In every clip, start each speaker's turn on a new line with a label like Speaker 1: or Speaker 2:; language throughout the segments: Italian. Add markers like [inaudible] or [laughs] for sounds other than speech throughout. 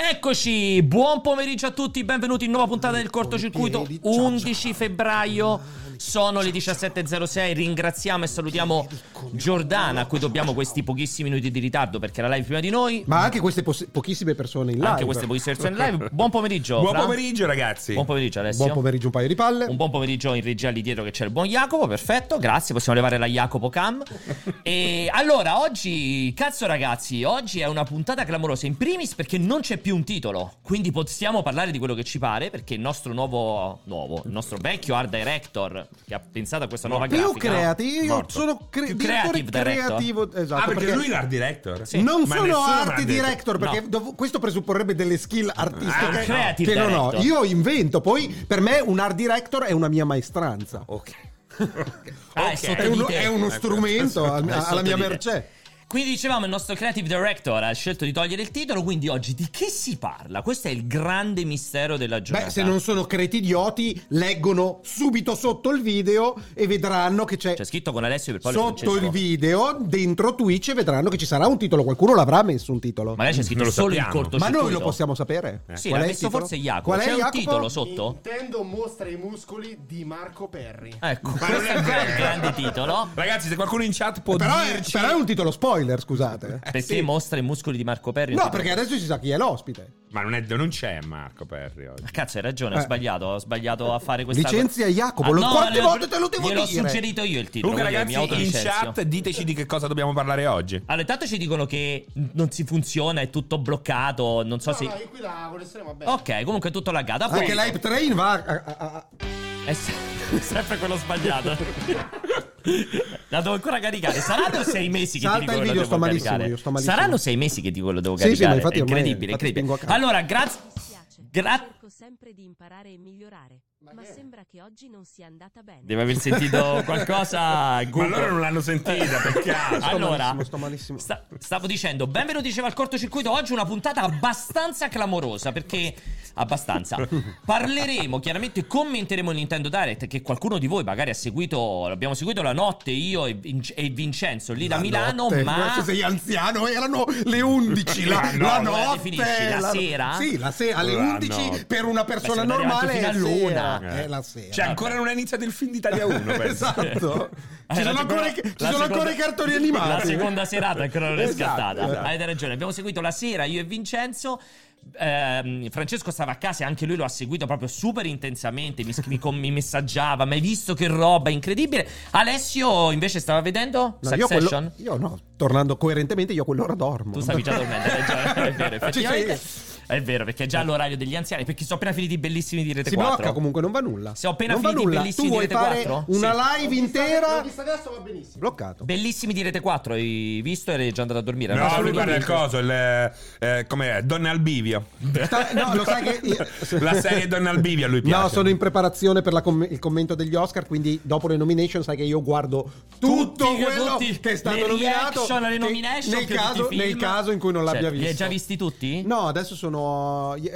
Speaker 1: Eccoci, buon pomeriggio a tutti, benvenuti in nuova puntata del cortocircuito 11 febbraio, sono le 17.06, ringraziamo e salutiamo Giordana a cui dobbiamo questi pochissimi minuti di ritardo perché era live prima di noi,
Speaker 2: Ma anche queste pos- pochissime persone in live.
Speaker 1: anche queste pochissime persone in live, buon pomeriggio
Speaker 3: Buon
Speaker 1: Fra.
Speaker 3: pomeriggio ragazzi.
Speaker 1: buon pomeriggio Alessio,
Speaker 2: Buon pomeriggio, un paio di palle.
Speaker 1: un buon pomeriggio in regia lì dietro che c'è il buon Jacopo, perfetto, grazie, possiamo levare la Jacopo Cam. e allora, oggi, cazzo ragazzi, oggi è una puntata clamorosa, in primis perché non c'è più un titolo, quindi possiamo parlare di quello che ci pare, perché il nostro nuovo, nuovo il nostro vecchio art director che ha pensato a questa nuova
Speaker 2: Più
Speaker 1: grafica...
Speaker 2: creativo, io
Speaker 3: Morto.
Speaker 2: sono cre-
Speaker 1: Più
Speaker 2: direttore
Speaker 1: creative director.
Speaker 2: creativo. Esatto,
Speaker 3: Ah, perché, lui è l'art director?
Speaker 1: Sì.
Speaker 2: Non
Speaker 3: Ma
Speaker 2: sono
Speaker 3: nessuno me l'ha
Speaker 2: art
Speaker 3: detto.
Speaker 2: director perché
Speaker 1: No.
Speaker 2: dov- questo presupporrebbe delle skill artistiche
Speaker 3: Ah,
Speaker 1: creative
Speaker 2: che non ho.
Speaker 1: director.
Speaker 2: Io invento, poi per me un art director è una mia maestranza.
Speaker 3: Ok.
Speaker 1: Ah, è
Speaker 3: Ok.
Speaker 1: sotto
Speaker 2: È,
Speaker 1: di
Speaker 2: uno-
Speaker 1: te.
Speaker 2: è uno strumento al-
Speaker 1: È sotto
Speaker 2: alla mia
Speaker 1: di te.
Speaker 2: mercè.
Speaker 1: Quindi dicevamo il nostro creative director ha scelto di togliere il titolo, quindi oggi di che si parla? Questo è il grande mistero della giornata.
Speaker 2: Beh, se non sono creti idioti, leggono subito sotto il video e vedranno che c'è.
Speaker 1: C'è scritto con Alessio per poi
Speaker 2: Sotto
Speaker 1: Francesco.
Speaker 2: il video, dentro Twitch, e vedranno che ci sarà un titolo. Qualcuno l'avrà messo un titolo.
Speaker 1: Magari c'è
Speaker 3: Non
Speaker 1: scritto
Speaker 3: lo
Speaker 1: solo il
Speaker 3: sappiamo.
Speaker 1: cortocircuito.
Speaker 2: Ma noi lo possiamo sapere? Eh.
Speaker 1: Sì,
Speaker 2: Qual
Speaker 1: l'ha
Speaker 2: è il
Speaker 1: messo
Speaker 2: titolo?
Speaker 1: forse Jacopo.
Speaker 2: Qual è
Speaker 1: C'è un
Speaker 2: Jacopo?
Speaker 1: titolo sotto?
Speaker 4: Nintendo mostra i muscoli di Marco Perry.
Speaker 1: Ecco,
Speaker 3: Ma
Speaker 1: questo è
Speaker 3: non è
Speaker 1: già il
Speaker 3: vero.
Speaker 1: grande titolo.
Speaker 3: Ragazzi, se qualcuno in chat può
Speaker 2: Però è,
Speaker 3: dirci Eh,
Speaker 2: però è un titolo spoiler, scusate.
Speaker 1: Perché mostra i muscoli di Marco Perri?
Speaker 2: No, perché adesso si sa chi è l'ospite.
Speaker 3: Ma non, è- non c'è Marco Perri oggi.
Speaker 1: Ma Ah, Cazzo, hai ragione, ho
Speaker 2: Eh.
Speaker 1: sbagliato, ho sbagliato a fare questa Ah,
Speaker 2: Licenzia Jacopo, lo- quante
Speaker 1: glielo-
Speaker 2: volte te lo devo
Speaker 1: gliel'ho
Speaker 2: dire?
Speaker 1: suggerito io il titolo,
Speaker 3: Comunque
Speaker 1: quindi mi
Speaker 3: ragazzi, in
Speaker 1: autolicenzio.
Speaker 3: chat diteci di che cosa dobbiamo parlare oggi.
Speaker 1: Allora, intanto ci dicono che non si funziona, è tutto bloccato, non so
Speaker 4: No,
Speaker 1: se...
Speaker 4: no, io qui la connessione va bene.
Speaker 1: Ok, comunque è tutto laggato. A
Speaker 2: Anche
Speaker 1: posto.
Speaker 2: l'hype train va. a- a- a-
Speaker 1: È se- [laughs] sempre quello
Speaker 2: [laughs]
Speaker 1: sbagliato. La devo ancora caricare. Saranno sei mesi che
Speaker 2: Salta
Speaker 1: ti dico
Speaker 2: il
Speaker 1: che lo
Speaker 2: video,
Speaker 1: devo
Speaker 2: sto malissimo,
Speaker 1: caricare.
Speaker 2: io sto malissimo.
Speaker 1: Saranno sei mesi che dico lo devo
Speaker 2: Sì, sì, ma
Speaker 1: caricare.
Speaker 2: infatti
Speaker 1: è
Speaker 2: ormai-
Speaker 1: incredibile,
Speaker 2: infatti
Speaker 1: incredibile.
Speaker 2: vengo a casa.
Speaker 1: Allora,
Speaker 5: Mi
Speaker 1: grazie.
Speaker 5: dispiace.
Speaker 1: Gra-
Speaker 5: Cerco sempre di imparare e migliorare, ma,
Speaker 4: che è?
Speaker 5: sembra che oggi non sia andata bene.
Speaker 1: Devo aver sentito qualcosa.
Speaker 3: Ma
Speaker 1: Google.
Speaker 3: loro non l'hanno
Speaker 1: Eh,
Speaker 3: sentita, peccato.
Speaker 1: Allora,
Speaker 2: malissimo, sto malissimo.
Speaker 1: sta- stavo dicendo, benvenuti al cortocircuito. Oggi una puntata abbastanza clamorosa perché abbastanza. Parleremo, chiaramente commenteremo il Nintendo Direct che qualcuno di voi magari ha seguito, l'abbiamo seguito la notte io e, Vin- e Vincenzo lì da
Speaker 2: La
Speaker 1: Milano,
Speaker 2: notte.
Speaker 1: ma
Speaker 2: Se sei anziano, erano le 11
Speaker 1: [laughs]
Speaker 2: la,
Speaker 3: La
Speaker 2: la
Speaker 1: notte.
Speaker 2: notte.
Speaker 1: Definisci la sera?
Speaker 2: Sì, la sera. Alle
Speaker 3: La
Speaker 2: 11
Speaker 3: notte.
Speaker 2: per una persona
Speaker 1: Beh, se non è
Speaker 2: normale è
Speaker 1: arrivato fino all'una.
Speaker 2: sera. È la sera.
Speaker 3: Cioè, ancora non è iniziato il film d'Italia 1,
Speaker 2: [laughs]
Speaker 3: penso.
Speaker 2: esatto.
Speaker 1: [laughs] Eh,
Speaker 2: Ci
Speaker 1: la
Speaker 2: sono,
Speaker 1: seconda-
Speaker 2: ancora, i- ci
Speaker 1: la
Speaker 2: sono ancora
Speaker 1: seconda-
Speaker 2: i cartoni animati.
Speaker 1: La seconda serata ancora non è
Speaker 2: Esatto,
Speaker 1: scattata.
Speaker 2: esatto.
Speaker 1: Avete ragione. Abbiamo seguito la sera io e Vincenzo. Ehm, Francesco stava a casa e anche lui lo ha seguito proprio super intensamente. Mi, scri- con- mi messaggiava. Ma hai visto che roba incredibile? Alessio invece stava vedendo
Speaker 2: No, io,
Speaker 1: Succession.
Speaker 2: quello- io no, tornando coerentemente, io a quell'ora dormo.
Speaker 1: Tu stavi già
Speaker 2: [laughs]
Speaker 1: dormendo, hai ragione, è vero,
Speaker 2: Ci sei-
Speaker 1: effettivamente. È vero, perché è già l'orario degli anziani. Perché sono appena finiti i bellissimi di Rete
Speaker 2: Si
Speaker 1: 4.
Speaker 2: blocca comunque, non va nulla.
Speaker 1: Siamo appena
Speaker 2: non va
Speaker 1: finiti i
Speaker 2: nulla.
Speaker 1: bellissimi
Speaker 2: Tu vuoi
Speaker 1: di Rete
Speaker 2: fare
Speaker 1: 4?
Speaker 2: una live
Speaker 4: L'ho vista- l'ho
Speaker 2: intera?
Speaker 4: vista adesso va benissimo.
Speaker 2: Bloccato.
Speaker 1: Bellissimi di Rete 4, hai visto? Eri già andato a dormire.
Speaker 3: No, lui
Speaker 1: Assolutamente.
Speaker 3: guarda il coso, il, eh, com'è, Donna al Bivio.
Speaker 2: Sta- no, lo sai che
Speaker 1: [laughs]
Speaker 2: io-
Speaker 3: La serie Donna al Bivio a lui piace.
Speaker 2: No, sono in preparazione per la com- il commento degli Oscar, quindi dopo le nomination sai che io guardo tutto
Speaker 1: Tutti-
Speaker 2: quello
Speaker 1: tutti-
Speaker 2: che è stato
Speaker 1: le
Speaker 2: nominato.
Speaker 1: reaction alle
Speaker 2: che-
Speaker 1: nomination
Speaker 2: nel,
Speaker 1: più tutti
Speaker 2: caso,
Speaker 1: i film.
Speaker 2: nel caso in cui non
Speaker 1: Cioè,
Speaker 2: l'abbia
Speaker 1: li
Speaker 2: visto.
Speaker 1: hai già visti tutti?
Speaker 2: No, adesso sono. eh,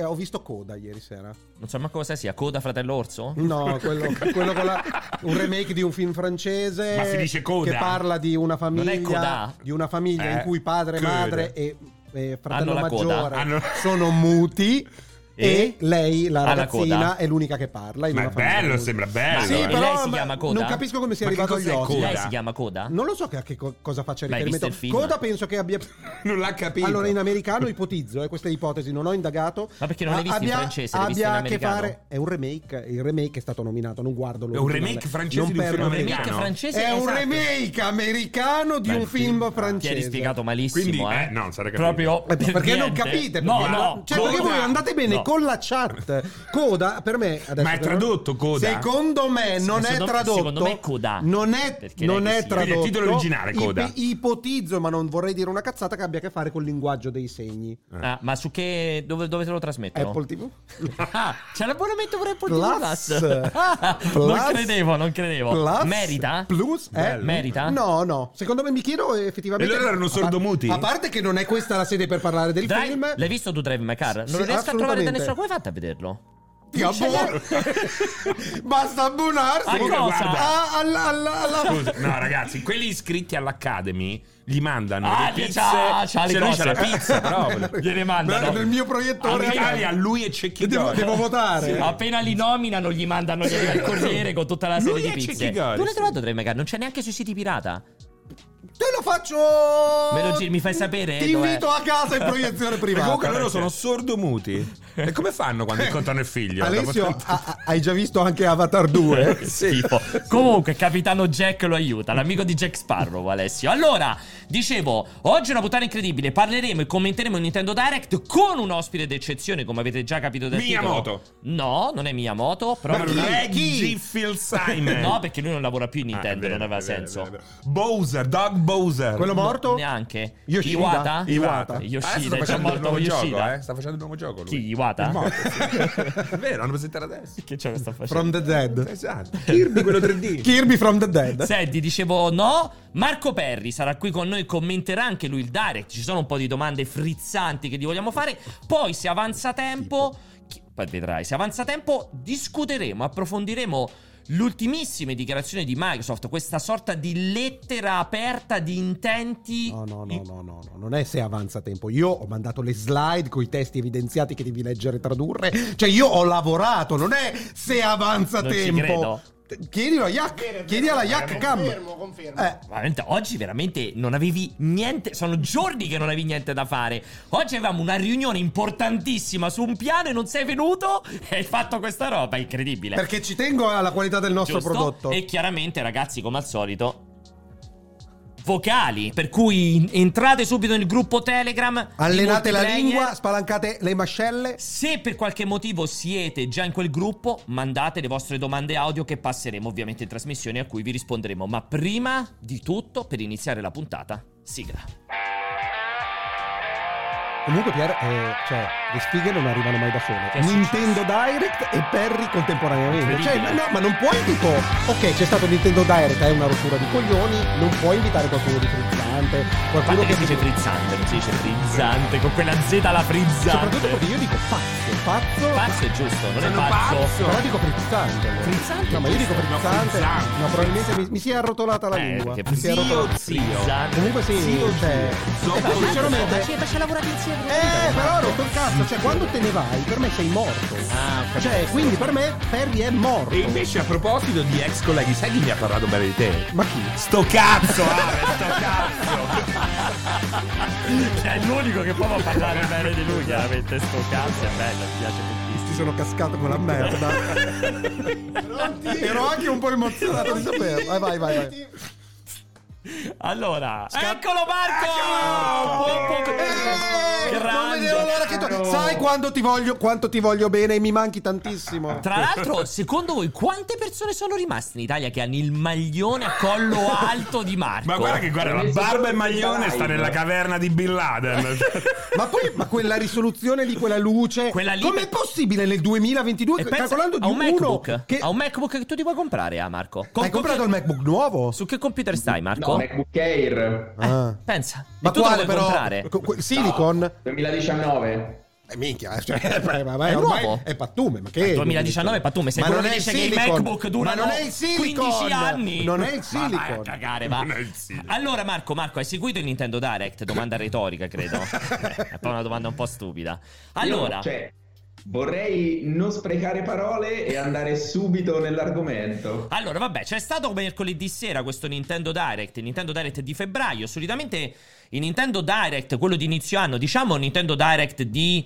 Speaker 2: Ho visto Coda ieri sera.
Speaker 1: Non so manco cosa sia. Coda, fratello orso?
Speaker 2: No, quello,
Speaker 3: [laughs]
Speaker 2: quello con la, un remake di un film francese.
Speaker 3: Ma si dice Coda?
Speaker 2: Che parla di una
Speaker 1: Non è
Speaker 2: famiglia.
Speaker 1: Coda?
Speaker 2: Di una famiglia
Speaker 3: Eh,
Speaker 2: in cui padre,
Speaker 3: Coda.
Speaker 2: madre e, e fratello
Speaker 1: Hanno la coda.
Speaker 2: maggiore
Speaker 3: Hanno-
Speaker 2: sono
Speaker 3: [laughs]
Speaker 2: muti.
Speaker 1: E?
Speaker 2: E, lei, la
Speaker 1: Ha la
Speaker 2: ragazzina,
Speaker 1: coda.
Speaker 2: è l'unica che parla. in
Speaker 3: Ma è
Speaker 2: una famiglia
Speaker 3: bello,
Speaker 2: muta.
Speaker 3: sembra bello.
Speaker 1: Ma
Speaker 2: Sì,
Speaker 1: allora,
Speaker 2: però
Speaker 1: lei si
Speaker 2: ma-
Speaker 1: chiama Coda?
Speaker 2: non capisco come sia
Speaker 3: Ma che
Speaker 2: arrivato agli
Speaker 3: cos'è
Speaker 2: Oscar.
Speaker 3: Coda?
Speaker 1: Lei si chiama Coda?
Speaker 2: Non lo so che, a che co- cosa faccia
Speaker 1: L'hai
Speaker 2: riferimento.
Speaker 1: visto il film?
Speaker 2: Coda penso che abbia.
Speaker 3: [laughs] Non l'ha capito.
Speaker 2: Allora, in americano ipotizzo, eh, questa è ipotesi, non ho indagato.
Speaker 1: Ma perché non l'hai visto in francese, l'hai
Speaker 2: Abbia
Speaker 1: visto in
Speaker 2: a che
Speaker 1: americano?
Speaker 2: fare. È un remake. Il remake è stato nominato, non guardo
Speaker 3: È
Speaker 2: l'originale.
Speaker 3: un remake francese
Speaker 2: Non
Speaker 3: di un
Speaker 2: perdo
Speaker 3: film
Speaker 1: Un remake
Speaker 2: tempo.
Speaker 3: americano.
Speaker 1: francese?
Speaker 2: È un
Speaker 1: Esatto.
Speaker 2: remake americano di
Speaker 1: Beh,
Speaker 2: un film
Speaker 1: Ti
Speaker 2: francese.
Speaker 1: hai spiegato malissimo,
Speaker 3: Quindi,
Speaker 1: eh?
Speaker 3: eh, no, non sarei capito.
Speaker 1: Proprio
Speaker 2: Eh, Perché non
Speaker 1: niente.
Speaker 2: capite?
Speaker 1: No,
Speaker 2: perché-
Speaker 1: no.
Speaker 2: Cioè, perché
Speaker 3: Coda.
Speaker 2: voi andate bene
Speaker 1: No.
Speaker 2: con la chat. Coda, per me. adesso-
Speaker 3: Ma è tradotto Coda?
Speaker 2: Secondo me non è
Speaker 1: Secondo-
Speaker 2: tradotto.
Speaker 1: secondo me è Coda.
Speaker 2: Non è,
Speaker 1: Perché
Speaker 2: non
Speaker 1: lei che
Speaker 2: è
Speaker 1: si-
Speaker 2: tradotto.
Speaker 3: Quindi il titolo originale è Coda.
Speaker 2: Ipe- ipotizzo, ma non vorrei dire una cazzata che abbia a che fare col linguaggio dei segni.
Speaker 1: Ah, ma su che... Dove, dove te lo trasmettono?
Speaker 2: Apple TV?
Speaker 1: [laughs] Ah, c'è l'abbonamento pure Apple
Speaker 2: Plus.
Speaker 1: TV Plus. [laughs] Ah,
Speaker 2: Plus.
Speaker 1: Non credevo, non credevo.
Speaker 2: Plus?
Speaker 1: Merita?
Speaker 2: Plus? Eh?
Speaker 3: Bello.
Speaker 1: Merita?
Speaker 2: No, no. Secondo me mi chiedo eh, effettivamente.
Speaker 3: E loro erano
Speaker 2: a par-
Speaker 3: sordomuti?
Speaker 2: A parte che non è questa la sede per parlare del
Speaker 1: Drive-
Speaker 2: film.
Speaker 1: L'hai visto tu Drive My Car? Non
Speaker 2: Sì,
Speaker 1: lo riesco a trovare da
Speaker 2: assolutamente.
Speaker 1: nessuno. Come hai fatto a vederlo?
Speaker 2: Ti abbon- Basta abbonarsi
Speaker 1: A
Speaker 3: Comunque,
Speaker 1: cosa?
Speaker 3: guarda.
Speaker 2: Ah, alla- alla- alla-
Speaker 3: [laughs] Scusa, no, ragazzi, quelli iscritti all'Academy gli mandano
Speaker 1: Ah,
Speaker 3: le pizze.
Speaker 1: c'ha- c'ha le
Speaker 3: cioè, lui
Speaker 1: cose.
Speaker 3: c'ha la
Speaker 1: [laughs]
Speaker 3: pizza, proprio.
Speaker 1: Gliele mandano.
Speaker 2: Nel mio proiettore
Speaker 3: All'Italia, a lui e
Speaker 2: devo,
Speaker 3: Cecchidori.
Speaker 2: devo votare.
Speaker 1: Appena li nominano, gli mandano gli arriva il corriere con tutta la serie
Speaker 3: Lui
Speaker 1: di
Speaker 3: è
Speaker 1: pizze.
Speaker 3: Chicken
Speaker 1: Tu
Speaker 3: Goddess.
Speaker 1: l'hai trovato 3 mega? Non c'è neanche sui siti pirata.
Speaker 2: Te lo faccio.
Speaker 1: Me lo giri, mi fai sapere eh,
Speaker 2: Ti
Speaker 1: dov'è?
Speaker 2: invito a casa in proiezione privata.
Speaker 3: Comunque loro sono sordomuti. E come fanno quando incontrano il figlio?
Speaker 2: Eh. Alessio, ah,
Speaker 3: Dopo tanto-
Speaker 2: ha- ha- hai già visto anche
Speaker 1: [laughs]
Speaker 2: Avatar 2?
Speaker 3: [laughs]
Speaker 1: Schifo. Comunque, capitano Jack lo aiuta, l'amico di Jack Sparrow, Alessio. Allora, dicevo, oggi è una puntata incredibile. Parleremo e commenteremo il Nintendo Direct con un ospite d'eccezione, come avete già capito dal
Speaker 3: Miyamoto.
Speaker 1: titolo. No, non è Miyamoto, però
Speaker 2: Ma
Speaker 1: non
Speaker 2: chi?
Speaker 1: ha-
Speaker 3: Reggie Phil Simon.
Speaker 1: No, perché lui non lavora più in
Speaker 3: Ah, è
Speaker 1: Nintendo,
Speaker 3: vero,
Speaker 1: non aveva
Speaker 3: è vero,
Speaker 1: senso.
Speaker 3: è vero, è vero. Bowser, Dog Bowser.
Speaker 2: Quello morto?
Speaker 1: Neanche.
Speaker 2: Yoshida.
Speaker 1: Iwata?
Speaker 2: Iwata.
Speaker 3: Adesso
Speaker 1: Yoshida, c'è
Speaker 3: sta facendo il
Speaker 1: morto
Speaker 3: nuovo gioco,
Speaker 1: Yoshida.
Speaker 3: eh? Sta facendo il nuovo gioco lui.
Speaker 1: Chi? Iwata?
Speaker 3: È morto, sì. È vero, hanno presentato adesso.
Speaker 1: [laughs] Che c'è che sta facendo?
Speaker 2: From the Dead.
Speaker 3: Esatto. Kirby [laughs] quello 3D.
Speaker 2: [laughs] Kirby from the Dead.
Speaker 1: Senti, dicevo no. Marco Perri sarà qui con noi, commenterà anche lui il direct. Ci sono un po' di domande frizzanti che gli vogliamo fare. Poi, se avanza tempo, chi- poi vedrai, se avanza tempo, discuteremo, approfondiremo. L'ultimissima dichiarazione di Microsoft, questa sorta di lettera aperta di intenti.
Speaker 2: No, no, no, no, no, no, non è se avanza tempo. Io ho mandato le slide con i testi evidenziati che devi leggere e tradurre. Cioè, io ho lavorato, non è se avanza
Speaker 1: Non ci
Speaker 2: tempo.
Speaker 1: credo.
Speaker 2: Chiedilo a Yak, chiedi alla Yak Cam.
Speaker 4: Confermo, confermo.
Speaker 2: Eh,
Speaker 1: Veramente, oggi veramente non avevi niente. Sono giorni che non avevi niente da fare. Oggi avevamo una riunione importantissima su un piano e non sei venuto. E hai fatto questa roba incredibile.
Speaker 2: perché ci tengo alla qualità del nostro
Speaker 1: Giusto?
Speaker 2: prodotto.
Speaker 1: E chiaramente, ragazzi, come al solito. Vocali, per cui entrate subito nel gruppo Telegram. di
Speaker 2: Allenate la
Speaker 1: multiplayer.
Speaker 2: lingua, spalancate le mascelle.
Speaker 1: Se per qualche motivo siete già in quel gruppo, mandate le vostre domande audio che passeremo ovviamente in trasmissione a cui vi risponderemo. Ma prima di tutto, per iniziare la puntata, sigla.
Speaker 2: Comunque, Pier, eh, cioè, le sfighe non arrivano mai da sole.
Speaker 1: Che è
Speaker 2: Nintendo Direct e Perry contemporaneamente. Cioè,
Speaker 1: Incredibile.
Speaker 2: no, ma non puoi, dico, ok, c'è stato Nintendo Direct, è una rottura di coglioni, non puoi invitare qualcuno di frizzante, qualcuno
Speaker 1: Guarda
Speaker 2: che
Speaker 1: che si dice frizzante, non si dice frizzante, con quella Z la
Speaker 2: Soprattutto
Speaker 1: frizzante.
Speaker 2: perché io dico pazzo, pazzo,
Speaker 1: Pazzo è giusto, non è Eh,
Speaker 3: Sono
Speaker 1: pazzo.
Speaker 3: pazzo.
Speaker 2: però dico frizzante. allora.
Speaker 1: Frizzante
Speaker 2: No, ma io dico
Speaker 3: giusto, no,
Speaker 2: frizzante.
Speaker 3: frizzante.
Speaker 2: No, probabilmente mi, mi si è arrotolata la
Speaker 1: Eh,
Speaker 2: lingua.
Speaker 1: perché
Speaker 2: Mi si è
Speaker 1: zio,
Speaker 2: arrotolata.
Speaker 1: zio.
Speaker 2: Comunque sì,
Speaker 3: Zio,
Speaker 2: cioè,
Speaker 3: zio.
Speaker 2: eh, ma
Speaker 3: Zio,
Speaker 2: sinceramente...
Speaker 1: Ma ci lavorate insieme.
Speaker 2: Eh, però ho rotto il cazzo, cioè quando te ne vai, per me sei morto.
Speaker 1: Ah, ok.
Speaker 2: Cioè, quindi per me Perry è morto.
Speaker 3: E invece a proposito di ex colleghi, sai chi mi ha parlato bene di te?
Speaker 2: Ma chi?
Speaker 3: Sto cazzo, Ale, sto cazzo.
Speaker 1: Cioè, è l'unico che può parlare bene di lui, chiaramente. Sto cazzo è bello, mi piace
Speaker 2: Ci sono cascato con
Speaker 1: [laughs]
Speaker 2: la merda.
Speaker 4: Pronti?
Speaker 2: Ero
Speaker 4: [laughs]
Speaker 2: anche un po' emozionato di saperlo. Eh, Vai, vai, vai. vai.
Speaker 1: tantissimo. Allora, eccolo Marco!
Speaker 3: Eccolo!
Speaker 1: Buon pomeriggio!
Speaker 2: Eh, non
Speaker 1: Grande.
Speaker 2: vedevo l'ora che tu... Sai quando ti voglio, quanto ti voglio bene e mi manchi tantissimo.
Speaker 1: Tra l'altro, secondo voi quante persone sono rimaste in Italia che hanno il maglione a collo
Speaker 2: [laughs]
Speaker 1: alto di Marco?
Speaker 3: Ma guarda che guarda, la barba e maglione sta nella caverna di Bin Laden.
Speaker 2: Ma poi ma quella risoluzione lì, quella luce,
Speaker 1: Quella lì-
Speaker 2: com'è possibile nel 2022
Speaker 1: E pensa
Speaker 2: calcolando di
Speaker 1: a un
Speaker 2: uno
Speaker 1: MacBook,
Speaker 2: che
Speaker 1: a un MacBook che tu ti puoi comprare, ah Marco. Con-
Speaker 2: hai comprato il MacBook nuovo?
Speaker 1: Su che computer stai, Marco?
Speaker 6: No, MacBook Air
Speaker 2: Ah.
Speaker 1: Pensa.
Speaker 2: Ma
Speaker 1: e tu te lo
Speaker 2: quale
Speaker 1: vuoi
Speaker 2: però?
Speaker 1: comprare?
Speaker 2: Co- que- Silicon?
Speaker 6: 2019.
Speaker 2: Eh, minchia, eh, cioè, eh, ma
Speaker 1: È
Speaker 2: [laughs] è, ormai
Speaker 1: nuovo?
Speaker 2: è pattume, ma che
Speaker 1: 2019 pattume, se
Speaker 2: Ma
Speaker 1: quello
Speaker 2: non
Speaker 1: che
Speaker 2: è il
Speaker 1: dice che i
Speaker 2: silicon.
Speaker 1: MacBook durano
Speaker 2: Ma non è il silicon.
Speaker 1: 15 anni. Ah,
Speaker 2: Non è il
Speaker 1: Ma vai a
Speaker 2: silicon.
Speaker 1: cagare, va.
Speaker 3: Non è il silicon.
Speaker 1: Allora Marco, Marco, hai seguito il Nintendo Direct? Domanda retorica, credo.
Speaker 2: [laughs]
Speaker 1: è poi una domanda un po' stupida. Allora,
Speaker 6: Io, cioè, vorrei non sprecare parole e andare subito nell'argomento.
Speaker 1: Allora, vabbè, c'è stato mercoledì sera questo Nintendo Direct, il Nintendo Direct di febbraio. Solitamente il Nintendo Direct, quello di inizio anno, diciamo un Nintendo Direct di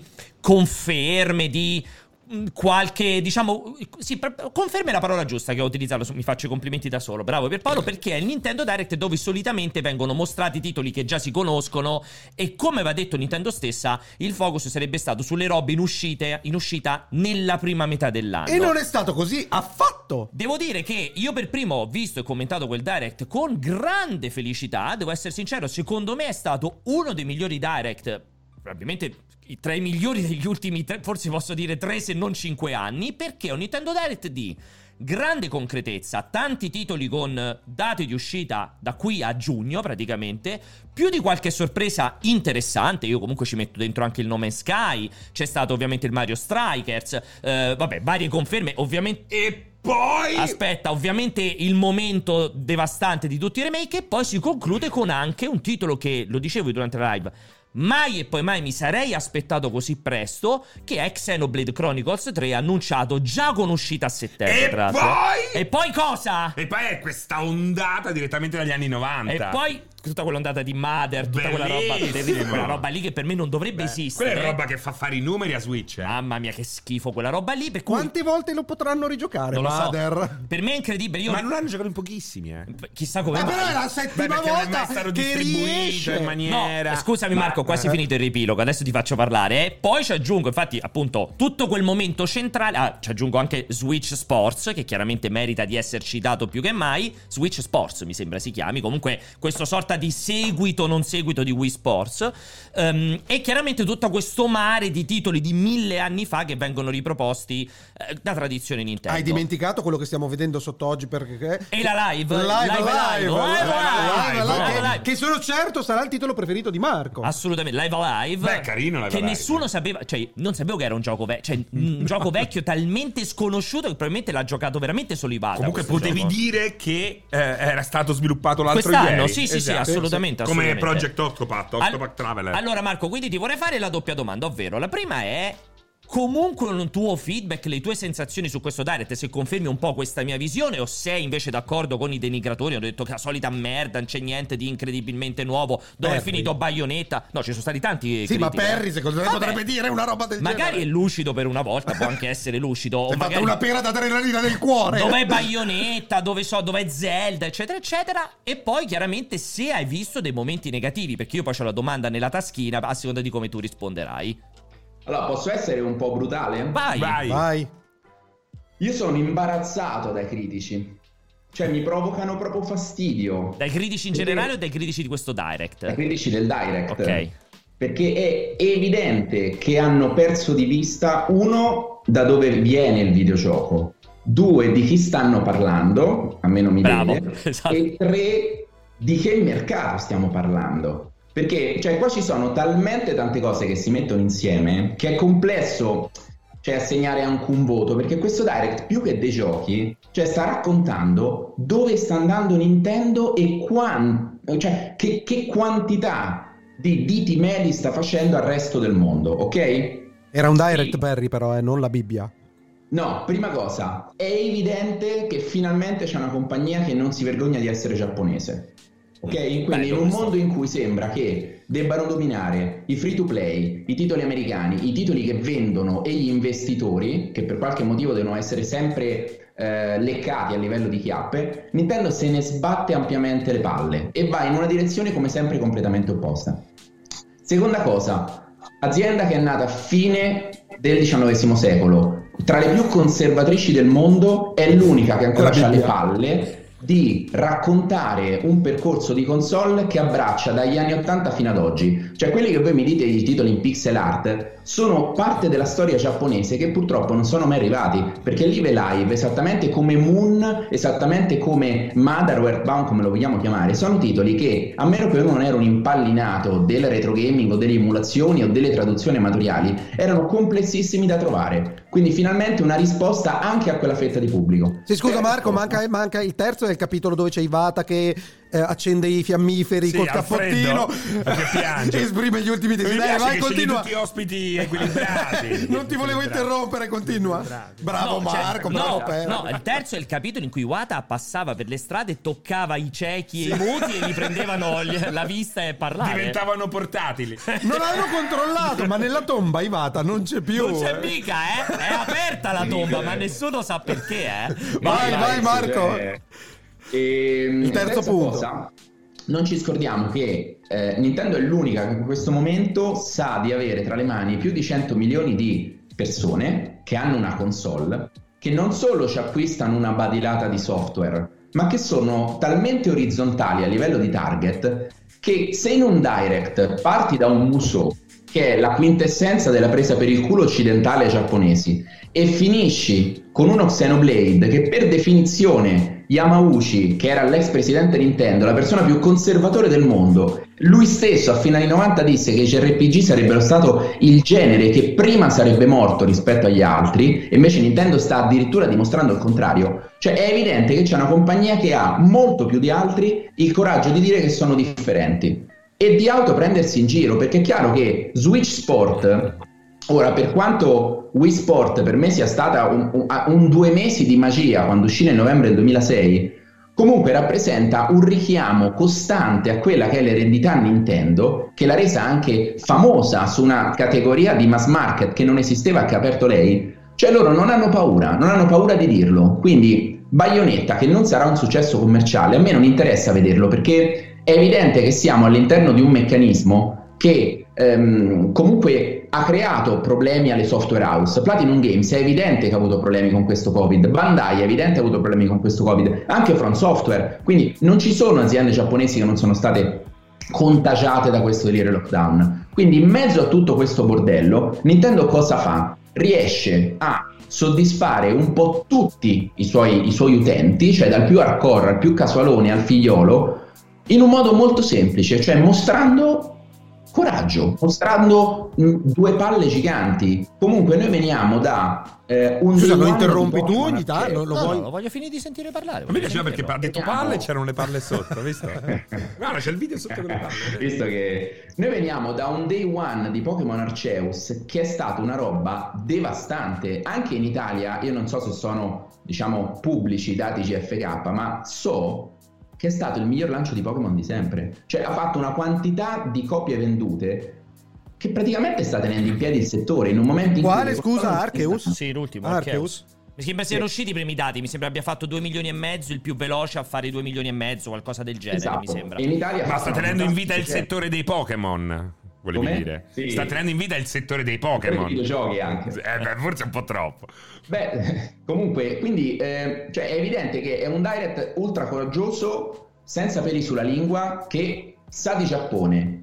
Speaker 1: conferme, di mh, qualche, diciamo, sì, pro- conferme è la parola giusta che ho utilizzato, mi faccio i complimenti da solo, bravo per Paolo, perché è il Nintendo Direct dove solitamente vengono mostrati titoli che già si conoscono e come aveva detto Nintendo stessa, il focus sarebbe stato sulle robe in, uscite, in uscita nella prima metà dell'anno.
Speaker 2: E non è stato così affatto.
Speaker 1: Devo dire che io per primo ho visto e commentato quel direct con grande felicità, devo essere sincero, secondo me è stato uno dei migliori direct, probabilmente i- tra i migliori degli ultimi tre, forse posso dire tre se non cinque anni, perché è un Nintendo Direct di grande concretezza, tanti titoli con date di uscita da qui a giugno praticamente, più di qualche sorpresa interessante, io comunque ci metto dentro anche il nome Sky, c'è stato ovviamente il Mario Strikers, eh, vabbè, varie conferme, ovviamente...
Speaker 3: E poi...
Speaker 1: Aspetta, ovviamente il momento devastante di tutti i remake e poi si conclude con anche un titolo che, lo dicevo durante la live, mai e poi mai mi sarei aspettato così presto, che è Xenoblade Chronicles 3 annunciato già con uscita a settembre.
Speaker 3: E
Speaker 1: tra l'altro.
Speaker 3: poi?
Speaker 1: E poi cosa?
Speaker 3: E poi è questa ondata direttamente dagli anni 90.
Speaker 1: E poi tutta quell'ondata di Mother, tutta quella roba,
Speaker 3: Bellissimo.
Speaker 1: terribile, quella roba lì che per me non dovrebbe esistere.
Speaker 3: Quella è roba che fa fare i numeri a Switch. eh.
Speaker 1: Mamma mia, che schifo quella roba lì. Per cui
Speaker 2: Quante volte lo potranno rigiocare,
Speaker 1: non lo so.
Speaker 2: Mother?
Speaker 1: Per me è incredibile. Io
Speaker 3: Ma non hanno giocato in pochissimi, eh.
Speaker 1: chissà come
Speaker 2: Ma
Speaker 1: mai.
Speaker 2: però è la
Speaker 3: Beh,
Speaker 2: settima
Speaker 3: perché non è mai
Speaker 2: volta
Speaker 3: stato
Speaker 2: che
Speaker 3: distribuito in
Speaker 2: riesce.
Speaker 3: maniera.
Speaker 1: No, eh, scusami
Speaker 3: Ma-
Speaker 1: Marco, ho quasi finito il riepilogo, adesso ti faccio parlare. eh. Poi ci aggiungo, infatti, appunto, tutto quel momento centrale. Ah, ci aggiungo anche Switch Sports, che chiaramente merita di esserci dato più che mai. Switch Sports mi sembra si chiami. Comunque, questo sorta di seguito, non seguito di Wii Sports. Ehm, e chiaramente tutto questo mare di titoli di mille anni fa che vengono riproposti eh, da tradizione Nintendo.
Speaker 2: Hai dimenticato quello che stiamo vedendo sotto oggi perché...
Speaker 1: E la live?
Speaker 2: Live,
Speaker 1: Live,
Speaker 2: live,
Speaker 1: live,
Speaker 2: live,
Speaker 1: live,
Speaker 2: live,
Speaker 3: live,
Speaker 2: live,
Speaker 1: live.
Speaker 2: che- Che sono certo sarà il titolo preferito di Marco.
Speaker 1: Assolutamente, Live Alive.
Speaker 3: Ecco. Beh, carino Live
Speaker 1: Che
Speaker 3: Alive.
Speaker 1: nessuno sapeva, cioè, non sapevo che era un gioco vecchio, cioè, un
Speaker 3: [laughs]
Speaker 1: gioco vecchio talmente sconosciuto che probabilmente l'ha giocato veramente solo Ivata.
Speaker 3: Comunque
Speaker 1: questo
Speaker 3: potevi
Speaker 1: gioco.
Speaker 3: dire che eh, era stato sviluppato l'altro
Speaker 1: Quest'anno,
Speaker 3: ieri.
Speaker 1: sì, sì, sì,
Speaker 3: Esatto.
Speaker 1: assolutamente.
Speaker 3: Come
Speaker 1: assolutamente.
Speaker 3: Project Octopath, Octopath
Speaker 1: Al-
Speaker 3: Traveler.
Speaker 1: Allora, Marco, quindi ti vorrei fare la doppia domanda, ovvero la prima è. Comunque un tuo feedback, le tue sensazioni su questo direct, se confermi un po' questa mia visione o sei invece d'accordo con i denigratori, hanno detto che la solita merda, non c'è niente di incredibilmente nuovo, dove è
Speaker 2: Perry.
Speaker 1: finito Bayonetta? No, ci sono stati tanti eh.
Speaker 2: Sì, ma
Speaker 1: critiche.
Speaker 2: Perry secondo me
Speaker 1: Vabbè.
Speaker 2: potrebbe dire una roba del
Speaker 1: Magari è
Speaker 2: genere.
Speaker 1: lucido per una volta, può anche essere lucido. o
Speaker 2: Si è fatta
Speaker 1: magari
Speaker 2: una pera d'adrenalina nel cuore.
Speaker 1: Dov'è Bayonetta, dove so, dov'è Zelda, eccetera, eccetera. E poi chiaramente se hai visto dei momenti negativi, perché io poi ho la domanda nella taschina a seconda di come tu risponderai.
Speaker 6: Allora, posso essere un po' brutale?
Speaker 1: Vai!
Speaker 3: Vai.
Speaker 2: Vai.
Speaker 6: Io sono imbarazzato dai critici. Cioè, mi provocano proprio fastidio.
Speaker 1: Dai critici in generale o dai critici di questo direct?
Speaker 6: Dai critici del direct.
Speaker 1: Ok.
Speaker 6: Perché è evidente che hanno perso di vista, uno, da dove viene il videogioco, due, di chi stanno parlando, a me non mi
Speaker 1: Bravo,
Speaker 6: vede,
Speaker 1: [laughs] esatto.
Speaker 6: e tre, di che mercato stiamo parlando. Perché cioè, qua ci sono talmente tante cose che si mettono insieme che è complesso cioè, assegnare anche un voto, perché questo Direct, più che dei giochi, cioè, sta raccontando dove sta andando Nintendo e quan- cioè, che, che quantità di diti medi sta facendo al resto del mondo, ok?
Speaker 2: Era un direct
Speaker 6: Sì.
Speaker 2: Perry però, eh, non la Bibbia.
Speaker 6: No, prima cosa, è evidente che finalmente c'è una compagnia che non si vergogna di essere giapponese. Ok? Quindi
Speaker 1: Bello
Speaker 6: in un
Speaker 1: questo.
Speaker 6: mondo in cui sembra che debbano dominare i free to play, i titoli americani, i titoli che vendono e gli investitori, che per qualche motivo devono essere sempre eh, leccati a livello di chiappe, Nintendo se ne sbatte ampiamente le palle e va in una direzione come sempre completamente opposta. Seconda cosa, azienda che è nata a fine del XIX secolo, tra le più conservatrici del mondo, è l'unica che ancora
Speaker 2: La
Speaker 6: ha le
Speaker 2: Bibbia.
Speaker 6: palle di raccontare un percorso di console che abbraccia dagli anni 80 fino ad oggi. Cioè quelli che voi mi dite i titoli in pixel art sono parte della storia giapponese che purtroppo non sono mai arrivati, perché Live Live, esattamente come Moon, esattamente come Mother o Earthbound, come lo vogliamo chiamare, sono titoli che, a meno che uno non era un impallinato del retro gaming o delle emulazioni o delle traduzioni amatoriali, erano complessissimi da trovare. Quindi finalmente una risposta anche a quella fetta di pubblico.
Speaker 2: Sì, scusa
Speaker 1: Eh,
Speaker 6: Terzo-
Speaker 2: Marco, manca, manca il terzo del capitolo dove c'è Ivata che eh, accende i fiammiferi
Speaker 3: Sì,
Speaker 2: col
Speaker 3: al
Speaker 2: cappottino
Speaker 3: freddo, che
Speaker 2: [laughs]
Speaker 3: piange.
Speaker 2: esprime gli ultimi
Speaker 3: Mi
Speaker 2: desideri.
Speaker 3: piace
Speaker 2: Dai, vai,
Speaker 3: che scegli
Speaker 2: continua.
Speaker 3: tutti ospiti equilibrati.
Speaker 2: [laughs] non ti volevo
Speaker 3: Equilibrati.
Speaker 2: interrompere, continua.
Speaker 3: Equilibrati.
Speaker 2: Bravo
Speaker 1: No, cioè,
Speaker 2: Marco,
Speaker 1: no,
Speaker 2: bravo Perry.
Speaker 1: No, eh. il terzo è il capitolo in cui Wata passava per le strade e toccava i ciechi e i muti
Speaker 2: [laughs]
Speaker 1: e gli prendevano gli- la vista e parlare.
Speaker 3: Diventavano portatili.
Speaker 2: Non hanno controllato, ma nella tomba Ivata non c'è più.
Speaker 1: Non c'è
Speaker 2: eh.
Speaker 1: mica, eh! È aperta la tomba, ma nessuno sa perché, eh!
Speaker 2: Vai, vai, Marco.
Speaker 6: Ehm,
Speaker 2: Il terzo
Speaker 6: terza
Speaker 2: punto.
Speaker 6: cosa, non ci scordiamo che eh, Nintendo è l'unica che in questo momento sa di avere tra le mani più di 100 milioni di persone che hanno una console che non solo ci acquistano una badilata di software, ma che sono talmente orizzontali a livello di target che se in un direct parti da un muso che è la quintessenza della presa per il culo occidentale ai giapponesi e finisci con uno Xenoblade che per definizione Yamauchi, che era l'ex presidente Nintendo, la persona più conservatore del mondo, lui stesso a fine anni 90 disse che i JRPG sarebbero stato il genere che prima sarebbe morto rispetto agli altri, e invece Nintendo sta addirittura dimostrando il contrario. Cioè è evidente che c'è una compagnia che ha molto più di altri il coraggio di dire che sono differenti e di auto prendersi in giro, perché è chiaro che Switch Sport, ora per quanto Wii Sport per me sia stata un, un- un due mesi di magia quando uscì nel novembre del 2006, comunque rappresenta un richiamo costante a quella che è l'eredità Nintendo, che l'ha resa anche famosa su una categoria di mass market che non esisteva, che ha aperto lei. Cioè loro non hanno paura, non hanno paura di dirlo. Quindi Bayonetta, che non sarà un successo commerciale, a me non interessa vederlo perché è evidente che siamo all'interno di un meccanismo che ehm, comunque ha creato problemi alle software house. Platinum Games è evidente che ha avuto problemi con questo Covid, Bandai è evidente che ha avuto problemi con questo Covid, anche From Software. Quindi non ci sono aziende giapponesi che non sono state contagiate da questo delirio lockdown. Quindi in mezzo a tutto questo bordello, Nintendo cosa fa? Riesce a soddisfare un po' tutti i suoi, i suoi utenti, cioè dal più hardcore al più casualone al figliolo, in un modo molto semplice, cioè mostrando coraggio, mostrando mh, due palle giganti. Comunque noi veniamo da eh, un...
Speaker 2: Scusa, lo
Speaker 6: anno di
Speaker 2: interrompi tu
Speaker 6: Pokémon
Speaker 2: ogni tanto?
Speaker 6: Arceus.
Speaker 2: Lo
Speaker 1: No, no,
Speaker 2: vuoi-
Speaker 1: lo voglio finire di sentire parlare.
Speaker 3: Non mi piaceva perché ha detto palle e
Speaker 6: Vediamo.
Speaker 3: c'erano le palle sotto,
Speaker 2: [laughs]
Speaker 3: visto? Guarda, c'è il video sotto con le palle.
Speaker 6: Visto che noi veniamo da un day one di Pokémon Arceus che è stata una roba devastante anche in Italia. Io non so se sono, diciamo, pubblici i dati GFK, ma so che è stato il miglior lancio di Pokémon di sempre. Cioè, ha fatto una quantità di copie vendute che praticamente sta tenendo in piedi il settore in un momento in
Speaker 2: Quale,
Speaker 6: cui.
Speaker 2: scusa, Arceus?
Speaker 1: Sì, l'ultimo. Arceus.
Speaker 2: Arceus?
Speaker 1: Mi sembra siano usciti i primi dati. Mi sembra abbia fatto 2 milioni e mezzo, il più veloce a fare 2 milioni e mezzo, qualcosa del genere.
Speaker 6: Esatto.
Speaker 1: Mi sembra.
Speaker 6: E in Italia
Speaker 3: Ma sta tenendo in vita il
Speaker 6: settore
Speaker 3: settore dei Pokémon. Volevi
Speaker 6: Come?
Speaker 3: dire?
Speaker 6: Sì.
Speaker 3: Sta tenendo in vita il settore dei
Speaker 6: Quello
Speaker 3: Pokémon.
Speaker 6: dei videogiochi anche.
Speaker 3: Eh, beh, forse è un po' troppo.
Speaker 6: Beh, [laughs] comunque, quindi eh, cioè è evidente che è un direct ultra coraggioso, senza peli sulla lingua, che sa di Giappone.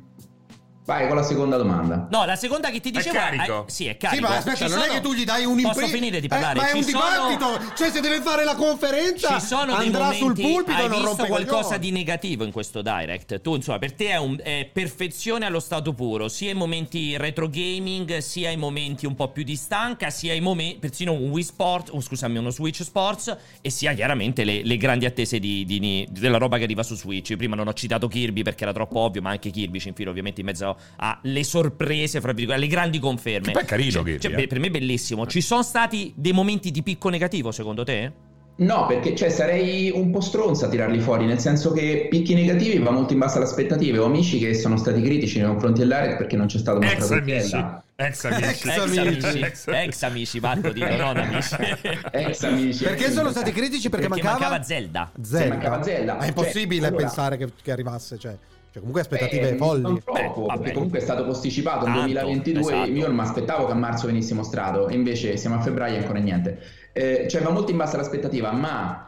Speaker 6: Vai con la seconda domanda.
Speaker 1: No, la seconda che ti dicevo.
Speaker 3: carico.
Speaker 1: eh, sì, è carico.
Speaker 2: Sì, ma aspetta,
Speaker 1: Ci
Speaker 2: non
Speaker 1: sono-
Speaker 2: è che tu gli dai un impegno.
Speaker 1: Posso finire di parlare?
Speaker 2: ma è
Speaker 1: Ci
Speaker 2: un
Speaker 1: sono-
Speaker 2: dibattito. Cioè, se deve fare la conferenza,
Speaker 1: Ci sono dei
Speaker 2: andrà
Speaker 1: momenti,
Speaker 2: sul pulpito
Speaker 1: hai
Speaker 2: e non
Speaker 1: visto
Speaker 2: rompe
Speaker 1: qualcosa
Speaker 2: coglioni.
Speaker 1: di negativo in questo direct? Tu, insomma, per te è, un- è perfezione allo stato puro, sia i momenti retro gaming, sia i momenti un po' più di stanca, sia i momenti, persino un Wii Sport, oh, scusami, uno Switch Sports, e sia chiaramente le, le grandi attese di- di- della roba che arriva su Switch. Prima non ho citato Kirby perché era troppo ovvio, ma anche Kirby ci infila ovviamente in mezzo alle sorprese, fra virgolette, alle grandi conferme.
Speaker 3: Beh, è carino Kirby,
Speaker 1: cioè,
Speaker 3: eh.
Speaker 1: beh, per me è bellissimo. Ci sono stati dei momenti di picco negativo, secondo te?
Speaker 6: No, perché cioè, sarei un po' stronza a tirarli fuori, nel senso che picchi negativi va molto in basso alle aspettative. Ho amici che sono stati critici nei confronti del direct perché non c'è stata una
Speaker 3: Ex amici.
Speaker 1: [laughs]
Speaker 3: Ex amici.
Speaker 1: Ex amici,
Speaker 3: Ex-
Speaker 1: ex amici, Marco, dico, non
Speaker 3: [laughs]
Speaker 1: amici.
Speaker 6: Ex amici.
Speaker 2: Perché sono stati critici? Perché,
Speaker 1: Perché
Speaker 2: mancava,
Speaker 1: mancava Zelda.
Speaker 2: Zelda.
Speaker 6: mancava Zelda.
Speaker 2: È impossibile
Speaker 6: Cioè, allora-
Speaker 2: pensare che, che arrivasse. Cioè, cioè, comunque aspettative
Speaker 6: Beh, Eh, non
Speaker 2: folli.
Speaker 6: troppo,
Speaker 1: Beh, Eh, vabbè.
Speaker 6: perché comunque è stato posticipato il
Speaker 1: Tanto,
Speaker 6: 2022.
Speaker 1: esatto.
Speaker 6: Io mi aspettavo che a marzo venisse mostrato, e invece siamo a febbraio e ancora niente. Eh, cioè, va molto in basso all'aspettativa, ma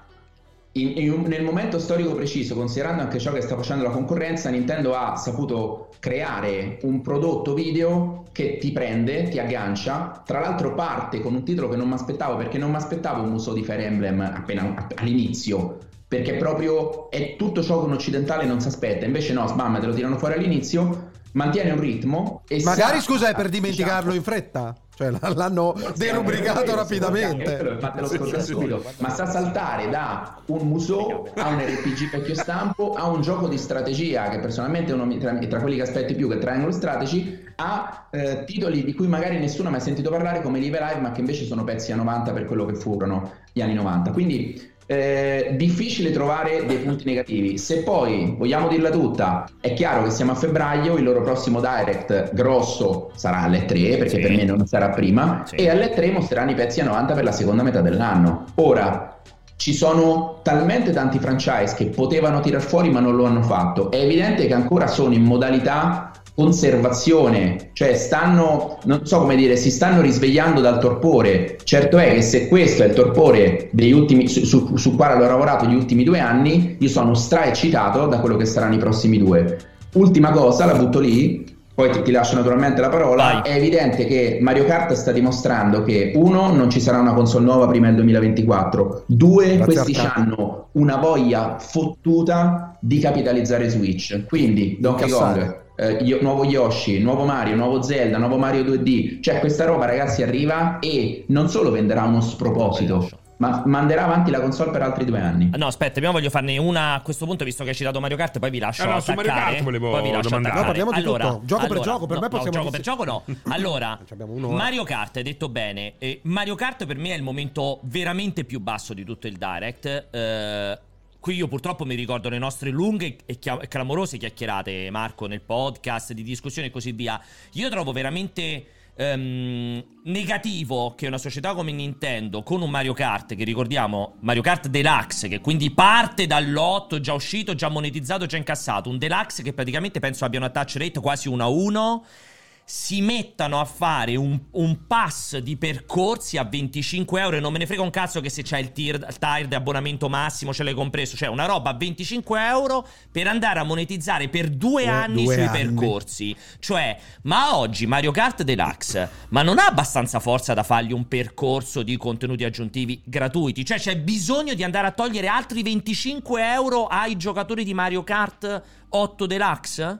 Speaker 6: in- in un- nel momento storico preciso, considerando anche ciò che sta facendo la concorrenza, Nintendo ha saputo creare un prodotto video che ti prende, ti aggancia. Tra l'altro, parte con un titolo che non mi aspettavo, perché non mi aspettavo un uso di Fire Emblem appena app- all'inizio perché proprio è tutto ciò che un occidentale non si aspetta. Invece no, sbam, te lo tirano fuori all'inizio, mantiene un ritmo e esatto.
Speaker 2: Magari,
Speaker 6: sa-
Speaker 2: scusa, è per dimenticarlo in fretta. Cioè, l- l'hanno
Speaker 6: Forse anche
Speaker 2: derubricato
Speaker 6: quello, anche quello,
Speaker 2: rapidamente.
Speaker 6: infatti l'ho
Speaker 3: Sì,
Speaker 6: scordato
Speaker 3: sì, sì.
Speaker 6: subito. Ma sa saltare da un museo a un RPG vecchio stampo a un gioco di strategia che personalmente è uno tra, tra quelli che aspetti più che è Triangle Strategy a eh, titoli di cui magari nessuno ha mai sentito parlare come Live Live ma che invece sono pezzi a 90 per quello che furono gli anni 90. Quindi eh, difficile trovare dei punti negativi. Se poi vogliamo dirla tutta, è chiaro che siamo a febbraio, il loro prossimo direct grosso sarà alle 3 perché
Speaker 1: Sì.
Speaker 6: per me non sarà prima
Speaker 1: Sì.
Speaker 6: e alle 3 mostreranno i pezzi a 90 per la seconda metà dell'anno. Ora ci sono talmente tanti franchise che potevano tirar fuori ma non lo hanno fatto. È evidente che ancora sono in modalità conservazione, cioè stanno, non so come dire, si stanno risvegliando dal torpore. Certo è che se questo è il torpore degli ultimi, su, su, su quale hanno lavorato gli ultimi due anni, io sono stra eccitato da quello che saranno i prossimi due. Ultima cosa, la butto lì. poi ti, ti lascio naturalmente la parola,
Speaker 1: Vai.
Speaker 6: è evidente che Mario Kart sta dimostrando che uno, non ci sarà una console nuova prima del 2024, due,
Speaker 2: Grazie
Speaker 6: questi
Speaker 2: al cazzo.
Speaker 6: hanno una voglia fottuta di capitalizzare Switch, quindi Donkey
Speaker 2: Incassare.
Speaker 6: Kong, eh, Yo- nuovo Yoshi, nuovo Mario, nuovo Zelda, nuovo Mario 2D, cioè questa roba ragazzi arriva e non solo venderà uno sproposito, ma manderà avanti la console per altri due anni.
Speaker 1: Ah, No, aspetta, prima voglio farne una a questo punto, visto che hai citato Mario Kart, poi vi lascio
Speaker 3: Ah, no, su
Speaker 1: attaccare.
Speaker 3: Mario Kart volevo
Speaker 1: poi vi lascio
Speaker 3: domandare.
Speaker 1: attaccare.
Speaker 2: No, parliamo di
Speaker 1: allora,
Speaker 2: tutto. Gioco per
Speaker 1: allora,
Speaker 2: gioco, per
Speaker 1: no,
Speaker 2: me
Speaker 1: no,
Speaker 2: possiamo Cioè,
Speaker 1: gioco per gioco
Speaker 2: [laughs]
Speaker 1: no. Allora,
Speaker 2: Ci abbiamo un'ora.
Speaker 1: Mario Kart, hai detto bene, eh, Mario Kart per me è il momento veramente più basso di tutto il Direct. eh, Qui io purtroppo mi ricordo le nostre lunghe e chia- e clamorose chiacchierate, Marco, nel podcast, di discussione e così via. Io trovo veramente ehm, negativo che una società come Nintendo, con un Mario Kart, che ricordiamo, Mario Kart Deluxe, che quindi parte dal lotto già uscito, già monetizzato, già incassato, un Deluxe che praticamente penso abbia una touch rate quasi 1 a 1, si mettano a fare un, un pass di percorsi a 25 euro e non me ne frega un cazzo che se c'è il tier, il tier di abbonamento massimo ce l'hai compreso, cioè una roba a 25 euro per andare a monetizzare per due
Speaker 2: Due-
Speaker 1: anni
Speaker 2: Eh, due
Speaker 1: sui
Speaker 2: anni.
Speaker 1: percorsi. Cioè, ma oggi Mario Kart Deluxe, ma non ha abbastanza forza da fargli un percorso di contenuti aggiuntivi gratuiti? Cioè, c'è bisogno di andare a togliere altri 25 euro ai giocatori di Mario Kart 8 Deluxe?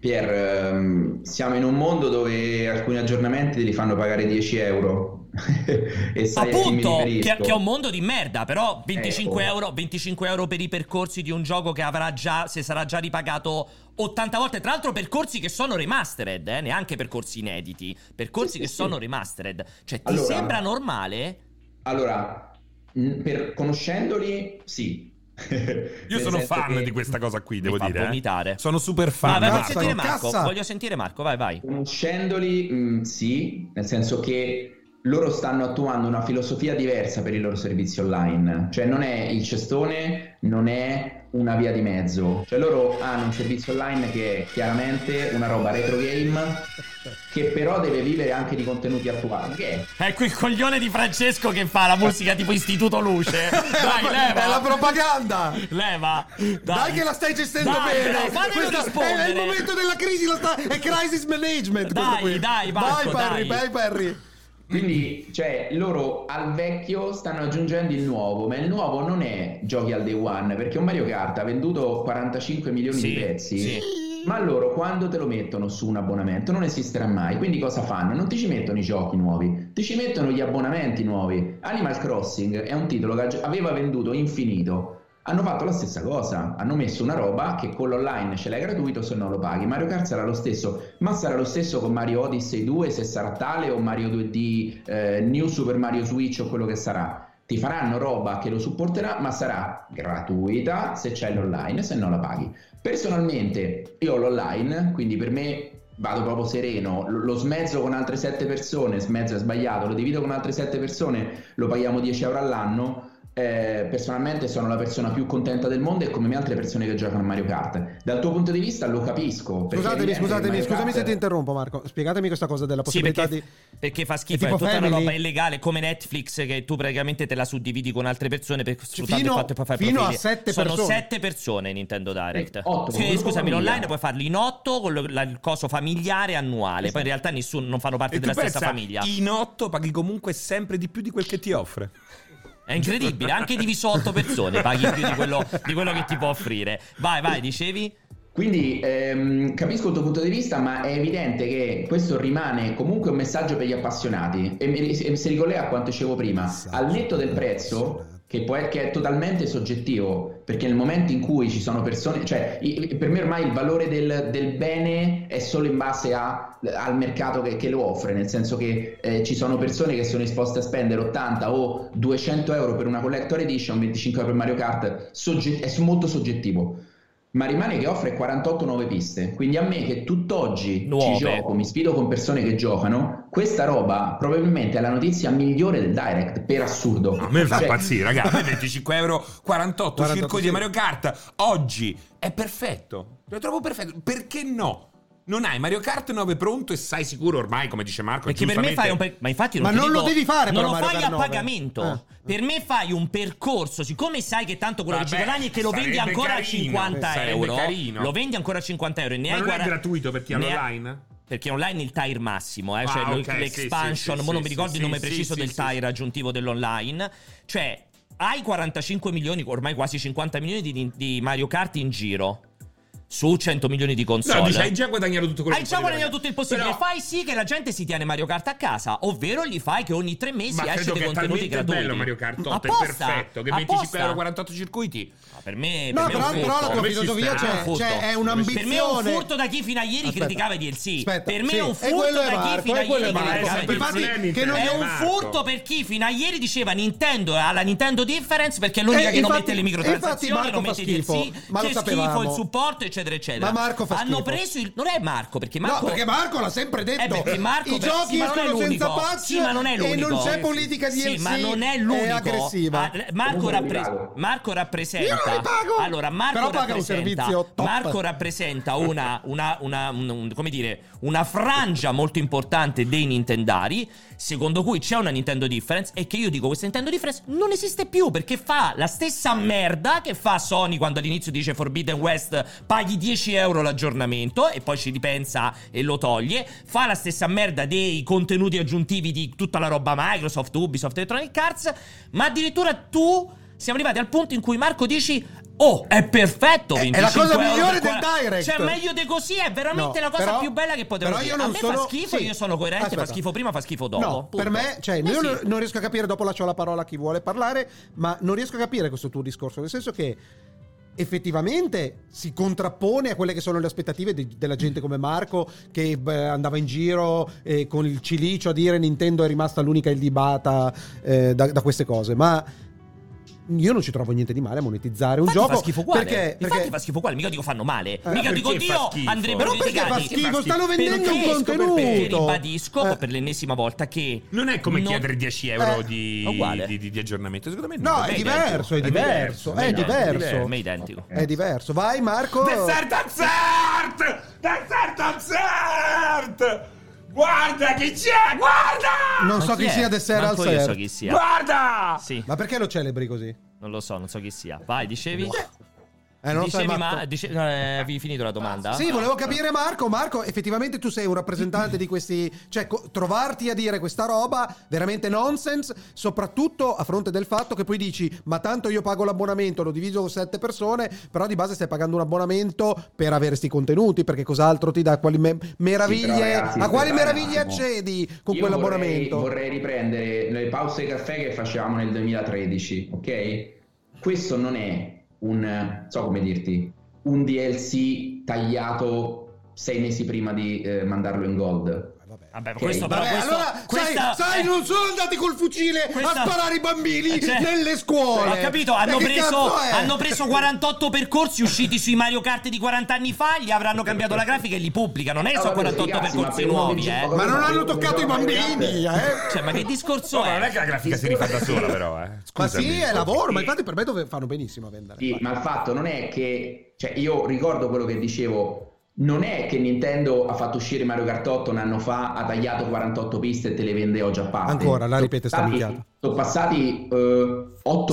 Speaker 6: Pier, ehm, siamo in un mondo dove alcuni aggiornamenti te li fanno pagare 10 euro [laughs] e sai a
Speaker 1: Appunto,
Speaker 6: chi mi
Speaker 1: che,
Speaker 6: riferisco.
Speaker 1: che è un mondo di merda, però 25
Speaker 6: Ecco.
Speaker 1: euro, 25 euro per i percorsi di un gioco che avrà già, se sarà già ripagato 80 volte, tra l'altro percorsi che sono remastered, eh, neanche percorsi inediti, percorsi
Speaker 6: Sì,
Speaker 1: che
Speaker 6: sì,
Speaker 1: sono
Speaker 6: sì.
Speaker 1: remastered. Cioè, ti
Speaker 6: Allora-
Speaker 1: sembra normale?
Speaker 6: Allora, mh, per- conoscendoli, sì. [laughs]
Speaker 3: Io sono fan di questa cosa qui, devo
Speaker 1: Mi fa
Speaker 3: dire. eh.
Speaker 1: vomitare.
Speaker 3: Sono super
Speaker 1: Vai,
Speaker 3: fan.
Speaker 1: vai, voglio
Speaker 2: cazzo,
Speaker 1: sentire Marco,
Speaker 2: cazzo.
Speaker 1: voglio sentire Marco, vai, vai.
Speaker 6: Conoscendoli, mh, sì, nel senso che loro stanno attuando una filosofia diversa per i loro servizi online, cioè non è il cestone, non è una via di mezzo, cioè loro hanno un servizio online che è chiaramente una roba retro game che però deve vivere anche di contenuti attuali, che è
Speaker 1: Ecco il coglione di Francesco che fa la musica tipo Istituto Luce. Dai, leva.
Speaker 2: [laughs] è la propaganda!
Speaker 1: Leva. Dai.
Speaker 2: Dai che la stai gestendo
Speaker 1: Dai,
Speaker 2: bene!
Speaker 1: dai, fammelo
Speaker 2: Questo è- è
Speaker 1: rispondere.
Speaker 2: il momento della crisi, la sta- è crisis management!
Speaker 1: Dai,
Speaker 2: questo qui.
Speaker 1: dai, Marco,
Speaker 2: vai
Speaker 1: dai.
Speaker 2: Perry, vai Perry!
Speaker 1: Mm-hmm.
Speaker 6: Quindi, cioè, loro al vecchio stanno aggiungendo il nuovo, ma il nuovo non è giochi al day one, perché un Mario Kart ha venduto 45 milioni di
Speaker 1: Sì,
Speaker 6: pezzi,
Speaker 1: sì.
Speaker 6: ma loro quando te lo mettono su un abbonamento non esisterà mai. Quindi cosa fanno? Non ti ci mettono i giochi nuovi, ti ci mettono gli abbonamenti nuovi. Animal Crossing è un titolo che ag- aveva venduto infinito. Hanno fatto la stessa cosa, hanno messo una roba che con l'online ce l'hai gratuito se non lo paghi. Mario Kart sarà lo stesso, ma sarà lo stesso con Mario Odyssey 2 se sarà tale o Mario 2D eh, New Super Mario Switch o quello che sarà. Ti faranno roba che lo supporterà, ma sarà gratuita se c'è l'online, se non la paghi. Personalmente io ho l'online, quindi per me vado proprio sereno, lo, lo smezzo con altre 7 persone, smezzo è sbagliato, lo divido con altre 7 persone, lo paghiamo 10 euro all'anno. Eh, personalmente sono la persona più contenta del mondo e come me altre persone che giocano a Mario Kart. Dal tuo punto di vista lo capisco. perché è
Speaker 2: Scusatemi,
Speaker 6: evidente che
Speaker 2: scusatemi,
Speaker 6: Mario
Speaker 2: scusami
Speaker 6: Kart-
Speaker 2: se ti interrompo Marco, spiegatemi questa cosa della
Speaker 1: Sì,
Speaker 2: possibilità
Speaker 1: perché,
Speaker 2: di...
Speaker 1: perché fa
Speaker 2: È
Speaker 1: schifo, è,
Speaker 2: tipo
Speaker 1: tutta una
Speaker 2: Family?
Speaker 1: roba illegale come Netflix che tu praticamente te la suddividi con altre persone per soltanto
Speaker 2: fino-
Speaker 1: il fatto che puoi fare
Speaker 2: fino a
Speaker 1: profili.
Speaker 2: sette
Speaker 1: Sono
Speaker 2: persone.
Speaker 1: sette persone Nintendo Direct.
Speaker 6: Eh, otto,
Speaker 1: Sì,
Speaker 6: con quello
Speaker 1: scusami,
Speaker 6: famiglia.
Speaker 1: l'online puoi farli in otto con lo- la- il coso familiare
Speaker 2: Esatto.
Speaker 1: annuale, poi in realtà nessuno non fanno parte
Speaker 3: E tu
Speaker 1: della stessa
Speaker 3: pensa,
Speaker 1: famiglia.
Speaker 3: in otto paghi comunque sempre di più di quel che ti offre.
Speaker 1: È incredibile, anche diviso otto persone paghi più di quello, di quello che ti può offrire. Vai, vai, dicevi?
Speaker 6: Quindi ehm, capisco il tuo punto di vista, ma è evidente che questo rimane comunque un messaggio per gli appassionati. E, mi- e si ricollega a quanto dicevo prima,
Speaker 2: Messaggio
Speaker 6: al netto del
Speaker 2: per gli
Speaker 6: prezzo,
Speaker 2: appassionati.
Speaker 6: che, può, che è totalmente soggettivo, perché nel momento in cui ci sono persone, cioè i- i- per me ormai il valore del, del bene è solo in base a- al mercato che, che lo offre, nel senso che eh, ci sono persone che sono disposte a spendere 80 o 200 euro per una collector edition, 25 euro per Mario Kart, sogge- è molto soggettivo ma rimane che offre 48 nuove piste. Quindi a me che tutt'oggi
Speaker 1: Nuove.
Speaker 6: ci gioco, mi sfido con persone che giocano, questa roba probabilmente è la notizia migliore del direct, per assurdo.
Speaker 3: A me fa
Speaker 6: Cioè,
Speaker 3: impazzire,
Speaker 1: [laughs]
Speaker 3: ragazzi. A me 25 euro 48 circo
Speaker 2: 48,
Speaker 3: di
Speaker 2: sì.
Speaker 3: Mario Kart. Oggi è perfetto. Lo trovo perfetto. Perché no? non hai Mario Kart 9 pronto e sai sicuro ormai, come dice Marco,
Speaker 1: Perché per me
Speaker 3: giustamente-
Speaker 1: fai un per- ma infatti non,
Speaker 2: Ma
Speaker 1: ti
Speaker 2: non lo
Speaker 1: dico-
Speaker 2: devi fare,
Speaker 1: non
Speaker 2: però,
Speaker 1: lo
Speaker 2: Mario
Speaker 1: fai
Speaker 2: Kart
Speaker 1: a
Speaker 2: 9.
Speaker 1: pagamento.
Speaker 2: Ah.
Speaker 1: Per me fai un percorso, siccome sai che tanto quello che ci
Speaker 3: Vabbè,
Speaker 1: guadagni è che lo vendi
Speaker 3: sarebbe
Speaker 1: ancora a
Speaker 3: carino,
Speaker 1: 50
Speaker 3: sarebbe
Speaker 1: euro.
Speaker 3: carino.
Speaker 1: Lo vendi ancora a 50 euro e ne
Speaker 3: Ma
Speaker 1: hai
Speaker 3: non è
Speaker 1: guarda-
Speaker 3: gratuito per chi ha
Speaker 1: ne ha-
Speaker 3: l'online?
Speaker 1: Perché online il tire massimo, eh, cioè
Speaker 3: Ah,
Speaker 1: lo-
Speaker 3: ok, sì,
Speaker 1: l'expansion,
Speaker 3: sì,
Speaker 1: mo
Speaker 3: sì,
Speaker 1: non mi
Speaker 3: sì,
Speaker 1: ricordo
Speaker 3: sì,
Speaker 1: il nome
Speaker 3: sì,
Speaker 1: preciso
Speaker 3: sì,
Speaker 1: del
Speaker 3: sì,
Speaker 1: tire aggiuntivo dell'online, cioè hai 45 milioni, ormai quasi 50 milioni di, di Mario Kart in giro su 100 milioni di console.
Speaker 3: No, dici, hai già guadagnato tutto quello
Speaker 1: Hai
Speaker 3: che
Speaker 1: già
Speaker 3: potevi
Speaker 1: guadagnato tutto
Speaker 3: guadagnare.
Speaker 1: il possibile.
Speaker 3: Però-
Speaker 1: Fai sì che la gente si tiene Mario Kart a casa, ovvero gli fai che ogni tre mesi
Speaker 3: Ma
Speaker 1: esce
Speaker 3: credo
Speaker 1: dei
Speaker 3: che è
Speaker 1: contenuti
Speaker 3: talmente
Speaker 1: gratuiti.
Speaker 3: bello Mario Kart 8, è
Speaker 1: Apposta,
Speaker 3: perfetto, che
Speaker 1: apposta.
Speaker 3: 25,48 circuiti.
Speaker 1: No, per me, per
Speaker 2: No,
Speaker 1: me
Speaker 2: però,
Speaker 1: è un
Speaker 2: però la
Speaker 1: furto.
Speaker 2: tua
Speaker 3: Per me ci
Speaker 2: filosofia
Speaker 3: sta.
Speaker 2: c'è,
Speaker 1: Furto.
Speaker 2: c'è- è
Speaker 1: Per me è un
Speaker 2: un'ambizione.
Speaker 1: furto da chi fino a ieri
Speaker 2: Aspetta.
Speaker 1: criticava i DLC.
Speaker 2: Aspetta,
Speaker 1: per me
Speaker 2: sì.
Speaker 1: è un
Speaker 2: E
Speaker 1: furto
Speaker 2: quello è
Speaker 1: da
Speaker 2: Marco,
Speaker 1: chi fino
Speaker 2: e
Speaker 1: a
Speaker 2: quello è
Speaker 1: ieri Cioè,
Speaker 2: Marco.
Speaker 1: criticava i
Speaker 3: sempre
Speaker 1: DLC.
Speaker 3: il
Speaker 2: Infatti,
Speaker 3: problema
Speaker 2: che non
Speaker 1: È
Speaker 3: interno.
Speaker 1: un
Speaker 3: Marco.
Speaker 1: furto per chi fino a ieri diceva Nintendo alla Nintendo Difference perché è l'unica
Speaker 2: Eh,
Speaker 1: che non
Speaker 2: infatti-
Speaker 1: mette le
Speaker 2: infatti
Speaker 1: microtransazioni,
Speaker 2: Marco
Speaker 1: non
Speaker 2: fa
Speaker 1: mette i DLC,
Speaker 2: schifo, ma lo
Speaker 1: c'è schifo
Speaker 2: sapevamo.
Speaker 1: il supporto, eccetera, eccetera.
Speaker 2: Ma Marco fa
Speaker 1: Hanno
Speaker 2: schifo.
Speaker 1: preso il. Non è Marco, perché Marco.
Speaker 2: No, perché Marco l'ha sempre detto.
Speaker 1: Eh, perché Marco- beh,
Speaker 2: I giochi
Speaker 1: sì, ma non è
Speaker 2: escono senza
Speaker 1: l'unico.
Speaker 2: patch
Speaker 1: Sì, ma non è
Speaker 2: e non
Speaker 1: l'unico.
Speaker 2: c'è politica di
Speaker 1: Sì, ma non è l'unico.
Speaker 2: È aggressiva.
Speaker 1: Ah, Marco,
Speaker 6: Comunque non li
Speaker 1: rappres-
Speaker 6: pago.
Speaker 1: Marco rappresenta.
Speaker 2: Io non li pago.
Speaker 1: Allora, Marco
Speaker 2: Però paga un
Speaker 1: rappresenta,
Speaker 2: servizio top.
Speaker 1: Marco rappresenta una, una- una- un- un- come dire, una frangia molto importante dei Nintendari. Secondo cui c'è una Nintendo Difference. E che io dico, questa Nintendo Difference non esiste più perché fa la stessa merda che fa Sony quando all'inizio dice Forbidden West paghi 10 euro l'aggiornamento e poi ci ripensa e lo toglie. Fa la stessa merda dei contenuti aggiuntivi di tutta la roba Microsoft, Ubisoft, Electronic Arts. Ma addirittura tu siamo arrivati al punto in cui Marco dici: Oh, è perfetto!
Speaker 2: È-
Speaker 1: 25
Speaker 2: è la cosa
Speaker 1: euro
Speaker 2: migliore
Speaker 1: per quar-
Speaker 2: del direct.
Speaker 1: Cioè, meglio di così, è veramente
Speaker 2: No,
Speaker 1: la cosa
Speaker 2: però-
Speaker 1: più bella che potevo
Speaker 2: però
Speaker 1: dire.
Speaker 2: io non
Speaker 1: a me fa
Speaker 2: sono-
Speaker 1: schifo,
Speaker 2: sì.
Speaker 1: io sono coerente,
Speaker 2: Aspetta.
Speaker 1: fa schifo prima, fa schifo dopo.
Speaker 2: No, per
Speaker 1: punto.
Speaker 2: me, cioè,
Speaker 1: Eh
Speaker 2: io
Speaker 1: sì.
Speaker 2: non- non riesco a capire, dopo lascio la parola a chi vuole parlare, ma non riesco a capire questo tuo discorso, nel senso che effettivamente si contrappone a quelle che sono le aspettative di- della gente come Marco che beh, andava in giro eh, con il cilicio a dire Nintendo è rimasta l'unica illibata eh, da, da queste cose, ma io non ci trovo niente di male a monetizzare un
Speaker 1: Infatti
Speaker 2: gioco
Speaker 1: fa schifo uguale.
Speaker 2: perché,
Speaker 1: Infatti
Speaker 2: perché
Speaker 1: fa schifo uguale, mica dico fanno male.
Speaker 2: Eh,
Speaker 1: mica
Speaker 3: perché
Speaker 1: dico
Speaker 3: fa
Speaker 1: Dio
Speaker 3: schifo?
Speaker 1: andrebbero
Speaker 2: però perché fa
Speaker 1: criticati.
Speaker 2: schifo?
Speaker 3: Perché-
Speaker 2: Stanno vendendo un
Speaker 1: Perché-
Speaker 2: contenuto.
Speaker 1: Perché ribadisco
Speaker 2: Eh.
Speaker 1: per l'ennesima volta che
Speaker 3: Non è come
Speaker 1: non-
Speaker 3: chiedere 10 euro
Speaker 2: Eh,
Speaker 3: di,
Speaker 1: uguale.
Speaker 3: di, di- di aggiornamento, secondo me no.
Speaker 2: No,
Speaker 1: Beh,
Speaker 2: è
Speaker 1: è
Speaker 2: diverso, è diverso, è
Speaker 3: identico.
Speaker 1: Per
Speaker 2: diverso.
Speaker 1: me è identico.
Speaker 2: È diverso. Vai Marco.
Speaker 3: Dessert, dessert! Dessert, dessert! Guarda chi c'è, guarda!
Speaker 2: Non
Speaker 1: Ma
Speaker 2: so chi,
Speaker 1: è?
Speaker 2: sia Dessert al
Speaker 1: Manco io so
Speaker 2: Ser.
Speaker 1: chi sia.
Speaker 3: Guarda!
Speaker 1: Sì,
Speaker 2: Ma perché lo celebri così?
Speaker 1: non lo so, non so chi sia. Vai, dicevi?
Speaker 2: Eh, non lo so,
Speaker 1: dicevi,
Speaker 2: Marco.
Speaker 1: ma dice- no, eh, avevi finito la domanda?
Speaker 2: Sì, volevo capire Marco, Marco, effettivamente tu sei un rappresentante di questi, cioè co- trovarti a dire questa roba veramente nonsense, soprattutto a fronte del fatto che poi dici "Ma tanto io pago l'abbonamento, lo divido con sette persone, però di base stai pagando un abbonamento per avere sti contenutigli, perché cos'altro ti dà quali me- meraviglie,
Speaker 6: Sì, però, ragazzi,
Speaker 2: a quali
Speaker 6: dai,
Speaker 2: meraviglie
Speaker 6: un attimo.
Speaker 2: accedi con
Speaker 6: Io
Speaker 2: quell'abbonamento?"
Speaker 6: Vorrei, vorrei riprendere le pause caffè che facevamo nel 2013, ok? Questo non è un, eh, so come dirti, un DLC tagliato sei mesi prima di eh, mandarlo in gold.
Speaker 1: Vabbè, ma
Speaker 6: Ok.
Speaker 1: questo però
Speaker 2: Eh, Vabbè,
Speaker 1: questo,
Speaker 2: allora, sai-
Speaker 1: questa-
Speaker 2: sai,
Speaker 1: eh,
Speaker 2: non sono andati col fucile
Speaker 1: questa-
Speaker 2: a sparare i bambini
Speaker 1: eh, cioè,
Speaker 2: nelle scuole.
Speaker 1: Ho capito,
Speaker 2: Eh,
Speaker 1: hanno
Speaker 2: che
Speaker 1: preso,
Speaker 2: cazzo è?
Speaker 1: hanno preso 48 percorsi usciti sui Mario Kart di 40 anni fa, gli avranno cambiato la grafica e li pubblica. Non è
Speaker 6: Eh,
Speaker 1: solo
Speaker 6: vabbè,
Speaker 1: 48
Speaker 6: ragazzi, ma
Speaker 1: percorsi
Speaker 6: per
Speaker 1: nuovi,
Speaker 6: uomini-
Speaker 1: eh.
Speaker 2: Ma non hanno toccato i bambini, eh.
Speaker 1: Cioè, ma che discorso
Speaker 3: No, ma
Speaker 1: è?
Speaker 3: non è che la grafica Cioè, si rifà da sola, però, eh.
Speaker 2: Ma
Speaker 3: Scusami.
Speaker 2: sì, è lavoro, ma
Speaker 6: Sì.
Speaker 2: infatti per me dove fanno benissimo a vendere.
Speaker 6: Sì, ma il fatto non è che, cioè io ricordo quello che dicevo, non è che Nintendo ha fatto uscire Mario Kart 8 un anno fa, ha tagliato 48 piste e te le vende oggi a parte.
Speaker 2: Ancora, la ripete, sta
Speaker 6: Sono passati-
Speaker 2: minchiata.
Speaker 6: Sono passati 8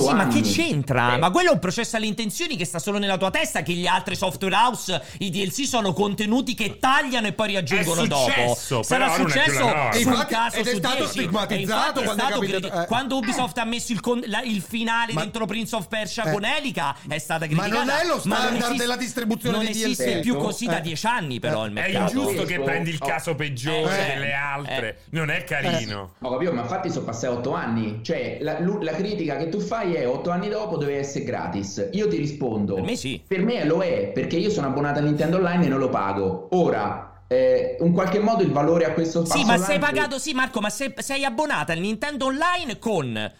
Speaker 1: Oh Sì,
Speaker 6: anni.
Speaker 1: ma che c'entra?
Speaker 6: Eh,
Speaker 1: Ma quello è un processo alle intenzioni che sta solo nella tua testa, che gli altri software house, i DLC sono contenuti che tagliano e poi riaggiungono
Speaker 3: È successo,
Speaker 1: dopo. Sarà
Speaker 3: però non è più la
Speaker 1: successo
Speaker 3: norma.
Speaker 1: su un
Speaker 2: Infatti,
Speaker 1: caso
Speaker 2: ed è
Speaker 1: su
Speaker 2: stato
Speaker 1: 10.
Speaker 2: stigmatizzato
Speaker 1: E infatti è
Speaker 2: quando è
Speaker 1: stato
Speaker 2: capitato-
Speaker 1: criti-
Speaker 2: eh.
Speaker 1: quando Ubisoft ha messo il, con- la- il finale
Speaker 2: Ma-
Speaker 1: dentro Prince of Persia
Speaker 2: eh.
Speaker 1: con Elica è stata
Speaker 2: Ma
Speaker 1: criticata.
Speaker 2: non è lo
Speaker 1: ma non
Speaker 2: standard
Speaker 1: esiste-
Speaker 2: della distribuzione
Speaker 1: Non
Speaker 2: dei DLC.
Speaker 1: esiste più così da
Speaker 2: Eh.
Speaker 1: dieci anni però il
Speaker 3: È
Speaker 1: mercato.
Speaker 3: ingiusto
Speaker 6: Sì,
Speaker 3: che
Speaker 6: sì.
Speaker 3: prendi il caso peggiore
Speaker 1: Eh,
Speaker 3: delle
Speaker 1: eh.
Speaker 3: altre. Non è carino.
Speaker 6: Ho capito, ma infatti sono passati 8 anni. Cioè, la, lu- la critica che tu fai è 8 anni dopo deve essere gratis. Io ti rispondo.
Speaker 1: Per me sì.
Speaker 6: Per me lo è, perché io sono abbonato a Nintendo Online e non lo pago. Ora, eh, in qualche modo il valore a questo
Speaker 1: Sì,
Speaker 6: passo
Speaker 1: ma sei
Speaker 6: online-
Speaker 1: pagato, sì Marco, ma sei, sei abbonata al Nintendo Online con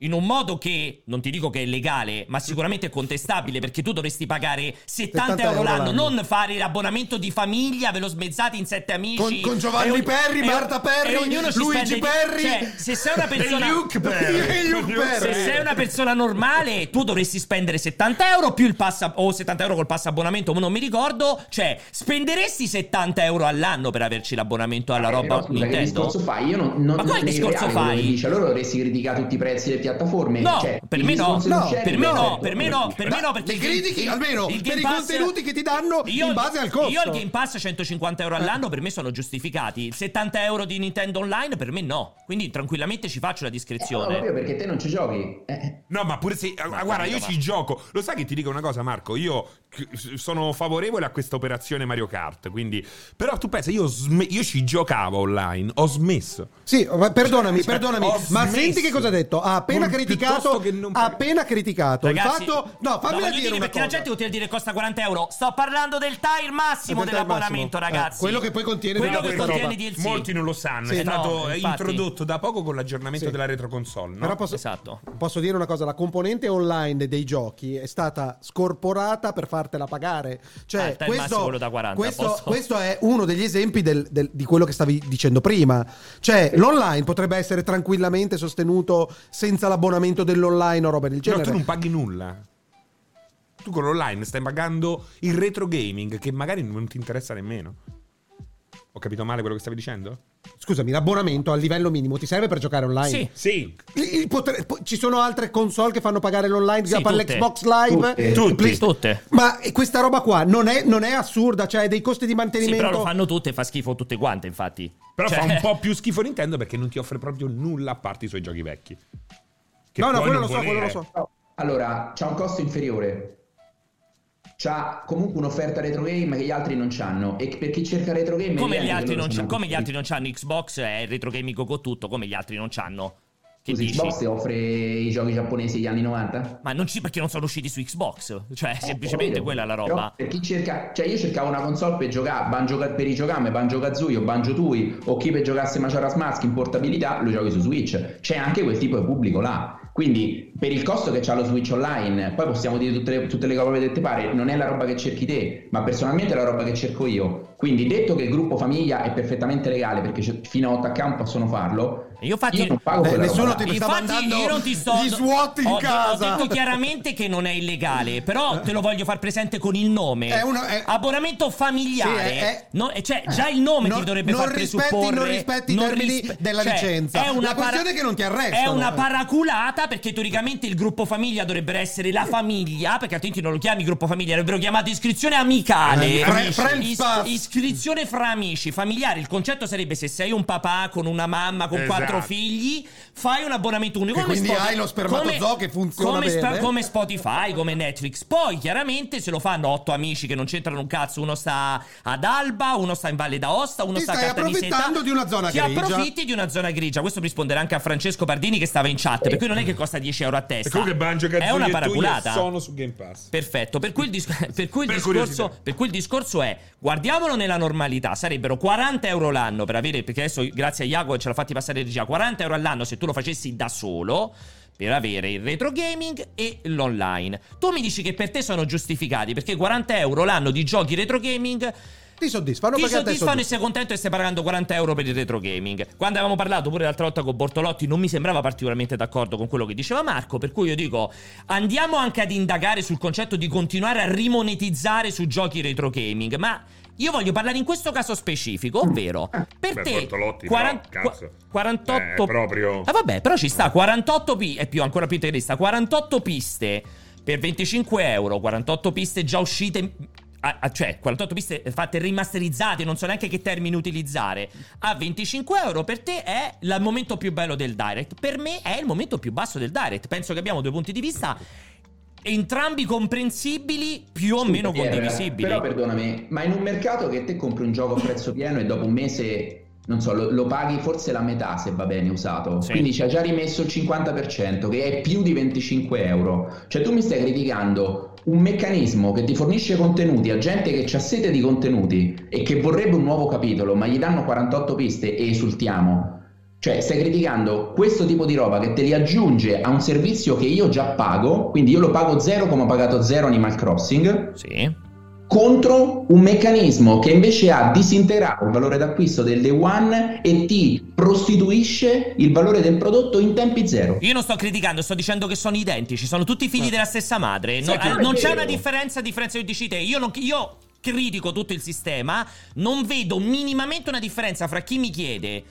Speaker 1: in un modo che non ti dico che è legale, ma sicuramente è contestabile perché tu dovresti pagare 70,
Speaker 2: 70
Speaker 1: euro
Speaker 2: euro
Speaker 1: l'anno,
Speaker 2: l'anno.
Speaker 1: non fare l'abbonamento di famiglia, ve lo smezzate in sette amici
Speaker 2: Con- con Giovanni
Speaker 1: e ogni-
Speaker 2: Perri,
Speaker 1: e-
Speaker 2: Marta Perri,
Speaker 1: e ognuno ci
Speaker 2: Luigi
Speaker 1: spende di-
Speaker 2: Perri
Speaker 1: cioè, se sei
Speaker 2: [laughs]
Speaker 1: una persona
Speaker 3: E
Speaker 1: [laughs]
Speaker 3: Luke Perry.
Speaker 2: E Luke
Speaker 1: se
Speaker 2: Perry.
Speaker 1: sei una persona normale, tu dovresti spendere 70 euro più il passa o 70 euro col passa abbonamento, ma non mi ricordo. Cioè, spenderesti 70 euro all'anno per averci l'abbonamento alla
Speaker 6: Eh,
Speaker 1: roba
Speaker 6: però, scusa, che
Speaker 1: Nintendo?
Speaker 6: discorso fai? Io non, non
Speaker 1: Ma quale
Speaker 6: non ne
Speaker 1: discorso
Speaker 6: reale quello che
Speaker 1: fai?
Speaker 6: Dici, allora dovresti criticare tutti i prezzi delle piattaforme.
Speaker 1: No,
Speaker 6: Cioè,
Speaker 1: per
Speaker 6: il
Speaker 1: me no,
Speaker 6: discorso non
Speaker 2: no,
Speaker 6: c'è,
Speaker 1: per me no,
Speaker 6: ripeto.
Speaker 1: per me no, per me no,
Speaker 2: Ma
Speaker 1: perché
Speaker 2: le
Speaker 1: il-
Speaker 2: critichi,
Speaker 1: il-
Speaker 2: almeno
Speaker 1: il
Speaker 2: per
Speaker 1: Game
Speaker 2: i
Speaker 1: Pass-
Speaker 2: contenuti che ti danno in base al costo. Eh.
Speaker 1: Io il Game Pass 150 euro all'anno per me sono giustificati. Il 70 euro di Nintendo Online per me no. Quindi tranquillamente ci
Speaker 6: Eh,
Speaker 1: faccio la
Speaker 6: No, proprio
Speaker 1: discrezione.
Speaker 6: perché te non ci giochi. Eh,
Speaker 3: No, ma pure se. ah,
Speaker 1: Ma
Speaker 3: guarda, io
Speaker 1: capito,
Speaker 3: ci gioco. Lo sai che ti dico una cosa, Marco? Io c- sono favorevole a questa operazione Mario Kart. Quindi. Però tu pensa, io, sm- io ci giocavo online, ho smesso.
Speaker 2: Sì, ma perdonami,
Speaker 3: Cioè,
Speaker 2: perdonami,
Speaker 3: ho
Speaker 2: ma
Speaker 3: smesso.
Speaker 2: senti che cosa ha detto? Ha appena
Speaker 3: Pur-
Speaker 2: criticato,
Speaker 3: piuttosto che non
Speaker 2: ha
Speaker 3: pagare.
Speaker 2: appena criticato
Speaker 1: Ragazzi,
Speaker 2: il fatto No,
Speaker 1: no,
Speaker 2: fammela
Speaker 1: voglio
Speaker 2: dire,
Speaker 1: dire
Speaker 2: una
Speaker 1: perché la
Speaker 2: cosa.
Speaker 1: gente utile dire costa 40 euro. Sto parlando del tire massimo
Speaker 2: Del tire
Speaker 1: dell'abbonamento,
Speaker 2: massimo.
Speaker 1: ragazzi.
Speaker 2: Eh, quello che poi contiene
Speaker 1: quello
Speaker 2: della
Speaker 1: che
Speaker 2: roba.
Speaker 1: contiene DLC.
Speaker 3: Molti non lo sanno.
Speaker 1: Sì,
Speaker 3: è stato
Speaker 1: no,
Speaker 3: eh,
Speaker 1: infatti.
Speaker 3: introdotto da poco con l'aggiornamento
Speaker 2: Sì.
Speaker 3: della retroconsole. No?
Speaker 2: Però posso,
Speaker 1: Esatto.
Speaker 2: posso dire una cosa, la componente online dei giochi è stata scorporata per fartela pagare. Cioè,
Speaker 1: Ah, il time massimo,
Speaker 2: questo,
Speaker 1: quello da 40,
Speaker 2: questo,
Speaker 1: posso?
Speaker 2: questo è uno degli esempi del- del- di quello che stavi dicendo prima. Cioè, l'online potrebbe essere tranquillamente sostenuto senza l'abbonamento dell'online o roba del
Speaker 3: No,
Speaker 2: genere.
Speaker 3: tu non paghi nulla. Tu con l'online stai pagando il retro gaming che magari non ti interessa nemmeno. Ho capito male quello che stavi dicendo?
Speaker 2: Scusami, l'abbonamento al livello minimo ti serve per giocare online?
Speaker 1: Sì.
Speaker 3: Sì.
Speaker 2: Il- il potere- po- ci sono altre console che fanno pagare l'online
Speaker 1: Sì,
Speaker 2: per
Speaker 1: tutte.
Speaker 2: l'Xbox Live
Speaker 6: Tutte.
Speaker 2: Play-
Speaker 1: Tutte. Tutte.
Speaker 2: ma e questa roba qua non è, non è assurda cioè dei costi di
Speaker 1: Sì,
Speaker 2: mantenimento
Speaker 1: però lo fanno tutte e fa schifo tutte quante, infatti.
Speaker 3: Però
Speaker 1: Cioè-
Speaker 3: fa un po' più schifo Nintendo perché non ti offre proprio nulla a parte i suoi giochi vecchi. Che
Speaker 2: no no
Speaker 3: puoi
Speaker 2: quello
Speaker 3: non
Speaker 2: lo so
Speaker 3: volere.
Speaker 2: quello lo so
Speaker 6: No. Allora, c'ha un costo inferiore. C'ha comunque un'offerta retro game che gli altri non c'hanno. E per chi cerca retro game...
Speaker 1: [laughs] come gli,
Speaker 6: evidente,
Speaker 1: altri
Speaker 6: quello
Speaker 1: non
Speaker 6: sono
Speaker 1: c'ha- come gli
Speaker 6: altri.
Speaker 1: altri non hanno Xbox è il retro gaming con tutto, come gli altri non c'hanno. Che
Speaker 6: Scusi,
Speaker 1: dici?
Speaker 6: Xbox offre i giochi giapponesi degli anni 90?
Speaker 1: Ma non ci perché non sono usciti su Xbox, cioè
Speaker 6: Eh,
Speaker 1: semplicemente
Speaker 6: capito.
Speaker 1: quella è la
Speaker 6: Però
Speaker 1: roba.
Speaker 6: per chi cerca, cioè io cercavo una console per giocare, Banjo, per i giocame, Banjo Kazooie o Banjo Tui o chi per giocasse Majora's Mask in portabilità, lo giochi su Switch. C'è anche quel tipo di pubblico là. Quindi per il costo che c'ha lo Switch online, poi possiamo dire tutte le, tutte le cose che te pare, non è la roba che cerchi te, ma personalmente è la roba che cerco io. Quindi detto che il gruppo famiglia è perfettamente legale perché c- fino a 8 account possono farlo,
Speaker 1: Io infatti-
Speaker 6: non pago
Speaker 2: Beh,
Speaker 6: quella
Speaker 2: nessuno
Speaker 6: roba là.
Speaker 2: ti sta
Speaker 1: Infatti
Speaker 2: mandando
Speaker 1: io non ti sto
Speaker 2: gli SWAT in
Speaker 1: ho,
Speaker 2: casa Eh.
Speaker 1: Ho detto chiaramente che non è illegale, però te lo voglio far presente con il nome.
Speaker 2: È uno- è-
Speaker 1: Abbonamento familiare.
Speaker 2: Sì, è- è-
Speaker 1: No, e cioè già il nome
Speaker 2: Non-
Speaker 1: ti dovrebbe
Speaker 2: non
Speaker 1: far
Speaker 2: rispetti-
Speaker 1: presupporre cioè,
Speaker 2: non rispetti i termini della licenza.
Speaker 1: è
Speaker 2: La questione è che non ti
Speaker 1: È
Speaker 2: arrestano.
Speaker 1: una paraculata perché teoricamente il gruppo famiglia dovrebbe essere la famiglia, perché altrimenti non lo chiami gruppo famiglia, avrebbero chiamato iscrizione amicale.
Speaker 2: Eh, fre- friends
Speaker 1: Is-
Speaker 2: pass.
Speaker 1: iscrizione fra amici, familiare. Il concetto sarebbe se sei un papà con una mamma con
Speaker 3: Esatto.
Speaker 1: quattro figli, fai un abbonamento unico
Speaker 2: Che quindi hai lo spermatozoo
Speaker 1: come-
Speaker 2: che funziona
Speaker 1: come spa-
Speaker 2: bene.
Speaker 1: come Spotify, come Netflix. Poi chiaramente se lo fanno otto amici che non c'entrano un cazzo, uno sta ad Alba, uno sta in Valle d'Aosta, uno
Speaker 2: Ti
Speaker 1: sta a
Speaker 2: stai
Speaker 1: Caltanissetta.
Speaker 2: approfittando di una zona
Speaker 1: Ti
Speaker 2: grigia.
Speaker 1: approfitti di una zona grigia. Questo per rispondere anche a Francesco Bardini che stava in chat, per cui non è che costa 10 euro a testa.
Speaker 3: E comunque Banjo
Speaker 1: È
Speaker 3: Kazooie
Speaker 1: una
Speaker 3: e
Speaker 1: paraculata.
Speaker 3: Tui sono su Game Pass.
Speaker 1: Perfetto, per cui il, dis- [laughs] per cui il
Speaker 3: Per
Speaker 1: discorso,
Speaker 3: curiosità.
Speaker 1: per cui il discorso è guardiamolo nella normalità, sarebbero 40 euro l'anno per avere, perché adesso grazie a Iago ce l'ha fatti passare in regia, 40 euro all'anno se tu lo facessi da solo per avere il retro gaming e l'online. Tu mi dici che per te sono giustificati perché 40 euro l'anno di giochi retro gaming
Speaker 2: ti soddisfano
Speaker 1: ti
Speaker 2: perché a te
Speaker 1: soddisfano e sei contento che stai pagando 40 euro per il retro gaming. Quando avevamo parlato pure l'altra volta con Bortolotti, non mi sembrava particolarmente d'accordo con quello che diceva Marco. Per cui io dico: andiamo anche ad indagare sul concetto di continuare a rimonetizzare su giochi retro gaming. Ma io voglio parlare in questo caso specifico, ovvero per
Speaker 3: Eh, Beh,
Speaker 1: te.
Speaker 3: Bortolotti, però, cazzo.
Speaker 1: 48
Speaker 3: Eh, proprio.
Speaker 1: Ah, vabbè, però ci sta 48 pi- è più ancora più integrista, 48 piste per 25 euro, 48 piste già uscite, ah, ah, cioè 48 piste fatte rimasterizzate, non so neanche che termini utilizzare, a 25 euro per te è la- il momento più bello del direct, per me è il momento più basso del direct, penso che abbiamo due punti di vista entrambi comprensibili, più o meno
Speaker 3: eh,
Speaker 6: Pierre,
Speaker 1: condivisibili.
Speaker 6: Però perdonami, ma in un mercato che te compri un gioco a prezzo pieno e dopo un mese, non so, lo, lo paghi forse la metà se va bene usato,
Speaker 1: Sì.
Speaker 6: quindi ci ha già rimesso il 50% che è più di 25 euro. Cioè tu mi stai criticando un meccanismo che ti fornisce contenuti a gente che ha sete di contenuti e che vorrebbe un nuovo capitolo, ma gli danno 48 piste e esultiamo. Cioè, stai criticando questo tipo di roba che te li aggiunge a un servizio che io già pago, quindi io lo pago zero come ho pagato zero Animal Crossing,
Speaker 1: Sì.
Speaker 6: contro un meccanismo che invece ha disintegrato il valore d'acquisto del Day One e ti prostituisce il valore del prodotto in tempi zero.
Speaker 1: Io non sto criticando, sto dicendo che sono identici, sono tutti figli della stessa madre.
Speaker 6: Sì,
Speaker 1: No- eh,
Speaker 6: però Ah. è
Speaker 1: non c'è
Speaker 6: vero.
Speaker 1: una differenza, differenza che dici te. Io, non- io critico tutto il sistema, non vedo minimamente una differenza fra chi mi chiede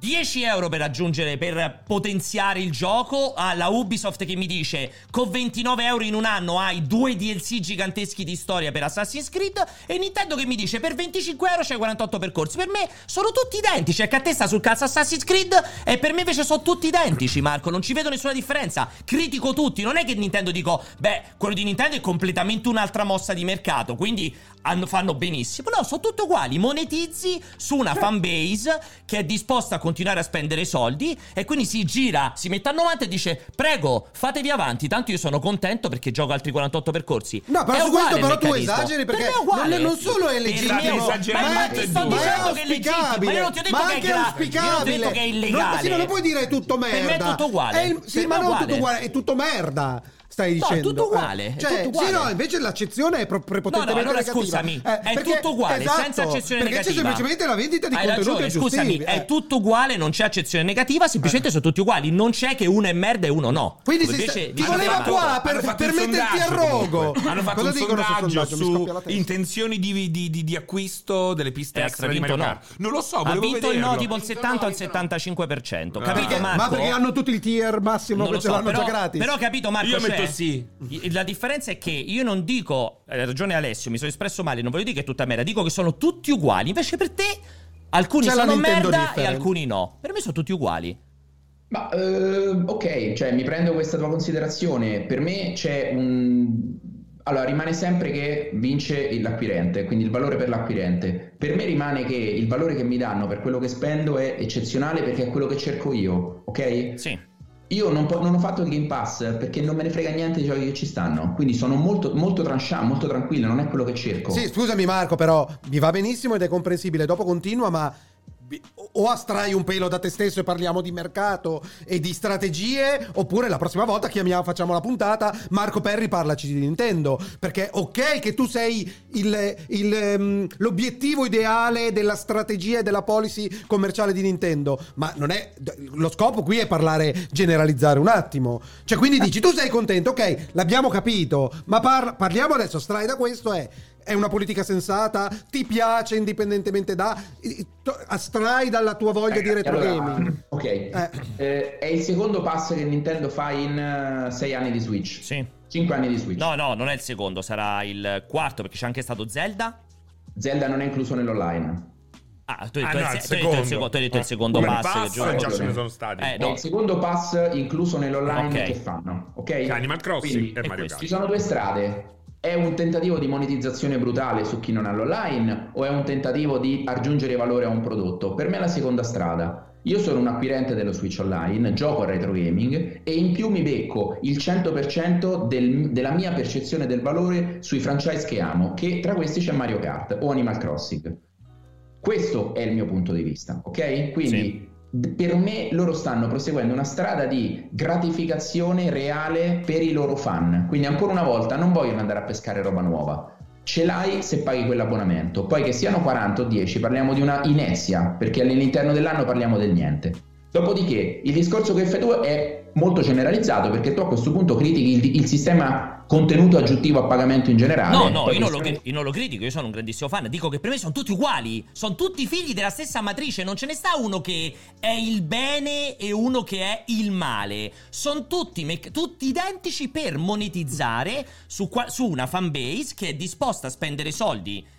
Speaker 1: 10 euro per aggiungere, per potenziare il gioco, alla Ubisoft che mi dice con 29 euro in un anno hai due DLC giganteschi di storia per Assassin's Creed e Nintendo che mi dice per 25 euro c'hai 48 percorsi. Per me sono tutti identici, è che a te sta sul cazzo Assassin's Creed e per me invece sono tutti identici, Marco, non ci vedo nessuna differenza. Critico tutti, non è che Nintendo dico, beh, quello di Nintendo è completamente un'altra mossa di mercato, quindi hanno- fanno benissimo. No, sono tutti uguali, monetizzi su una fanbase che è disposta a continuare a spendere soldi e quindi si gira, si mette a 90 e dice prego, fatevi avanti, tanto io sono contento perché gioco altri 48 percorsi.
Speaker 2: No, però
Speaker 1: È
Speaker 2: su questo
Speaker 1: uguale il
Speaker 2: però tu
Speaker 1: meccanismo.
Speaker 2: esageri perché
Speaker 1: Per me è uguale.
Speaker 2: non, non solo è
Speaker 1: Per me
Speaker 2: legittimo,
Speaker 3: esagerato,
Speaker 1: ma, ma ti sto
Speaker 3: è
Speaker 1: dicendo diciamo che è legittimo, ma io non ti ho detto
Speaker 2: ma
Speaker 1: che è
Speaker 2: anche
Speaker 1: grave, io non ti ho
Speaker 2: auspicabile.
Speaker 1: detto che è
Speaker 2: Non,
Speaker 1: illegale.
Speaker 2: sì, non lo puoi dire è tutto merda.
Speaker 1: Per me è tutto uguale.
Speaker 2: È il- sì,
Speaker 1: Per
Speaker 2: ma
Speaker 1: me è
Speaker 2: non tutto
Speaker 1: uguale.
Speaker 2: uguale, è tutto merda. Stai
Speaker 1: No, è
Speaker 2: dicendo.
Speaker 1: tutto uguale,
Speaker 2: Eh,
Speaker 1: è
Speaker 2: Cioè,
Speaker 1: tutto uguale.
Speaker 2: Sì, no, invece l'accezione è pro- prepotentemente
Speaker 1: No, no, allora
Speaker 2: negativa.
Speaker 1: scusami, è
Speaker 2: Eh, perché-
Speaker 1: tutto uguale,
Speaker 2: esatto,
Speaker 1: senza accezione
Speaker 2: perché
Speaker 1: negativa.
Speaker 2: c'è semplicemente la vendita di
Speaker 1: Hai
Speaker 2: contenuti
Speaker 1: ragione,
Speaker 2: aggiuntivi,
Speaker 1: scusami, è
Speaker 2: eh.
Speaker 1: tutto uguale, non c'è accezione negativa, semplicemente sono tutti uguali, non c'è che uno è merda e uno no.
Speaker 2: Quindi
Speaker 1: Come
Speaker 2: si
Speaker 1: invece
Speaker 2: sta- ti
Speaker 1: dice
Speaker 2: voleva
Speaker 1: Marco.
Speaker 2: qua per-
Speaker 3: Hanno fatto
Speaker 2: per
Speaker 3: un
Speaker 2: metterti
Speaker 3: sondaggio,
Speaker 2: a rogo.
Speaker 3: comunque. Hanno fatto
Speaker 2: Cosa
Speaker 3: un
Speaker 2: dicono sul sondaggio?
Speaker 3: sondaggio
Speaker 2: Mi scoppia la
Speaker 3: su
Speaker 2: testa.
Speaker 3: intenzioni di, di- di- di acquisto delle piste
Speaker 1: Eh,
Speaker 3: extra
Speaker 1: ha
Speaker 3: di
Speaker 1: vinto
Speaker 3: Mario
Speaker 1: no.
Speaker 3: Kart. Non lo so,
Speaker 1: ha
Speaker 3: volevo
Speaker 1: vinto il
Speaker 3: vederlo.
Speaker 1: no tipo il
Speaker 4: Ha vinto
Speaker 1: 70 o il
Speaker 4: no, ha
Speaker 1: 75%.
Speaker 3: Ah.
Speaker 1: Capito
Speaker 2: Perché-
Speaker 1: Marco?
Speaker 2: ma perché hanno tutti il tier massimo
Speaker 1: Non
Speaker 2: che
Speaker 1: lo
Speaker 2: ce
Speaker 1: so,
Speaker 2: l'hanno
Speaker 1: però,
Speaker 2: già gratis.
Speaker 1: però capito Marco
Speaker 3: Io
Speaker 1: cioè,
Speaker 3: metto sì.
Speaker 1: i- La differenza è che io non dico Hai ragione Alessio, mi sono espresso male, non voglio dire che è tutta merda, dico che sono tutti uguali. Invece per te alcuni
Speaker 2: C'è Cioè, la
Speaker 1: sono
Speaker 2: Nintendo
Speaker 1: merda e
Speaker 2: difference.
Speaker 1: alcuni no. Per me sono tutti uguali.
Speaker 6: Ma eh, ok, cioè mi prendo questa tua considerazione. Per me c'è un... Allora, rimane sempre che vince il- l'acquirente, quindi il valore per l'acquirente. Per me rimane che il valore che mi danno per quello che spendo è eccezionale perché è quello che cerco io, ok?
Speaker 1: Sì.
Speaker 6: Io non, po- non ho fatto il Game Pass perché non me ne frega niente dei giochi che ci stanno, quindi sono molto, molto tranchant, molto tranquillo, non è quello che cerco.
Speaker 2: Sì, scusami Marco, però mi va benissimo ed è comprensibile. Dopo continua, ma vi- o astrai un pelo da te stesso e parliamo di mercato e di strategie, oppure la prossima volta chiamiamo, facciamo la puntata, Marco Perri parlaci di Nintendo, perché ok che tu sei il- il, ehm, l'obiettivo ideale della strategia e della policy commerciale di Nintendo, ma non è lo scopo qui è parlare, generalizzare un attimo. Cioè, quindi dici tu sei contento, ok, l'abbiamo capito, ma par- parliamo adesso, strai da questo è è una politica sensata, ti piace indipendentemente da i- to- astrai dalla tua voglia
Speaker 1: Eh,
Speaker 2: di
Speaker 6: Ragazzi, Eh, allora,
Speaker 2: retrogaming.
Speaker 6: [clears throat] Ok,
Speaker 2: Eh.
Speaker 6: Eh, è il secondo passo che Nintendo fa in 6 anni di Switch,
Speaker 1: Sì.
Speaker 6: 5 anni di Switch.
Speaker 1: No, no, non è il secondo, sarà il quarto perché c'è anche stato Zelda.
Speaker 6: Zelda non è incluso nell'online.
Speaker 1: Ah, tu hai
Speaker 3: Ah,
Speaker 1: detto,
Speaker 3: no,
Speaker 1: il
Speaker 3: il
Speaker 1: se- tu hai detto il secondo,
Speaker 3: secondo.
Speaker 1: tu hai detto il
Speaker 3: Ah,
Speaker 1: secondo
Speaker 3: come
Speaker 1: passo, che
Speaker 3: passo,
Speaker 1: gioco-
Speaker 3: già ce ne sono stati.
Speaker 1: Eh,
Speaker 6: È
Speaker 1: no.
Speaker 6: il secondo pass incluso nell'online
Speaker 1: Ok.
Speaker 6: che fanno, ok?
Speaker 3: Animal Crossing
Speaker 6: Quindi
Speaker 3: e
Speaker 1: e
Speaker 3: Mario
Speaker 1: questo.
Speaker 6: ci
Speaker 3: Kart.
Speaker 6: sono due strade. È un tentativo di monetizzazione brutale su chi non ha l'online o è un tentativo di aggiungere valore a un prodotto? Per me è la seconda strada. Io sono un acquirente dello Switch Online, gioco al retro gaming e in più mi becco il 100% del- della mia percezione del valore sui franchise che amo, che tra questi c'è Mario Kart o Animal Crossing. Questo è il mio punto di vista, ok? Quindi d- per me loro stanno proseguendo una strada di gratificazione reale per i loro fan. Quindi ancora una volta non vogliono andare a pescare roba nuova. Ce l'hai se paghi quell'abbonamento. Poi che siano 40 o 10 parliamo di una inerzia, perché all'interno dell'anno parliamo del niente. Dopodiché il discorso che fai tu è molto generalizzato perché tu a questo punto critichi il, il sistema contenuto aggiuntivo a pagamento in generale.
Speaker 1: No, no,
Speaker 6: Poi
Speaker 1: io non, lo,
Speaker 6: questione-
Speaker 1: io non lo critico, io sono un grandissimo fan. Dico che per me sono tutti uguali, sono tutti figli della stessa matrice, non ce ne sta uno che è il bene e uno che è il male. Sono tutti, mec- tutti identici per monetizzare su, qua- su una fanbase che è disposta a spendere soldi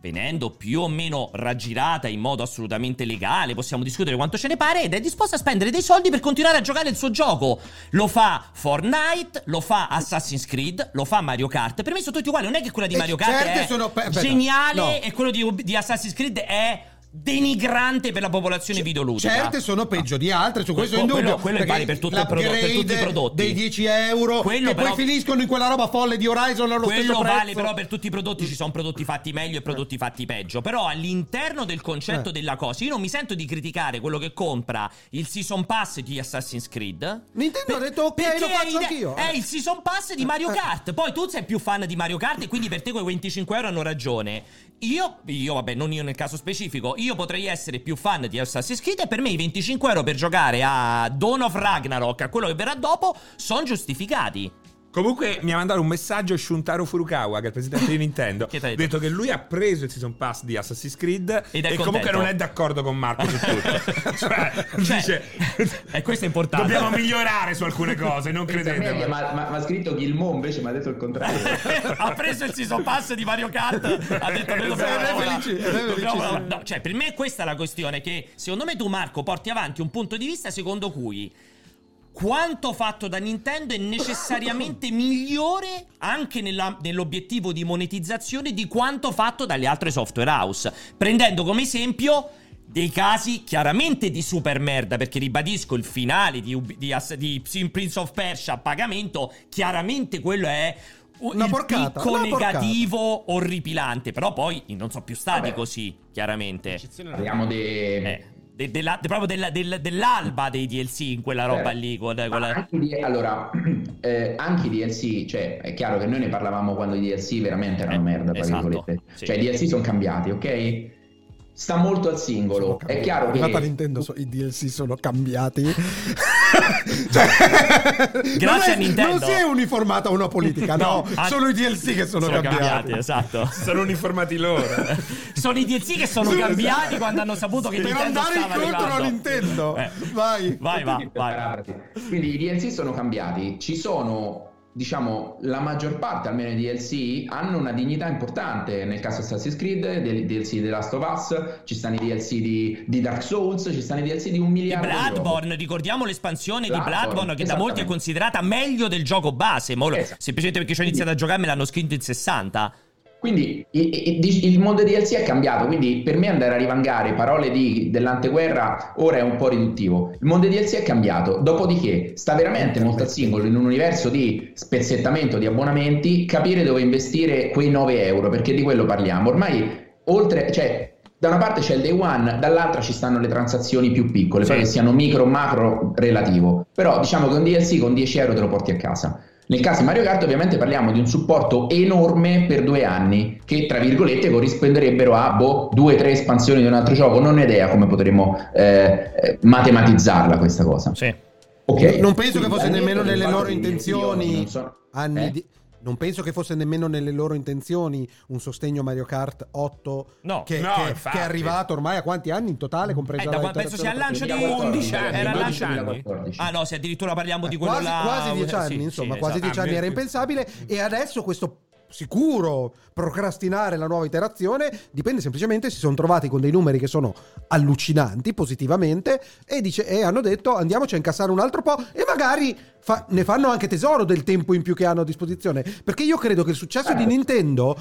Speaker 1: venendo più o meno raggirata in modo assolutamente legale, possiamo discutere quanto ce ne pare, ed è disposta a spendere dei soldi per continuare a giocare il suo gioco. Lo fa Fortnite, lo fa Assassin's Creed, lo fa Mario Kart. Per me sono tutti uguali, non è che quella di
Speaker 2: E
Speaker 1: Mario
Speaker 2: Eh, certe
Speaker 1: Kart è
Speaker 2: sono pe- aspetta,
Speaker 1: geniale
Speaker 2: no.
Speaker 1: e quello di, di Assassin's Creed è denigrante per la popolazione videoludica.
Speaker 2: Certe sono peggio di altre, su questo è
Speaker 1: Quello-
Speaker 2: indubbio.
Speaker 1: quello è
Speaker 2: perché
Speaker 1: pari per tutto il prodotto- per tutti i
Speaker 2: l'upgrade
Speaker 1: prodotti.
Speaker 2: Dei 10 euro
Speaker 1: Quello
Speaker 2: che
Speaker 1: però-
Speaker 2: poi finiscono in quella roba folle di Horizon allo stesso
Speaker 1: Quello
Speaker 2: prezzo.
Speaker 1: vale però per tutti i prodotti, ci sono prodotti fatti meglio e prodotti fatti peggio, però all'interno del concetto
Speaker 2: Eh.
Speaker 1: della cosa io non mi sento di criticare quello che compra il Season Pass di Assassin's Creed.
Speaker 2: Nintendo ha
Speaker 1: Per-
Speaker 2: detto ok,
Speaker 1: perché
Speaker 2: lo
Speaker 1: è
Speaker 2: faccio
Speaker 1: ide-
Speaker 2: anch'io.
Speaker 1: È il Season Pass di Mario
Speaker 2: Eh.
Speaker 1: Kart. Poi tu sei più fan di Mario Kart e quindi per te quei 25 euro hanno ragione. Io, io, vabbè, non io nel caso specifico, io potrei essere più fan di Assassin's Creed e per me i 25 euro per giocare a Dawn of Ragnarok, a quello che verrà dopo, sono giustificati.
Speaker 3: Comunque mi ha mandato un messaggio Shuntaro Furukawa, che è il presidente di Nintendo.
Speaker 1: Che
Speaker 3: Ha
Speaker 1: t'ha
Speaker 3: detto?
Speaker 1: detto?
Speaker 3: che lui ha preso il season pass di Assassin's Creed
Speaker 1: Ed è
Speaker 3: e comunque
Speaker 1: contento.
Speaker 3: non è d'accordo con Marco
Speaker 1: [laughs]
Speaker 3: su tutto. [laughs] cioè,
Speaker 1: Cioè,
Speaker 3: dice
Speaker 1: eh, questo [laughs] è Esatto. importante.
Speaker 3: Dobbiamo migliorare su alcune cose, non credete.
Speaker 6: Mi ha scritto Gilmon invece mi ha detto
Speaker 1: [laughs]
Speaker 6: il contrario.
Speaker 1: [laughs] ha preso il season pass di Mario Kart ha detto "Noi dobbiamo
Speaker 3: Esatto.
Speaker 1: lavorare".
Speaker 2: È felice, è felice,
Speaker 1: Dobbiamo
Speaker 2: sì.
Speaker 1: lavorare. No, cioè per me questa è la questione che secondo me tu Marco porti avanti un punto di vista secondo cui quanto fatto da Nintendo è necessariamente migliore anche nella- nell'obiettivo di monetizzazione di quanto fatto dalle altre software house, prendendo come esempio dei casi chiaramente di super merda, perché ribadisco il finale di, Ub- di Ass- di Prince of Persia a pagamento, chiaramente quello è un
Speaker 2: Una
Speaker 1: il
Speaker 2: porcata,
Speaker 1: picco
Speaker 2: una porcata.
Speaker 1: negativo orripilante, però poi non sono più stati
Speaker 6: Vabbè.
Speaker 1: così, chiaramente.
Speaker 6: Parliamo di...
Speaker 1: Eh, de- della- de- proprio della- del- dell'alba dei DLC in quella roba lì. con-
Speaker 6: Certo.
Speaker 1: con
Speaker 6: Ma
Speaker 1: la-
Speaker 6: Ah, anche i D- allora, [clears throat] eh, anche i DLC, cioè è chiaro che noi ne parlavamo quando i DLC veramente erano
Speaker 1: Eh,
Speaker 6: merda, tra
Speaker 1: esatto,
Speaker 6: virgolette.
Speaker 1: sì.
Speaker 6: Cioè i DLC sono cambiati, ok? Sta molto al singolo. È chiaro che...
Speaker 7: Guarda Nintendo, so- i DLC sono
Speaker 2: [laughs]
Speaker 7: cambiati.
Speaker 1: Grazie
Speaker 6: Cioè,
Speaker 2: non è-
Speaker 1: a Nintendo.
Speaker 2: Non si è uniformata
Speaker 1: [laughs]
Speaker 2: una politica, no.
Speaker 1: an-
Speaker 2: Sono i DLC che sono, cambiati.
Speaker 1: esatto.
Speaker 3: Sono uniformati loro.
Speaker 1: [laughs] sono i DLC che sono
Speaker 2: Sì,
Speaker 1: cambiati
Speaker 2: esatto.
Speaker 1: quando hanno saputo che
Speaker 2: Per
Speaker 1: Nintendo
Speaker 2: andare
Speaker 1: stava
Speaker 2: incontro
Speaker 1: arrivando.
Speaker 2: a Nintendo.
Speaker 1: Eh.
Speaker 2: Vai.
Speaker 1: Vai, va, vai.
Speaker 6: Quindi i DLC sono cambiati, ci sono, diciamo, la maggior parte almeno i DLC hanno una dignità importante, nel caso Assassin's Creed, dei DLC di The Last of Us, ci stanno i DLC di, di Dark Souls, ci stanno i DLC di un
Speaker 1: Di
Speaker 6: miliardo di giochi.
Speaker 1: Bloodborne, ricordiamo l'espansione di
Speaker 6: Bloodborne,
Speaker 1: Bloodborne che da molti è
Speaker 6: esattamente.
Speaker 1: considerata meglio del gioco base. Mo lo-
Speaker 6: Esatto.
Speaker 1: Semplicemente perché ci ho iniziato a giocare me l'hanno scritto in 60.
Speaker 6: Quindi i- i- di- il mondo DLC è cambiato, quindi per me andare a rivangare parole di- dell'anteguerra ora è un po' riduttivo. Il mondo DLC è cambiato, dopodiché sta veramente molto al singolo in un universo di spezzettamento di abbonamenti, capire dove investire quei 9 euro, perché di quello parliamo. Ormai oltre, cioè da una parte c'è il day one, dall'altra ci stanno le transazioni più piccole,
Speaker 1: Sì.
Speaker 6: poi che siano micro, macro, relativo. Però diciamo che un DLC con 10 euro te lo porti a casa. Nel caso di Mario Kart ovviamente parliamo di un supporto enorme per due anni che tra virgolette corrisponderebbero a boh, due o tre espansioni di un altro gioco, non ho idea come potremmo eh, eh, matematizzarla questa cosa.
Speaker 1: Sì.
Speaker 6: Ok.
Speaker 2: Non penso che fosse
Speaker 6: Quindi,
Speaker 2: nemmeno
Speaker 6: al netto
Speaker 2: nelle
Speaker 6: del fatto
Speaker 2: loro
Speaker 6: che i
Speaker 2: intenzioni.
Speaker 6: milioni non sono-
Speaker 2: Anni
Speaker 6: Eh?
Speaker 2: di- Non penso che fosse nemmeno nelle loro intenzioni un sostegno Mario Kart 8
Speaker 1: No.
Speaker 2: che,
Speaker 3: No,
Speaker 2: che-
Speaker 3: infatti.
Speaker 2: che è arrivato ormai a quanti anni in totale, compresa
Speaker 1: Eh, da
Speaker 2: la
Speaker 1: quando- penso sia al lancio di
Speaker 6: 2014,
Speaker 1: 11 anni. Era al
Speaker 6: dodici,
Speaker 1: lancio
Speaker 3: anni.
Speaker 6: 2014.
Speaker 1: Ah no, se addirittura parliamo di
Speaker 2: Eh,
Speaker 1: quello
Speaker 2: quasi,
Speaker 1: là-
Speaker 2: quasi dieci
Speaker 1: Sì,
Speaker 2: anni,
Speaker 1: sì,
Speaker 2: insomma,
Speaker 1: esatto.
Speaker 2: quasi dieci
Speaker 3: Ah,
Speaker 2: anni era
Speaker 3: me-
Speaker 2: impensabile e adesso questo sicuro procrastinare la nuova iterazione dipende semplicemente si sono trovati con dei numeri che sono allucinanti positivamente e, dice- e hanno detto andiamoci a incassare un altro po' e magari fa- ne fanno anche tesoro del tempo in più che hanno a disposizione perché io credo che il successo
Speaker 1: Eh.
Speaker 2: di Nintendo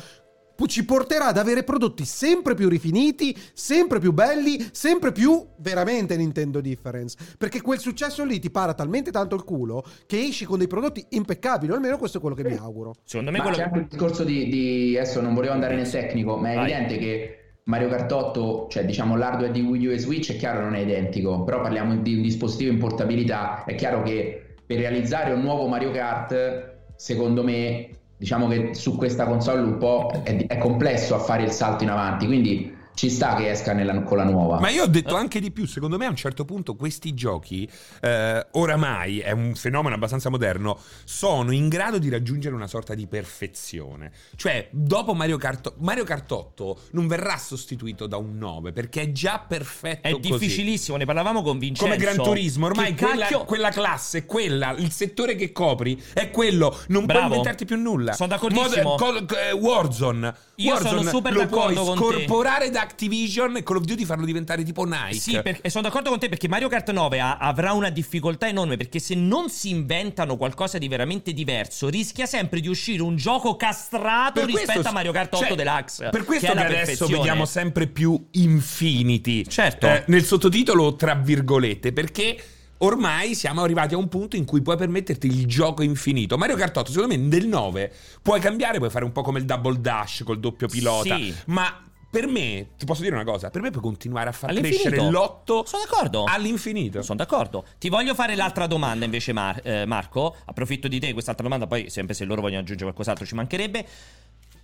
Speaker 2: pu- ci porterà ad avere prodotti sempre più rifiniti, sempre più belli, sempre più veramente Nintendo Difference. Perché quel successo lì ti para talmente tanto il culo che esci con dei prodotti impeccabili, o almeno questo è quello che
Speaker 1: Eh,
Speaker 2: mi auguro.
Speaker 1: Secondo me
Speaker 6: Ma
Speaker 1: quello
Speaker 6: Ah, c'è anche il discorso di, di- adesso non volevo andare nel tecnico, ma è
Speaker 1: Vai.
Speaker 6: evidente che Mario Kart 8, cioè diciamo l'hardware di Wii U e Switch è chiaro non è identico, però parliamo di un dispositivo in portabilità, è chiaro che per realizzare un nuovo Mario Kart, secondo me, diciamo che su questa console un po' è, di- è complesso a fare il salto in avanti, quindi ci sta che esca nella- con la nuova.
Speaker 3: Ma io ho detto anche di più, secondo me a un certo punto questi giochi, eh, oramai è un fenomeno abbastanza moderno, sono in grado di raggiungere una sorta di perfezione. Cioè, dopo Mario Kart, Mario Kart 8 non verrà sostituito da un 9 perché è già perfetto
Speaker 1: è
Speaker 3: così.
Speaker 1: difficilissimo, ne parlavamo con Vincenzo.
Speaker 3: Come Gran Turismo, ormai
Speaker 1: Che
Speaker 3: quella,
Speaker 1: cacchio-
Speaker 3: quella classe, quella, il settore che copri è quello, non
Speaker 1: Bravo.
Speaker 3: puoi inventarti più nulla.
Speaker 1: Sono d'accordissimo.
Speaker 3: Mod- co- eh, Warzone,
Speaker 1: Io sono
Speaker 3: Warzone
Speaker 1: super
Speaker 3: lo
Speaker 1: d'accordo con
Speaker 3: puoi
Speaker 1: te.
Speaker 3: scorporare da Activision e Call of Duty farlo diventare tipo Nike.
Speaker 1: Sì, per- e sono d'accordo con te perché Mario Kart 9 ha- avrà una difficoltà enorme perché se non si inventano qualcosa di veramente diverso rischia sempre di uscire un gioco castrato
Speaker 3: Per
Speaker 1: rispetto
Speaker 3: questo-
Speaker 1: a Mario Kart 8
Speaker 3: cioè,
Speaker 1: Deluxe.
Speaker 3: Per questo
Speaker 1: è
Speaker 3: che,
Speaker 1: la
Speaker 3: adesso
Speaker 1: perfezione.
Speaker 3: vediamo sempre più Infinity. Eh,
Speaker 1: Certo.
Speaker 3: nel sottotitolo, tra virgolette, perché ormai siamo arrivati a un punto in cui puoi permetterti il gioco infinito. Mario Kart 8, secondo me, del 9 puoi cambiare, puoi fare un po' come il double dash col doppio pilota.
Speaker 1: Sì.
Speaker 3: Ma per me, ti posso dire una cosa, per me puoi continuare a far
Speaker 1: All'infinito.
Speaker 3: crescere l'8
Speaker 1: Sono d'accordo.
Speaker 3: all'infinito.
Speaker 1: Sono d'accordo. Ti voglio fare l'altra domanda invece, Mar- eh, Marco. Approfitto di te quest'altra domanda, poi sempre se loro vogliono aggiungere qualcos'altro ci mancherebbe.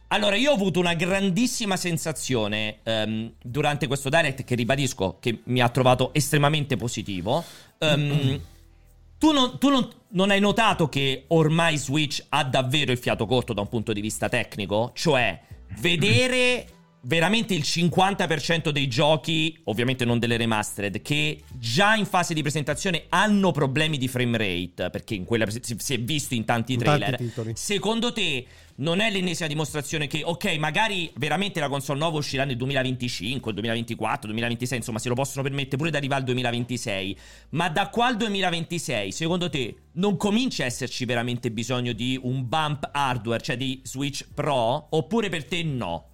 Speaker 1: Allora, io ho avuto una grandissima sensazione ehm, durante questo direct che ribadisco che mi ha trovato estremamente positivo. Ehm, tu non, tu non- non hai notato che ormai Switch ha davvero il fiato corto da un punto di vista tecnico? Cioè, vedere veramente il 50% dei giochi, ovviamente non delle remastered, che già in fase di presentazione hanno problemi di frame rate, perché in quella pres- si, si è visto in tanti
Speaker 2: In
Speaker 1: trailer.
Speaker 2: tanti titoli.
Speaker 1: Secondo te non è l'ennesima dimostrazione che, ok, magari veramente la console nuova uscirà nel 2025, 2024, 2026, insomma, se lo possono permettere pure ad arrivare al 2026, ma da qua al 2026, secondo te, non comincia a esserci veramente bisogno di un bump hardware, cioè di Switch Pro? Oppure per te no?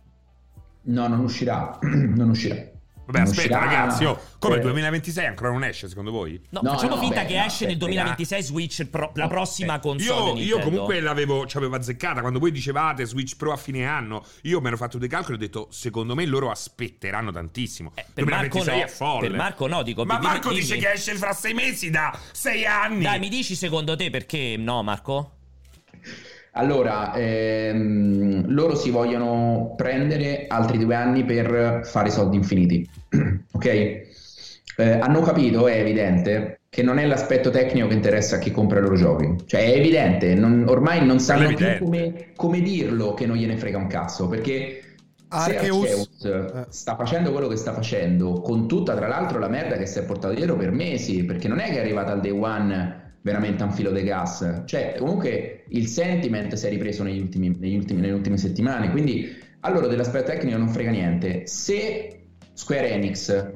Speaker 6: No, non uscirà. [clears throat] non uscirà.
Speaker 3: Vabbè,
Speaker 6: Non
Speaker 3: aspetta,
Speaker 6: uscirà.
Speaker 3: ragazzi, oh, come il
Speaker 6: Eh,
Speaker 3: 2026 ancora non esce, secondo voi?
Speaker 1: No,
Speaker 6: No,
Speaker 1: facciamo
Speaker 6: no,
Speaker 1: finta
Speaker 6: beh,
Speaker 1: che
Speaker 6: no,
Speaker 1: esce
Speaker 6: beh,
Speaker 1: nel 2026 Switch Pro, la prossima console
Speaker 3: ah. Eh, Io,
Speaker 1: di
Speaker 3: io
Speaker 1: Nintendo.
Speaker 3: comunque l'avevo, ci avevo azzeccata quando voi dicevate Switch Pro a fine anno. Io mi ero fatto dei calcoli e ho detto: secondo me loro aspetteranno tantissimo.
Speaker 1: Eh, per Marco
Speaker 3: 2026
Speaker 1: no,
Speaker 3: è folle.
Speaker 1: per Marco no, dico,
Speaker 3: Ma
Speaker 1: dimmi-
Speaker 3: Marco dice
Speaker 1: dimmi.
Speaker 3: che esce fra sei mesi da sei anni.
Speaker 1: Dai, mi dici secondo te perché no, Marco?
Speaker 6: Allora, ehm, loro si vogliono prendere altri due anni per fare soldi infiniti, [clears throat] ok? Eh, hanno capito, è evidente, che non è l'aspetto tecnico che interessa a chi compra i loro giochi. Cioè, è evidente, non- ormai non sanno
Speaker 3: Quello è
Speaker 6: più come, come dirlo che non gliene frega un cazzo, perché se
Speaker 2: Arceus.
Speaker 6: Arceus eh, sta facendo quello che sta facendo, con tutta tra l'altro la merda che si è portato dietro per mesi, perché non è che è arrivata al day one veramente a un filo di gas, cioè comunque il sentiment si è ripreso negli ultimi, negli ultimi- nelle ultime settimane, quindi a loro dell'aspetto tecnico non frega niente. Se Square Enix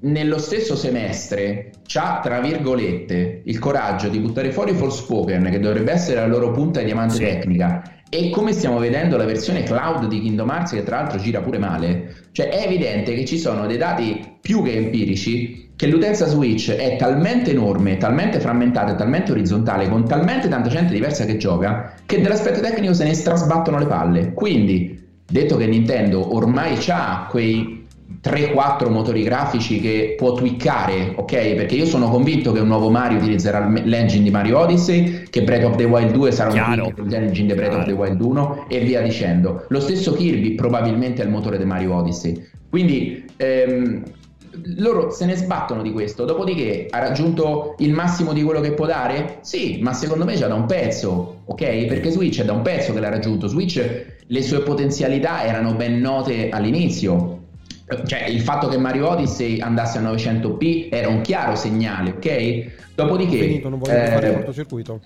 Speaker 6: nello stesso semestre c'ha tra virgolette il coraggio di buttare fuori Forspoken che dovrebbe essere la loro punta di diamante
Speaker 1: Sì.
Speaker 6: tecnica e come stiamo vedendo la versione cloud di Kingdom Hearts che tra l'altro gira pure male cioè è evidente che ci sono dei dati più che empirici che l'utenza Switch è talmente enorme talmente frammentata e talmente orizzontale con talmente tanta gente diversa che gioca che dell'aspetto tecnico se ne strasbattono le palle quindi detto che Nintendo ormai ha quei 3-4 motori grafici che può twiccare, ok? Perché io sono convinto che un nuovo Mario utilizzerà il- l'engine di Mario Odyssey, che Breath of the Wild 2 sarà
Speaker 1: Chiaro.
Speaker 6: un tweak dell'engine di Breath of the Wild 1 e via dicendo. Lo stesso Kirby probabilmente è il motore di Mario Odyssey. Quindi ehm, loro se ne sbattono di questo, dopodiché ha raggiunto il massimo di quello che può dare? Sì, ma secondo me già da un pezzo, ok? Perché Switch è da un pezzo che l'ha raggiunto, Switch le sue potenzialità erano ben note all'inizio. Cioè, il fatto che Mario Odyssey andasse a 900p era un chiaro segnale, ok? Dopodiché,
Speaker 2: Finito, non voglio
Speaker 6: eh,
Speaker 2: fare il cortocircuito.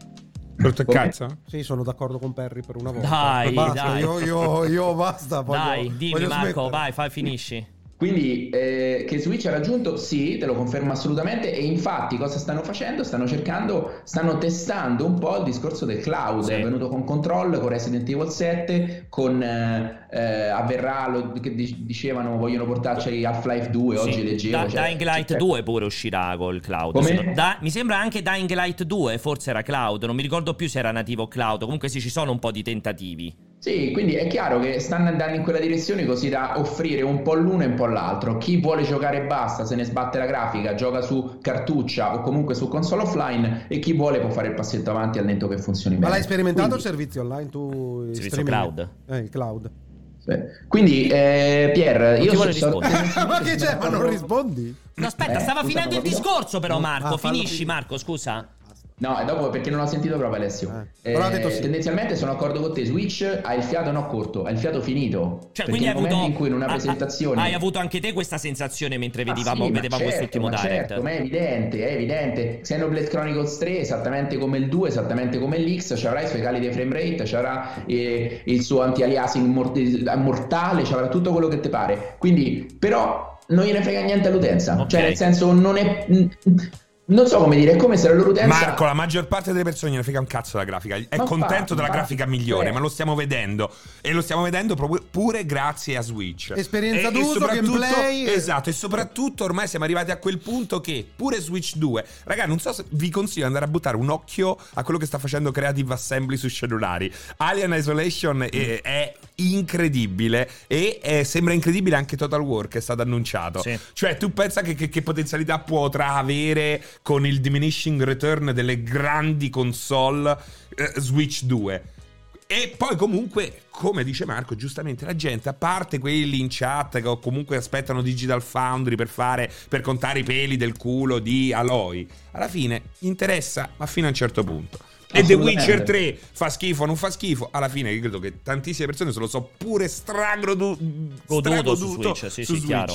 Speaker 3: Brutto
Speaker 6: Come-
Speaker 3: cazzo?
Speaker 2: Sì, sono d'accordo con Perry per una volta.
Speaker 1: Dai,
Speaker 2: Basta,
Speaker 1: dai.
Speaker 2: Io, io, io basta. voglio-
Speaker 1: Dai, dimmi
Speaker 2: voglio
Speaker 1: Marco,
Speaker 2: smettere.
Speaker 1: vai, fai, finisci.
Speaker 6: Quindi eh, che Switch ha raggiunto? Sì, te lo confermo assolutamente e infatti cosa stanno facendo? Stanno cercando, stanno testando un po' il discorso del cloud,
Speaker 1: Sì.
Speaker 6: è venuto con Control, con Resident Evil 7, con eh, eh, avverrà, lo, che di- dicevano vogliono portarci Half-Life 2, oggi
Speaker 1: Sì.
Speaker 6: leggevo.
Speaker 1: Da-
Speaker 6: cioè-
Speaker 1: Dying Light
Speaker 6: cioè-
Speaker 1: 2 pure uscirà col cloud.
Speaker 6: Come?
Speaker 1: Se no- da- mi sembra anche Dying Light 2, forse era cloud, non mi ricordo più se era nativo cloud. Comunque sì, ci sono un po' di tentativi.
Speaker 6: Sì, quindi è chiaro che stanno andando in quella direzione così da offrire un po' l'uno e un po' l'altro. Chi vuole giocare basta, se ne sbatte la grafica, gioca su cartuccia o comunque su console offline e chi vuole può fare il passetto avanti al netto che funzioni
Speaker 2: Ma
Speaker 6: bene.
Speaker 2: l'hai sperimentato
Speaker 6: Quindi-
Speaker 2: il servizio online? Tu il
Speaker 1: Servizio
Speaker 2: streaming?
Speaker 1: cloud.
Speaker 2: Eh, il cloud. [laughs]
Speaker 6: Sì. Quindi, eh, Pier,
Speaker 1: ti
Speaker 6: io
Speaker 1: vuole
Speaker 6: sono...
Speaker 1: rispondere.
Speaker 2: ma che c'è? Ma non rispondi?
Speaker 1: No, aspetta,
Speaker 6: Eh,
Speaker 1: stava
Speaker 6: scusa,
Speaker 1: finendo il
Speaker 6: ma-
Speaker 1: discorso però Marco.
Speaker 2: Ah, fallo
Speaker 1: finisci
Speaker 2: finire.
Speaker 1: Marco, scusa. Cioè,
Speaker 2: Basta.
Speaker 6: [laughs] No, è dopo perché non l'ho sentito proprio Alessio.
Speaker 2: Eh, però ha detto sì.
Speaker 6: Tendenzialmente sono d'accordo con te, Switch ha il fiato no corto, ha il fiato finito.
Speaker 1: Cioè,
Speaker 6: Perché
Speaker 1: quindi hai
Speaker 6: nel momento
Speaker 1: avuto,
Speaker 6: in cui in una
Speaker 1: ah, ah,
Speaker 6: presentazione...
Speaker 1: hai avuto anche te questa sensazione mentre
Speaker 6: Ma
Speaker 1: vedivamo,
Speaker 6: sì, ma
Speaker 1: vedevamo
Speaker 6: certo,
Speaker 1: quest'ultimo
Speaker 6: ma
Speaker 1: direct.
Speaker 6: certo, ma è evidente, è evidente. Xenoblade Chronicles 3, esattamente come il 2, esattamente come l'X, ci avrà i suoi cali di frame rate, ci avrà eh, il suo anti-aliasing mort- mortale, ci avrà tutto quello che ti pare. Quindi, però, non gliene frega niente all'utenza.
Speaker 1: Ok.
Speaker 6: Cioè, nel senso, non è... Non so come dire, è come se la loro utenza...
Speaker 3: Marco, la maggior parte delle persone gliene frega un cazzo della grafica. È
Speaker 6: Ma
Speaker 3: contento
Speaker 6: infatti,
Speaker 3: della
Speaker 6: ma-
Speaker 3: grafica migliore,
Speaker 6: eh.
Speaker 3: ma lo stiamo vedendo. E lo stiamo vedendo proprio- pure grazie a Switch.
Speaker 2: Esperienza
Speaker 3: E- e
Speaker 2: d'uso,
Speaker 3: soprattutto-
Speaker 2: gameplay.
Speaker 3: Esatto, e soprattutto ormai siamo arrivati a quel punto che pure Switch 2. Raga, non so se vi consiglio di andare a buttare un occhio a quello che sta facendo Creative Assembly sui cellulari. Alien Isolation è, è incredibile e eh, sembra incredibile anche Total War che è stato annunciato.
Speaker 1: Sì.
Speaker 3: Cioè, tu pensa che, che- che potenzialità potrà avere con il diminishing return delle grandi console eh, Switch 2? E poi comunque, come dice Marco, giustamente la gente, a parte quelli in chat che o comunque aspettano Digital Foundry per fare, per contare i peli del culo di Aloy, alla fine interessa, ma fino a un certo punto. E The
Speaker 6: Assolutamente.
Speaker 3: Witcher 3 fa schifo o non fa schifo? Alla fine io credo che tantissime persone se lo so pure stragrodu-
Speaker 1: Goduto su
Speaker 3: stragoduto
Speaker 1: Switch, sì, sì, chiaro.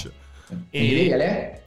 Speaker 1: eh,
Speaker 6: Mi dicevi, Ale?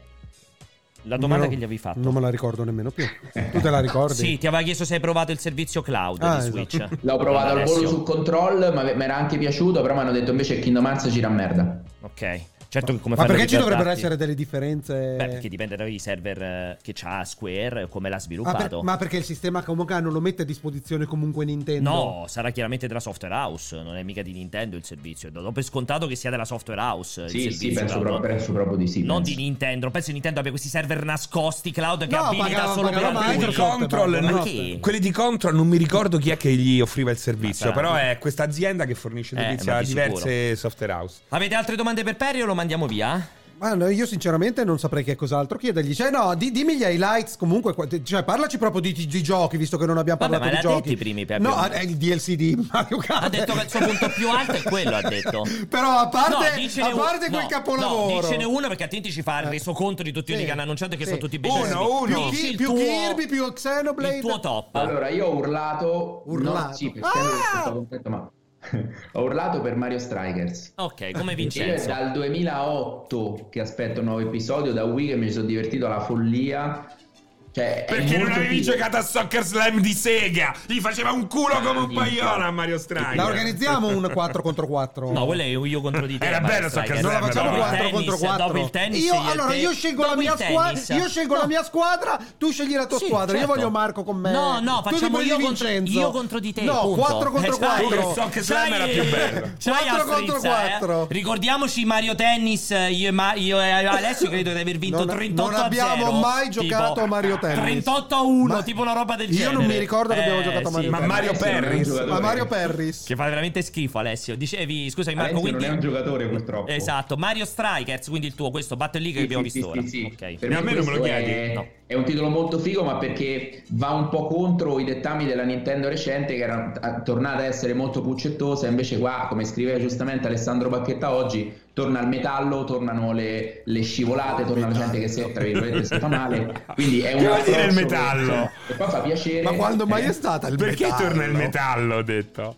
Speaker 1: La domanda
Speaker 2: Non-
Speaker 1: che gli avevi fatto.
Speaker 2: Non me la ricordo nemmeno più. Tu te la ricordi?
Speaker 1: Sì, ti aveva chiesto se hai provato il servizio cloud
Speaker 2: Ah,
Speaker 1: di
Speaker 2: esatto.
Speaker 1: Switch.
Speaker 6: L'ho provato al volo
Speaker 1: Alessio.
Speaker 6: su Control, ma mi era anche piaciuto, però mi hanno detto invece Kingdom Hearts gira a merda.
Speaker 1: Eh, Ok. Certo che come
Speaker 2: Ma
Speaker 1: fanno
Speaker 2: perché
Speaker 1: i
Speaker 2: ci dovrebbero
Speaker 1: ritardarti?
Speaker 2: essere delle differenze?
Speaker 1: Beh, perché dipende dai server eh, che c'ha Square, eh, come l'ha
Speaker 2: Eh. Ah, per-
Speaker 1: sviluppato.
Speaker 2: ma perché il sistema comunque ah, non lo mette a disposizione comunque Nintendo?
Speaker 1: No, sarà chiaramente della software house, non è mica di Nintendo il servizio. Do do per scontato che sia della software house. il
Speaker 6: Sì, sì,
Speaker 1: servizio
Speaker 6: penso
Speaker 1: cloud.
Speaker 6: proprio, penso proprio di sì.
Speaker 1: Non
Speaker 6: penso.
Speaker 1: di Nintendo. Penso che Nintendo abbia questi server nascosti cloud che
Speaker 2: No,
Speaker 1: abilita
Speaker 2: pagava-
Speaker 1: solo per
Speaker 2: pagava
Speaker 1: alcuni.
Speaker 2: Microsoft.
Speaker 3: Control,
Speaker 1: Ma
Speaker 3: no.
Speaker 1: chi?
Speaker 3: Quelli di Control non mi ricordo chi è che gli offriva il servizio,
Speaker 1: Ma sarà-
Speaker 3: però è questa azienda che fornisce
Speaker 1: Eh,
Speaker 3: servizi
Speaker 1: ma
Speaker 3: a
Speaker 1: di sicuro.
Speaker 3: diverse software house.
Speaker 1: Avete altre domande per Perry o lo mandiamo via?
Speaker 2: Ma no, io sinceramente non saprei che cos'altro chiedergli. Cioè, no, di- dimmi gli highlights comunque. qua- Cioè, parlaci proprio di, di giochi, visto che non abbiamo
Speaker 1: Vabbè,
Speaker 2: parlato
Speaker 1: ma
Speaker 2: di
Speaker 1: l'ha
Speaker 2: giochi.
Speaker 1: detto i primi, Peppe.
Speaker 2: No, è il DLC di Mario Kart.
Speaker 1: Ha detto che il suo punto più alto è quello, ha detto.
Speaker 2: [laughs] Però a parte,
Speaker 1: no, dicene
Speaker 2: a parte
Speaker 1: un-
Speaker 2: quel
Speaker 1: no,
Speaker 2: capolavoro.
Speaker 1: No, dicene uno perché altrimenti ci fa il
Speaker 2: Eh.
Speaker 1: resoconto di tutti quelli
Speaker 2: Sì,
Speaker 1: che hanno annunciato che
Speaker 2: sì.
Speaker 1: sono tutti
Speaker 2: Uno,
Speaker 1: bellissimi.
Speaker 3: uno.
Speaker 2: Più,
Speaker 1: Dici
Speaker 2: Ki-
Speaker 1: il
Speaker 2: più
Speaker 1: tuo-
Speaker 2: Kirby, più Xenoblade.
Speaker 1: Il tuo top.
Speaker 6: Allora, io ho urlato.
Speaker 2: Urlato.
Speaker 6: No, sì, perché
Speaker 2: Ah!
Speaker 6: ero stato contento, ma. [laughs] ho urlato per Mario Strikers.
Speaker 3: Ah,
Speaker 1: Ok, come
Speaker 6: Io è
Speaker 1: Vincenzo.
Speaker 6: dal 2008 che aspetto un nuovo episodio. Da Wii che mi sono divertito alla follia. Cioè, è
Speaker 3: Perché non
Speaker 6: molto
Speaker 3: avevi
Speaker 6: figo.
Speaker 3: giocato a Soccer Slam di Sega? Gli faceva un culo come un
Speaker 6: Minchia.
Speaker 3: paiolo a Mario Strike.
Speaker 2: La organizziamo un 4 contro 4.
Speaker 1: No, quello è io contro di te.
Speaker 3: Era
Speaker 1: Mario
Speaker 3: bello sta
Speaker 1: Striker.
Speaker 3: casella,
Speaker 1: Eh, Dopo
Speaker 3: però.
Speaker 1: il
Speaker 2: 4
Speaker 1: tennis,
Speaker 2: contro 4.
Speaker 1: Dopo il tennis, io
Speaker 2: io,
Speaker 1: e
Speaker 2: allora,
Speaker 1: te.
Speaker 2: io scelgo, la
Speaker 1: Dopo il
Speaker 2: mia,
Speaker 1: tennis.
Speaker 2: squadra, io scelgo la mia squadra, tu scegli la tua
Speaker 1: Sì,
Speaker 2: squadra.
Speaker 1: certo.
Speaker 2: Io voglio Marco con me.
Speaker 1: No, no,
Speaker 2: Tu ti
Speaker 1: facciamo
Speaker 2: prendi
Speaker 1: io contro-
Speaker 2: Vincenzo.
Speaker 1: io contro di te,
Speaker 2: No,
Speaker 1: punto.
Speaker 2: 4 contro
Speaker 1: Eh, dai,
Speaker 2: 4.
Speaker 3: so che slam era
Speaker 1: C'hai-
Speaker 3: più
Speaker 1: c'hai
Speaker 3: bello.
Speaker 2: Quattro
Speaker 1: Astrid,
Speaker 2: contro
Speaker 1: eh?
Speaker 2: quattro.
Speaker 1: Ricordiamoci Mario Tennis, io e, Ma- io e Alessio credo di aver vinto
Speaker 2: Non-
Speaker 1: 38
Speaker 2: non abbiamo
Speaker 1: a 0.
Speaker 2: mai giocato
Speaker 1: tipo
Speaker 2: a Mario Tennis.
Speaker 1: 38 a 1,
Speaker 2: Ma-
Speaker 1: tipo una roba del
Speaker 2: io
Speaker 1: genere. Eh,
Speaker 2: non mi ricordo che abbiamo giocato a Mario
Speaker 3: Ma
Speaker 2: Tennis.
Speaker 3: Mario
Speaker 6: Alessio non è un
Speaker 3: Perris.
Speaker 6: giocatore.
Speaker 2: Ma Mario Perris.
Speaker 1: Che fa veramente schifo Alessio. Dicevi, scusami Marco,
Speaker 6: Alessio
Speaker 1: quindi...
Speaker 6: non è un giocatore, purtroppo.
Speaker 1: Esatto, Mario Strikers, quindi il tuo, questo Battle League
Speaker 6: Sì,
Speaker 1: che abbiamo
Speaker 6: sì,
Speaker 1: visto
Speaker 6: sì,
Speaker 1: ora.
Speaker 6: sì, sì.
Speaker 1: Ok. Eh,
Speaker 6: Per
Speaker 3: No, a me non me lo
Speaker 6: questo
Speaker 3: chiedi,
Speaker 6: È,
Speaker 1: no.
Speaker 6: è un titolo molto figo, ma perché va un po' contro i dettami della Nintendo recente, che era t- tornata a essere molto puccettosa. Invece, qua, come scriveva giustamente Alessandro Bacchetta oggi, torna il metallo, tornano le, le scivolate, torna la gente che si, tra virgolette, si fa male. Quindi è un
Speaker 3: Che vuol dire il
Speaker 6: approccio
Speaker 3: metallo?
Speaker 6: che- E poi fa piacere.
Speaker 2: Ma quando mai è
Speaker 6: eh,
Speaker 2: stata il
Speaker 3: Perché
Speaker 2: metallo?
Speaker 3: torna il metallo, ho detto.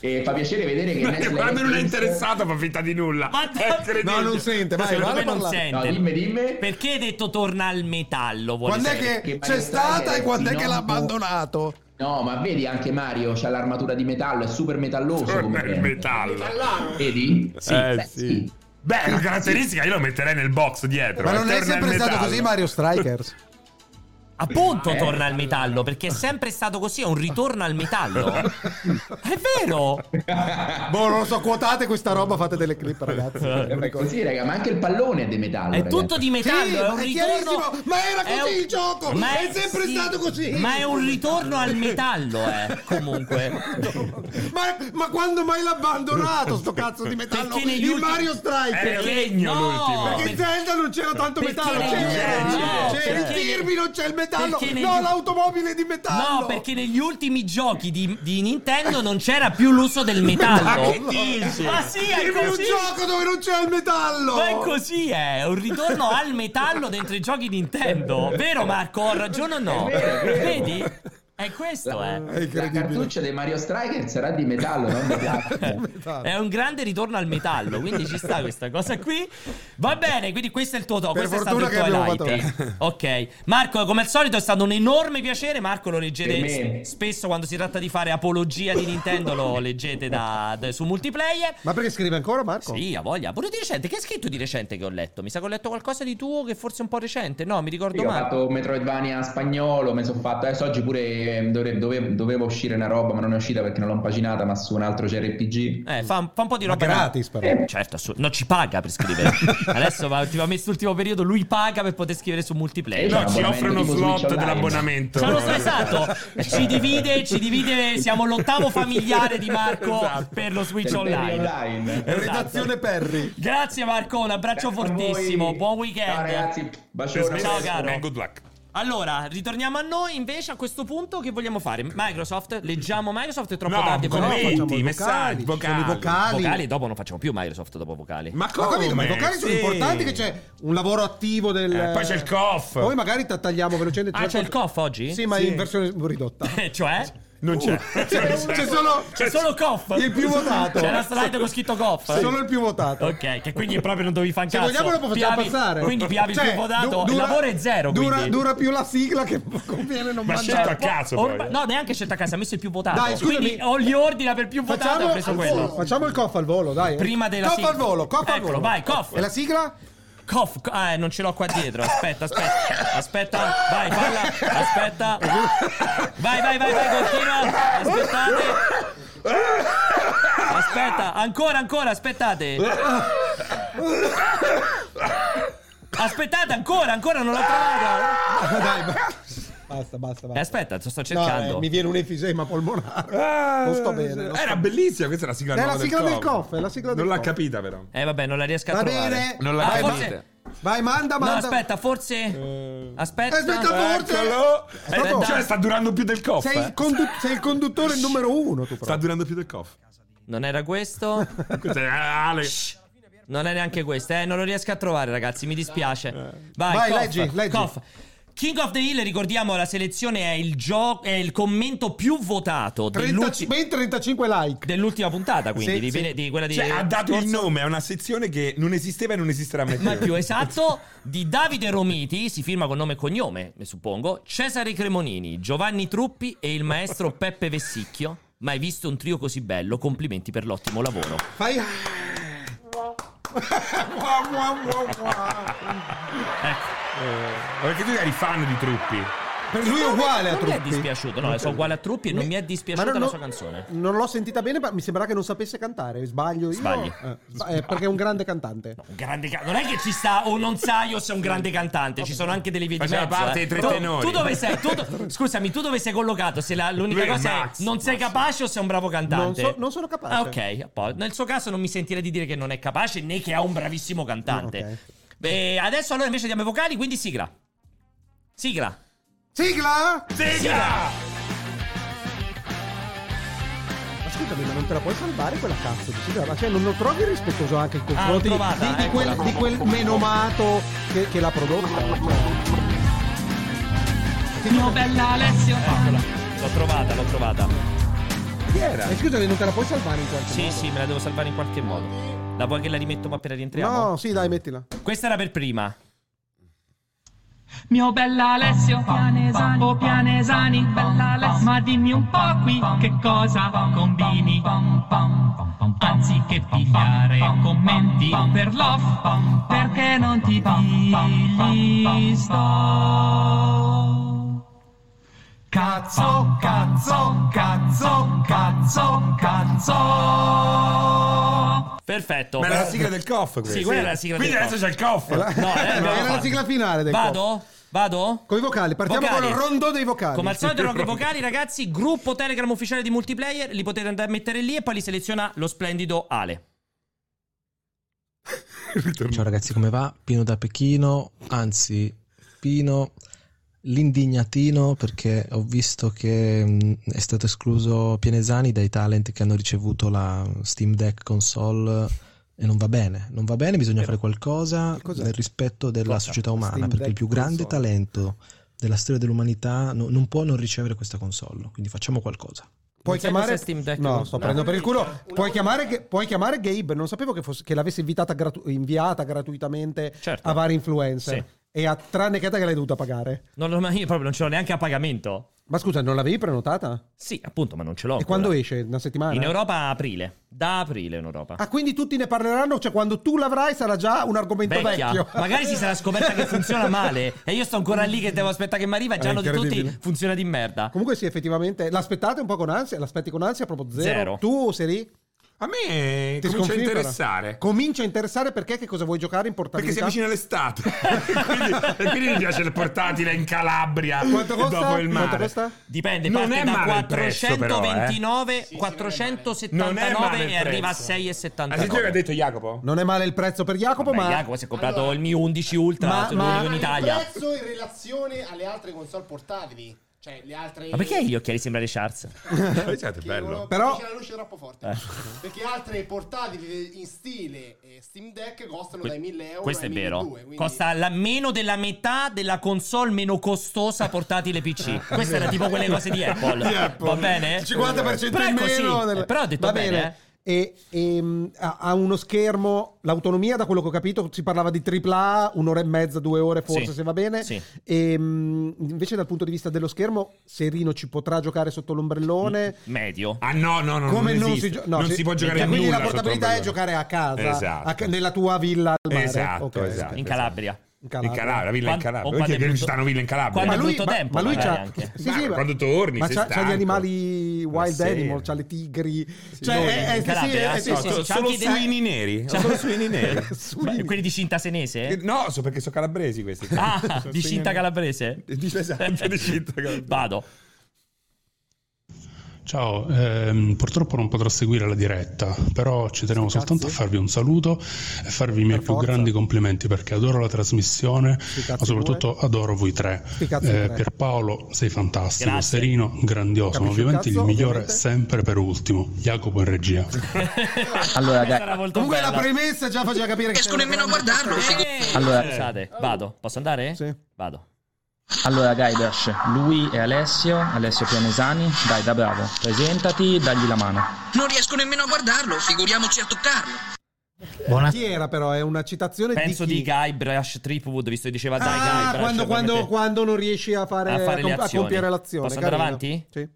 Speaker 6: E fa piacere
Speaker 3: [laughs]
Speaker 6: vedere che Next
Speaker 3: Perché a me non è
Speaker 6: Games-
Speaker 3: interessato, fa finta di nulla.
Speaker 1: Ma-
Speaker 3: È incredibile.
Speaker 2: No, non sente, vai,
Speaker 1: Secondo
Speaker 2: vai
Speaker 1: me
Speaker 2: a
Speaker 1: non
Speaker 2: parlare.
Speaker 6: No,
Speaker 1: sente.
Speaker 6: dimmi, dimmi.
Speaker 1: Perché hai detto torna al metallo? vuole
Speaker 2: Quando
Speaker 1: sapere?
Speaker 2: è che
Speaker 6: Che
Speaker 2: c'è
Speaker 6: Mario
Speaker 2: stata
Speaker 6: Strikers
Speaker 2: e quando è che l'ha
Speaker 6: no, no.
Speaker 2: abbandonato?
Speaker 6: No, ma vedi anche Mario, c'ha l'armatura di metallo, è super metalloso come
Speaker 3: Torna il
Speaker 6: brand.
Speaker 3: metallo.
Speaker 4: Allaro.
Speaker 6: Vedi?
Speaker 3: Eh,
Speaker 6: beh,
Speaker 3: sì. Beh, è una caratteristica io lo metterei nel box dietro.
Speaker 2: Ma
Speaker 3: eh,
Speaker 2: non è
Speaker 3: torna
Speaker 2: sempre
Speaker 3: il
Speaker 2: stato
Speaker 3: metallo.
Speaker 2: così Mario Strikers.
Speaker 1: Appunto
Speaker 6: Eh.
Speaker 1: torna al metallo, perché è sempre stato così, è un ritorno al
Speaker 6: [laughs]
Speaker 1: metallo. è vero!
Speaker 2: boh, non lo so, quotate questa roba, fate delle clip, ragazzi.
Speaker 6: Eh, beh, così, raga, ma anche il pallone è di metallo.
Speaker 1: È
Speaker 6: ragazzi.
Speaker 1: tutto di metallo,
Speaker 2: Sì,
Speaker 1: è un
Speaker 2: è
Speaker 1: ritorno.
Speaker 2: chiarissimo, ma era
Speaker 1: è
Speaker 2: così il gioco, è sempre stato così.
Speaker 1: Ma è un ritorno al metallo, eh,
Speaker 6: [laughs]
Speaker 1: comunque.
Speaker 2: ma, ma quando mai l'ha abbandonato sto cazzo di metallo?
Speaker 1: Perché negli
Speaker 2: il
Speaker 1: ultimi-
Speaker 2: Mario Strikers.
Speaker 3: Era
Speaker 1: Perché-
Speaker 3: legno
Speaker 1: no,
Speaker 3: l'ultimo.
Speaker 2: Perché in Zelda non c'era tanto
Speaker 1: Perché
Speaker 2: metallo, Cioè,
Speaker 1: negli
Speaker 2: c'era,
Speaker 1: ultimi-
Speaker 2: c'era,
Speaker 1: no,
Speaker 2: c'era il
Speaker 1: perché-
Speaker 2: Kirby, non c'è il metallo!
Speaker 1: Perché negli-
Speaker 2: No, l'automobile di metallo!
Speaker 1: No, perché negli ultimi giochi di, di Nintendo non c'era più l'uso del metallo.
Speaker 3: Ma che dici?
Speaker 1: Ma sì, è
Speaker 2: Dimmi un
Speaker 1: così.
Speaker 2: gioco Ecco dove non c'è il metallo!
Speaker 1: Ma è così, è un ritorno al metallo dentro i giochi Nintendo. Vero Marco? Ho ragione o no?
Speaker 6: È vero, è vero.
Speaker 1: Vedi? È questo, eh.
Speaker 2: È
Speaker 6: La
Speaker 2: incredibile.
Speaker 6: cartuccia dei Mario Striker sarà di metallo, non di [laughs] plastica.
Speaker 2: Metallo.
Speaker 1: È un grande ritorno al metallo, quindi ci sta questa cosa qui. Va bene, quindi questo è il tuo top.
Speaker 2: Per
Speaker 1: Questo è stato il tuo
Speaker 2: fortuna che
Speaker 1: highlight.
Speaker 2: abbiamo
Speaker 1: Ok, Marco, come al solito è stato un enorme piacere. Marco, lo leggete
Speaker 6: Per me.
Speaker 1: s- spesso quando si tratta di fare apologia di Nintendo. lo leggete da- da- su multiplayer.
Speaker 2: Ma perché scrive ancora Marco?
Speaker 1: Sì, ha voglia. Pure di recente, che hai scritto di recente che ho letto? Mi sa che ho letto qualcosa di tuo che forse è un po' recente. No, mi ricordo
Speaker 6: Io ho
Speaker 1: male.
Speaker 6: fatto Metroidvania spagnolo, mi sono fatto. Adesso oggi pure eh, dovre- dove- dovevo uscire una roba, ma non è uscita perché non l'ho impaginata, ma su un altro CRPG.
Speaker 1: Eh, fa, fa un po' di
Speaker 2: Ma
Speaker 1: roba.
Speaker 2: gratis, però.
Speaker 1: Eh, Certo, assu- no, ci paga per
Speaker 2: [laughs]
Speaker 1: scrivere. Adesso, ma ultimamente, quest'ultimo periodo, lui paga per poter scrivere su multiplayer.
Speaker 6: Eh,
Speaker 3: No, ci
Speaker 6: l'abbonamento
Speaker 3: offre uno
Speaker 6: tipo Switch
Speaker 3: slot
Speaker 6: Online.
Speaker 3: dell'abbonamento.
Speaker 1: Ce lo so, esatto. Ci divide, ci divide. Siamo l'ottavo familiare di Marco
Speaker 3: Esatto.
Speaker 1: per lo Switch
Speaker 6: Per il
Speaker 1: Online.
Speaker 6: Cioè, online. Eh,
Speaker 1: Esatto.
Speaker 2: Redazione Perry.
Speaker 1: Grazie Marco, un abbraccio
Speaker 6: Grazie a voi.
Speaker 1: fortissimo. Buon weekend.
Speaker 6: Ciao ragazzi, bacione.
Speaker 1: Ciao, caro.
Speaker 3: Eh, Good luck.
Speaker 1: Allora, ritorniamo a noi invece a questo punto che vogliamo fare? Microsoft, leggiamo Microsoft, è troppo
Speaker 3: No,
Speaker 1: tardi. poi-
Speaker 3: commenti,
Speaker 2: No, facciamo i
Speaker 3: messaggi,
Speaker 2: vocali, ci sono i
Speaker 3: vocali.
Speaker 1: vocali dopo non facciamo più Microsoft dopo vocali.
Speaker 3: Ma
Speaker 2: Ma
Speaker 3: come?
Speaker 2: ho capito, ma i vocali sono
Speaker 3: Sì.
Speaker 2: importanti che c'è un lavoro attivo del...
Speaker 3: Eh, poi c'è il cof.
Speaker 2: Poi magari ta- tagliamo velocemente. cioè
Speaker 1: Ah, c'è il cof oggi?
Speaker 2: Sì, ma
Speaker 3: Sì.
Speaker 2: in versione ridotta.
Speaker 1: Eh, cioè?
Speaker 3: Non
Speaker 2: [laughs]
Speaker 3: c'è.
Speaker 2: C'è, Uh, cioè, c'è solo...
Speaker 1: C'è solo coff.
Speaker 2: Il più votato.
Speaker 1: C'è la slide con scritto coff.
Speaker 2: Solo il più votato.
Speaker 1: Ok, che quindi proprio non dovevi fare un
Speaker 2: Se
Speaker 1: cazzo.
Speaker 2: vogliamo lo possiamo
Speaker 1: Piavi-
Speaker 2: passare.
Speaker 1: Quindi piavi il
Speaker 2: Cioè,
Speaker 1: più votato.
Speaker 2: du-
Speaker 1: il lavoro è zero.
Speaker 2: Dura,
Speaker 1: quindi. certo,
Speaker 2: dura più la sigla che [laughs] conviene non
Speaker 3: Ma
Speaker 2: mandare.
Speaker 3: scelto a caso,
Speaker 1: Ormai-
Speaker 3: poi, eh.
Speaker 1: Cioè, no, neanche scelta a casa, ha messo il più votato.
Speaker 2: Dai, scusami.
Speaker 1: Quindi ho gli ordini per più votato e ho preso
Speaker 2: al volo,
Speaker 1: quello.
Speaker 2: facciamo il coff al volo, dai.
Speaker 1: Prima della
Speaker 2: coff
Speaker 1: sigla.
Speaker 2: al volo, coff al
Speaker 1: Eccolo,
Speaker 2: volo.
Speaker 1: vai, coff.
Speaker 2: E la sigla?
Speaker 1: Cof, co- ah, eh, non ce l'ho qua dietro. Aspetta, aspetta, aspetta, vai, falla, aspetta. Vai, vai, vai, vai, continua. Aspettate. Aspetta, ancora, ancora, aspettate. Aspettate, ancora, ancora, non l'ho trovata.
Speaker 2: Ah, [laughs] dai, ba- basta, basta,
Speaker 1: Eh,
Speaker 2: basta.
Speaker 1: aspetta, sto
Speaker 2: No,
Speaker 1: cercando.
Speaker 2: eh, mi viene un efisema polmonare.
Speaker 3: Ah,
Speaker 2: Non sto bene, non
Speaker 3: Era bellissima, questa è la sigla
Speaker 2: È
Speaker 3: nuova
Speaker 2: la sigla del cof, è la sigla del
Speaker 3: Non l'ha
Speaker 2: cof.
Speaker 3: capita però.
Speaker 1: Eh, vabbè, non la riesco a
Speaker 2: Va
Speaker 1: trovare.
Speaker 2: bene.
Speaker 3: Non la
Speaker 1: Ah,
Speaker 3: capite.
Speaker 1: forse-
Speaker 2: Vai, manda,
Speaker 1: No,
Speaker 2: manda.
Speaker 1: aspetta, forse.
Speaker 3: Eh,
Speaker 1: Aspetta.
Speaker 2: Aspetta, forse.
Speaker 3: Eccolo.
Speaker 1: Eh,
Speaker 3: Cioè,
Speaker 1: dai.
Speaker 3: sta durando più del cof.
Speaker 2: Sei
Speaker 3: eh.
Speaker 2: il, condu- sei il conduttore numero uno, tu
Speaker 3: Sta
Speaker 2: proprio.
Speaker 3: durando più del cof.
Speaker 1: Non era questo.
Speaker 3: Questo è eh, Ale.
Speaker 1: Non è neanche questo, eh, non lo riesco a trovare, ragazzi. Mi dispiace. Vai,
Speaker 2: Eh. Vai,
Speaker 1: cof,
Speaker 2: leggi, leggi.
Speaker 1: cof. King of the Hill, ricordiamo, la selezione è il, gio- è il commento più votato
Speaker 2: 30
Speaker 1: dell'ulti-
Speaker 2: ben 35 like.
Speaker 1: dell'ultima puntata, quindi di,
Speaker 2: Sì, sì.
Speaker 1: di quella di
Speaker 3: Cioè, ha dato il
Speaker 1: scorsa.
Speaker 3: nome a una sezione che non esisteva e non esisterà mai più.
Speaker 1: Ma più esatto, di Davide Romiti, si firma con nome e cognome, ne suppongo, Cesare Cremonini, Giovanni Truppi e il maestro Peppe Vessicchio. Mai visto un trio così bello, complimenti per l'ottimo lavoro.
Speaker 2: Fai. Mua, mua, mua, mua.
Speaker 3: Eh, Ma Perché tu eri fan di Truppi.
Speaker 2: per lui è uguale a
Speaker 1: non mi è
Speaker 2: Truppi.
Speaker 1: dispiaciuto, no, sono uguale a Truppi e non mi è dispiaciuta
Speaker 2: Ma non-
Speaker 1: la
Speaker 2: non-
Speaker 1: sua canzone.
Speaker 2: Non l'ho sentita bene, ma mi sembra che non sapesse cantare. Sbaglio io.
Speaker 1: Sbagli.
Speaker 2: Eh, sba- eh, perché è un grande cantante.
Speaker 1: Un grande ca- non è che ci sta o non sa io se è un grande cantante, ci sono anche delle vie di
Speaker 3: Faceva
Speaker 1: mezzo,
Speaker 3: parte
Speaker 1: eh.
Speaker 3: dei tre
Speaker 1: Tu-
Speaker 3: tenori.
Speaker 1: Tu dove sei? Tu do- Scusami, tu dove sei collocato? Se la- l'unica
Speaker 3: Lui è
Speaker 1: cosa
Speaker 3: Max,
Speaker 1: è non sei
Speaker 3: Max.
Speaker 1: capace o sei un bravo cantante?
Speaker 2: Non so- non sono capace.
Speaker 1: Ah, ok. a po- Nel suo caso non mi sentirei di dire che non è capace né che è un bravissimo cantante.
Speaker 2: Ok.
Speaker 1: Beh, adesso allora invece diamo i vocali, quindi sigla. Sigla.
Speaker 2: Sigla!
Speaker 1: Sigla!
Speaker 2: Ma scusami, ma non te la puoi salvare quella cazzo di sigla? Ma cioè, non lo trovi rispettoso anche nei confronti
Speaker 1: Ah, l'ho trovata,
Speaker 2: di, di quel,
Speaker 1: eccola.
Speaker 2: di quel menomato che, che l'ha prodotta? Cioè,
Speaker 1: Novella Alessio. Eccola. L'ho trovata, l'ho trovata.
Speaker 3: Chi era?
Speaker 2: eh, scusami, non te la puoi salvare in qualche
Speaker 1: Sì,
Speaker 2: modo?
Speaker 1: sì, me la devo salvare in qualche modo. La vuoi che la rimetto ma appena rientriamo?
Speaker 2: No, sì, dai, mettila.
Speaker 1: Questa era per prima.
Speaker 8: Mio bella Alessio, pianesani, oh pianesani, bella Alessio, ma dimmi un po' qui che cosa combini. Anziché pigliare commenti per l'off, perché non ti pigli sto? Cazzo, cazzo, cazzo, cazzo, cazzo.
Speaker 1: Perfetto.
Speaker 3: Ma era la sigla del cof questa.
Speaker 1: Sì, quella era la sigla
Speaker 3: Quindi
Speaker 1: del
Speaker 3: adesso
Speaker 1: cof.
Speaker 3: c'è il cof.
Speaker 2: [laughs]
Speaker 1: No, eh, abbiamo
Speaker 2: era la
Speaker 1: fatto.
Speaker 2: sigla finale del
Speaker 1: Vado? Vado?
Speaker 2: Con i vocali, partiamo
Speaker 1: Vocali.
Speaker 2: con il rondò dei vocali.
Speaker 1: Come al solito,
Speaker 2: [laughs]
Speaker 1: rock e vocali, ragazzi. Gruppo Telegram ufficiale di multiplayer. Li potete andare a mettere lì e poi li seleziona lo splendido Ale.
Speaker 2: Mm. [laughs]
Speaker 9: Ciao ragazzi, come va? Pino da Pechino, anzi, Pino l'indignatino perché ho visto che mh, è stato escluso Pianesani dai talent che hanno ricevuto la Steam Deck console e non va bene, non va bene, bisogna fare qualcosa
Speaker 2: Eh. Che cos'è?
Speaker 9: nel rispetto della
Speaker 2: Cosa?
Speaker 9: società
Speaker 2: Steam
Speaker 9: umana
Speaker 2: Deck
Speaker 9: perché il più grande
Speaker 2: console.
Speaker 9: talento della storia dell'umanità no- non può non ricevere questa console, quindi facciamo qualcosa.
Speaker 2: Puoi
Speaker 10: Non sai
Speaker 2: chiamare
Speaker 10: cos'è Steam Deck?
Speaker 2: No, sto
Speaker 10: No.
Speaker 2: prendendo per il
Speaker 4: Una
Speaker 2: culo.
Speaker 3: Cioè,
Speaker 4: volta-
Speaker 2: Puoi chiamare, puoi chiamare Gabe, non sapevo che, fosse- che l'avesse invitata gratu- inviata gratuitamente
Speaker 1: Certo.
Speaker 2: a vari influencer.
Speaker 1: Sì.
Speaker 2: E a tranne che te che l'hai dovuta pagare.
Speaker 1: Non, l'ho- ma io proprio non ce l'ho neanche a pagamento.
Speaker 2: Ma scusa, non l'avevi prenotata?
Speaker 1: Sì, appunto, ma non ce l'ho.
Speaker 2: e
Speaker 1: ancora.
Speaker 2: quando esce? Una settimana?
Speaker 1: In Europa a aprile. Da aprile in Europa.
Speaker 2: Ah, quindi tutti ne parleranno, cioè quando tu l'avrai sarà già un argomento
Speaker 1: Vecchia.
Speaker 2: vecchio.
Speaker 1: Magari si sarà scoperta che
Speaker 2: [laughs]
Speaker 1: funziona male e io sto ancora lì che devo aspettare che mi arriva e già
Speaker 2: È
Speaker 1: hanno di tutti
Speaker 2: incredibile.
Speaker 1: funziona di merda.
Speaker 2: Comunque sì, effettivamente l'aspettate un po' con ansia, l'aspetti con ansia proprio zero.
Speaker 1: Zero.
Speaker 2: Tu, Seri,
Speaker 3: A me
Speaker 2: ti
Speaker 3: comincia a
Speaker 2: sconfiggo, però.
Speaker 3: interessare.
Speaker 2: Comincia a interessare perché che cosa vuoi giocare in
Speaker 3: Perché si
Speaker 2: portabilità?
Speaker 3: avvicina l'estate. [laughs] quindi, e quindi mi piace il portatile in Calabria.
Speaker 2: Quanto costa?
Speaker 3: [laughs] Dopo il mare.
Speaker 2: Quanto costa?
Speaker 1: Dipende,
Speaker 3: Non
Speaker 1: parte
Speaker 3: è
Speaker 1: da
Speaker 3: male il prezzo, però, eh.
Speaker 1: 429,
Speaker 4: Sì, sì,
Speaker 3: non è
Speaker 1: 479
Speaker 3: male. Non è male il
Speaker 1: e arriva a
Speaker 3: prezzo.
Speaker 1: 6,79.
Speaker 3: Hai sentito che Ah, ha detto Jacopo?
Speaker 2: Non è male il prezzo per Jacopo,
Speaker 1: Vabbè,
Speaker 2: ma [laughs]
Speaker 1: Jacopo si è comprato
Speaker 4: Allora-
Speaker 1: il Mi 11 Ultra,
Speaker 2: Ma-
Speaker 1: sono
Speaker 2: ma-
Speaker 1: l'unico in Italia.
Speaker 4: Ah, Il prezzo in relazione alle altre console portatili. Cioè, le altre.
Speaker 1: Ma perché gli occhiali sembrano le Charles?
Speaker 3: Pensate, Eh, è
Speaker 4: Che
Speaker 3: bello.
Speaker 4: non-
Speaker 2: Però-
Speaker 4: C'è la luce troppo forte.
Speaker 1: Eh.
Speaker 4: Perché altre portatili in stile eh, Steam Deck costano dai 1000 euro.
Speaker 1: Questo
Speaker 4: ai
Speaker 1: è vero.
Speaker 4: 1200, quindi-
Speaker 1: Costa la- meno della metà della console meno costosa portatile
Speaker 2: [laughs]
Speaker 1: PC. Queste era tipo quelle cose di Apple.
Speaker 2: Di Apple.
Speaker 1: Va bene?
Speaker 2: 50%
Speaker 1: Però è
Speaker 2: in meno.
Speaker 1: così. eh,
Speaker 2: del-
Speaker 1: Però ho detto
Speaker 2: Va
Speaker 1: bene.
Speaker 2: bene. E, ehm, ha ha uno schermo, l'autonomia, da quello che ho capito, si parlava di AAA, un'ora e mezza, due ore forse
Speaker 1: Sì.
Speaker 2: se va bene.
Speaker 1: Sì.
Speaker 2: Ehm, invece dal punto di vista dello schermo, Serino ci potrà giocare sotto l'ombrellone.
Speaker 1: Mm. Medio.
Speaker 3: Ah no, no, no.
Speaker 2: Come
Speaker 3: non,
Speaker 2: non,
Speaker 3: esiste.
Speaker 2: si, gio- no,
Speaker 3: non
Speaker 2: sì.
Speaker 3: si può giocare a
Speaker 2: Quindi
Speaker 3: nulla.
Speaker 2: la portabilità è giocare a casa,
Speaker 3: Esatto.
Speaker 2: a ca- nella tua villa al mare.
Speaker 3: Esatto,
Speaker 2: Ok,
Speaker 3: esatto.
Speaker 1: In Calabria.
Speaker 2: in
Speaker 3: In
Speaker 2: Calabria.
Speaker 3: Calabria, villa in
Speaker 1: Quando- o
Speaker 3: Calabria.
Speaker 1: quando
Speaker 3: Perché
Speaker 1: è
Speaker 3: che
Speaker 1: brutto-
Speaker 3: ci stanno villa in Calabria?
Speaker 1: quando
Speaker 2: Ma
Speaker 1: è
Speaker 2: lui,
Speaker 1: brutto
Speaker 2: ma-
Speaker 1: tempo,
Speaker 2: ma lui
Speaker 1: magari
Speaker 2: c'ha,
Speaker 1: anche.
Speaker 2: sì,
Speaker 3: Ma
Speaker 2: sì, ma-
Speaker 3: quando torni,
Speaker 2: ma
Speaker 3: sei
Speaker 2: c'ha, c'ha gli
Speaker 3: stanco.
Speaker 2: animali
Speaker 3: Ma
Speaker 2: wild
Speaker 3: sì.
Speaker 2: animal, c'ha le tigri,
Speaker 1: Noi
Speaker 2: cioè, eh, eh,
Speaker 1: in
Speaker 2: sì,
Speaker 1: Calabria,
Speaker 2: sì, eh,
Speaker 1: sì, sì, sì,
Speaker 2: sì, sì.
Speaker 3: no,
Speaker 1: c'è
Speaker 3: solo
Speaker 1: anche idea-
Speaker 3: suini neri.
Speaker 1: C'ha-
Speaker 3: Solo suini neri.
Speaker 2: [laughs]
Speaker 1: Ma Quelli di Cinta Senese?
Speaker 3: No, so perché sono calabresi questi.
Speaker 2: [laughs]
Speaker 1: Ah,
Speaker 3: Sono
Speaker 1: di
Speaker 3: suini
Speaker 1: Cinta
Speaker 3: neri.
Speaker 1: Calabrese?
Speaker 3: Di- Esatto, di Cinta Calabrese.
Speaker 1: Vado.
Speaker 11: Ciao, ehm, purtroppo non potrò seguire la diretta, però ci tenevo
Speaker 2: Sti
Speaker 11: soltanto a
Speaker 2: cazzi.
Speaker 11: farvi un saluto e farvi i miei
Speaker 2: Per
Speaker 11: più
Speaker 2: forza.
Speaker 11: grandi complimenti perché adoro la trasmissione,
Speaker 2: Sti cazzi
Speaker 11: ma soprattutto
Speaker 2: due.
Speaker 11: adoro voi tre.
Speaker 2: Sti cazzi
Speaker 11: Eh,
Speaker 2: tre.
Speaker 11: Pierpaolo, sei fantastico,
Speaker 1: Grazie.
Speaker 11: Serino, grandioso,
Speaker 2: Capisci
Speaker 11: ma
Speaker 2: un
Speaker 11: ovviamente
Speaker 2: cazzo,
Speaker 11: il migliore
Speaker 2: ovviamente.
Speaker 11: sempre per ultimo, Jacopo in regia.
Speaker 6: Allora,
Speaker 1: Questa
Speaker 6: dai.
Speaker 1: era molto
Speaker 2: Comunque
Speaker 1: bella.
Speaker 2: la premessa già faceva capire che... c'era una grande-
Speaker 1: Eh,
Speaker 6: Allora-
Speaker 1: Scusate, vado. Posso andare?
Speaker 2: Sì.
Speaker 1: Vado.
Speaker 9: Allora Gaidash, lui è Alessio, Alessio Pianesani, dai da bravo, presentati, dagli la mano.
Speaker 8: Non riesco nemmeno a guardarlo, figuriamoci a toccarlo.
Speaker 2: Chi era però? È una citazione
Speaker 1: Penso
Speaker 2: di...
Speaker 1: di
Speaker 2: chi?
Speaker 1: Guybrush Tripwood, visto che diceva dai
Speaker 2: Ah,
Speaker 1: Guybrush.
Speaker 2: quando, quando,
Speaker 1: ovviamente.
Speaker 2: quando non riesci a fare,
Speaker 1: A fare le
Speaker 2: comp-
Speaker 1: azioni.
Speaker 2: compiere l'azione.
Speaker 1: Posso andare
Speaker 2: carino.
Speaker 1: avanti? Ah,
Speaker 2: Sì.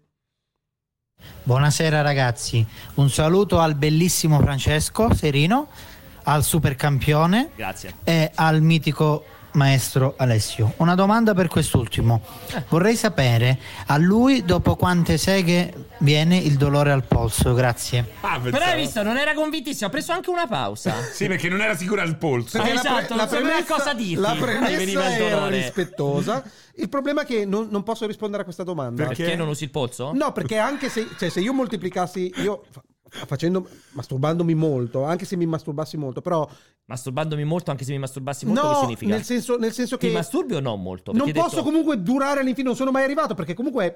Speaker 8: Buonasera ragazzi, un saluto al bellissimo Francesco Serino, al supercampione
Speaker 1: Grazie.
Speaker 8: e al mitico maestro Alessio. Una domanda per quest'ultimo. Vorrei sapere a lui dopo quante seghe viene il dolore al polso. Grazie.
Speaker 3: Ah,
Speaker 1: Però hai
Speaker 3: pensavo-
Speaker 1: visto, non era convintissimo, ha preso anche una pausa.
Speaker 3: Sì, [laughs] perché non era sicura al polso.
Speaker 1: Ah,
Speaker 2: Perché
Speaker 1: esatto, non sapeva cosa dirti. [laughs]
Speaker 2: La
Speaker 1: Mi veniva
Speaker 2: premessa
Speaker 1: il
Speaker 2: era
Speaker 1: dolore.
Speaker 2: rispettosa. Il problema è che non, non posso rispondere a questa domanda.
Speaker 1: Perché? non usi il polso?
Speaker 2: No, perché anche se, cioè, se io moltiplicassi, io fa- facendo, masturbandomi molto, anche se mi masturbassi molto, però
Speaker 1: Masturbandomi molto, anche se mi masturbassi molto, che
Speaker 2: no,
Speaker 1: significa?
Speaker 2: nel senso, nel senso
Speaker 1: Ti
Speaker 2: che
Speaker 1: masturbi o no molto?
Speaker 2: non
Speaker 1: Perché hai
Speaker 2: posso
Speaker 1: detto-
Speaker 2: comunque durare all'infinito, non sono mai arrivato perché comunque...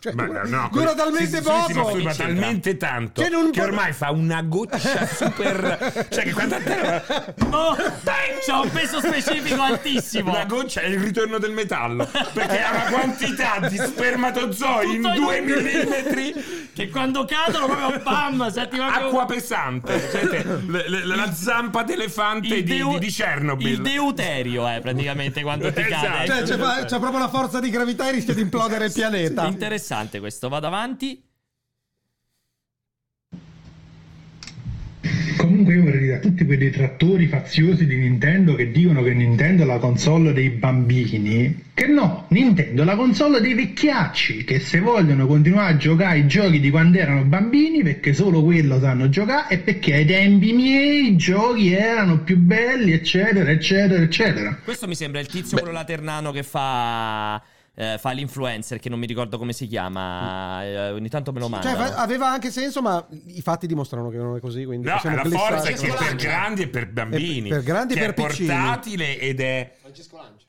Speaker 2: Cioè,
Speaker 3: Ma
Speaker 2: dura,
Speaker 3: no, no,
Speaker 2: dura
Speaker 3: quel-
Speaker 2: talmente
Speaker 3: si- si-
Speaker 2: poco.
Speaker 3: Si, masturba
Speaker 1: Che
Speaker 3: talmente tanto
Speaker 2: Cioè, non
Speaker 3: che
Speaker 2: può-
Speaker 3: ormai fa
Speaker 2: [laughs]
Speaker 3: una goccia super. cioè, che quando a terra.
Speaker 1: Oh, dai, c'ha un peso specifico altissimo.
Speaker 3: La goccia è il ritorno del metallo perché ha una quantità di spermatozoi in
Speaker 1: Tutto
Speaker 3: 2 mm
Speaker 1: [laughs] che quando cadono proprio bam, senti proprio-
Speaker 3: acqua pesante. Cioè, te- le- le- la zampa d'elefante di,
Speaker 1: deu-
Speaker 3: di- di Chernobyl.
Speaker 1: Il deuterio, eh, praticamente, quando ti
Speaker 3: [laughs] Esatto.
Speaker 1: cade.
Speaker 2: Cioè, c'è, fa- c'è proprio la forza di gravità e rischia di implodere il pianeta.
Speaker 1: Interessante questo, vado avanti.
Speaker 11: Comunque io vorrei dire a tutti quei detrattori faziosi di Nintendo che dicono che Nintendo è la console dei bambini, che no, Nintendo è la console dei vecchiacci, che se vogliono continuare a giocare ai giochi di quando erano bambini, perché solo quello sanno giocare e perché ai tempi miei i giochi erano più belli, eccetera, eccetera, eccetera.
Speaker 1: Questo mi sembra il tizio quello laternano che fa. eh, fa l'influencer che non mi ricordo come si chiama. eh, ogni tanto me lo
Speaker 2: Cioè,
Speaker 1: mandano.
Speaker 2: fa- aveva anche senso, ma i fatti dimostrano che non è così. Quindi
Speaker 3: No,
Speaker 2: possiamo
Speaker 3: la
Speaker 2: glissare.
Speaker 3: forza è che è per grandi e per bambini.
Speaker 2: per grandi e
Speaker 3: che
Speaker 2: per
Speaker 3: è
Speaker 2: piccini.
Speaker 3: portatile ed è.
Speaker 4: Francesco Lange.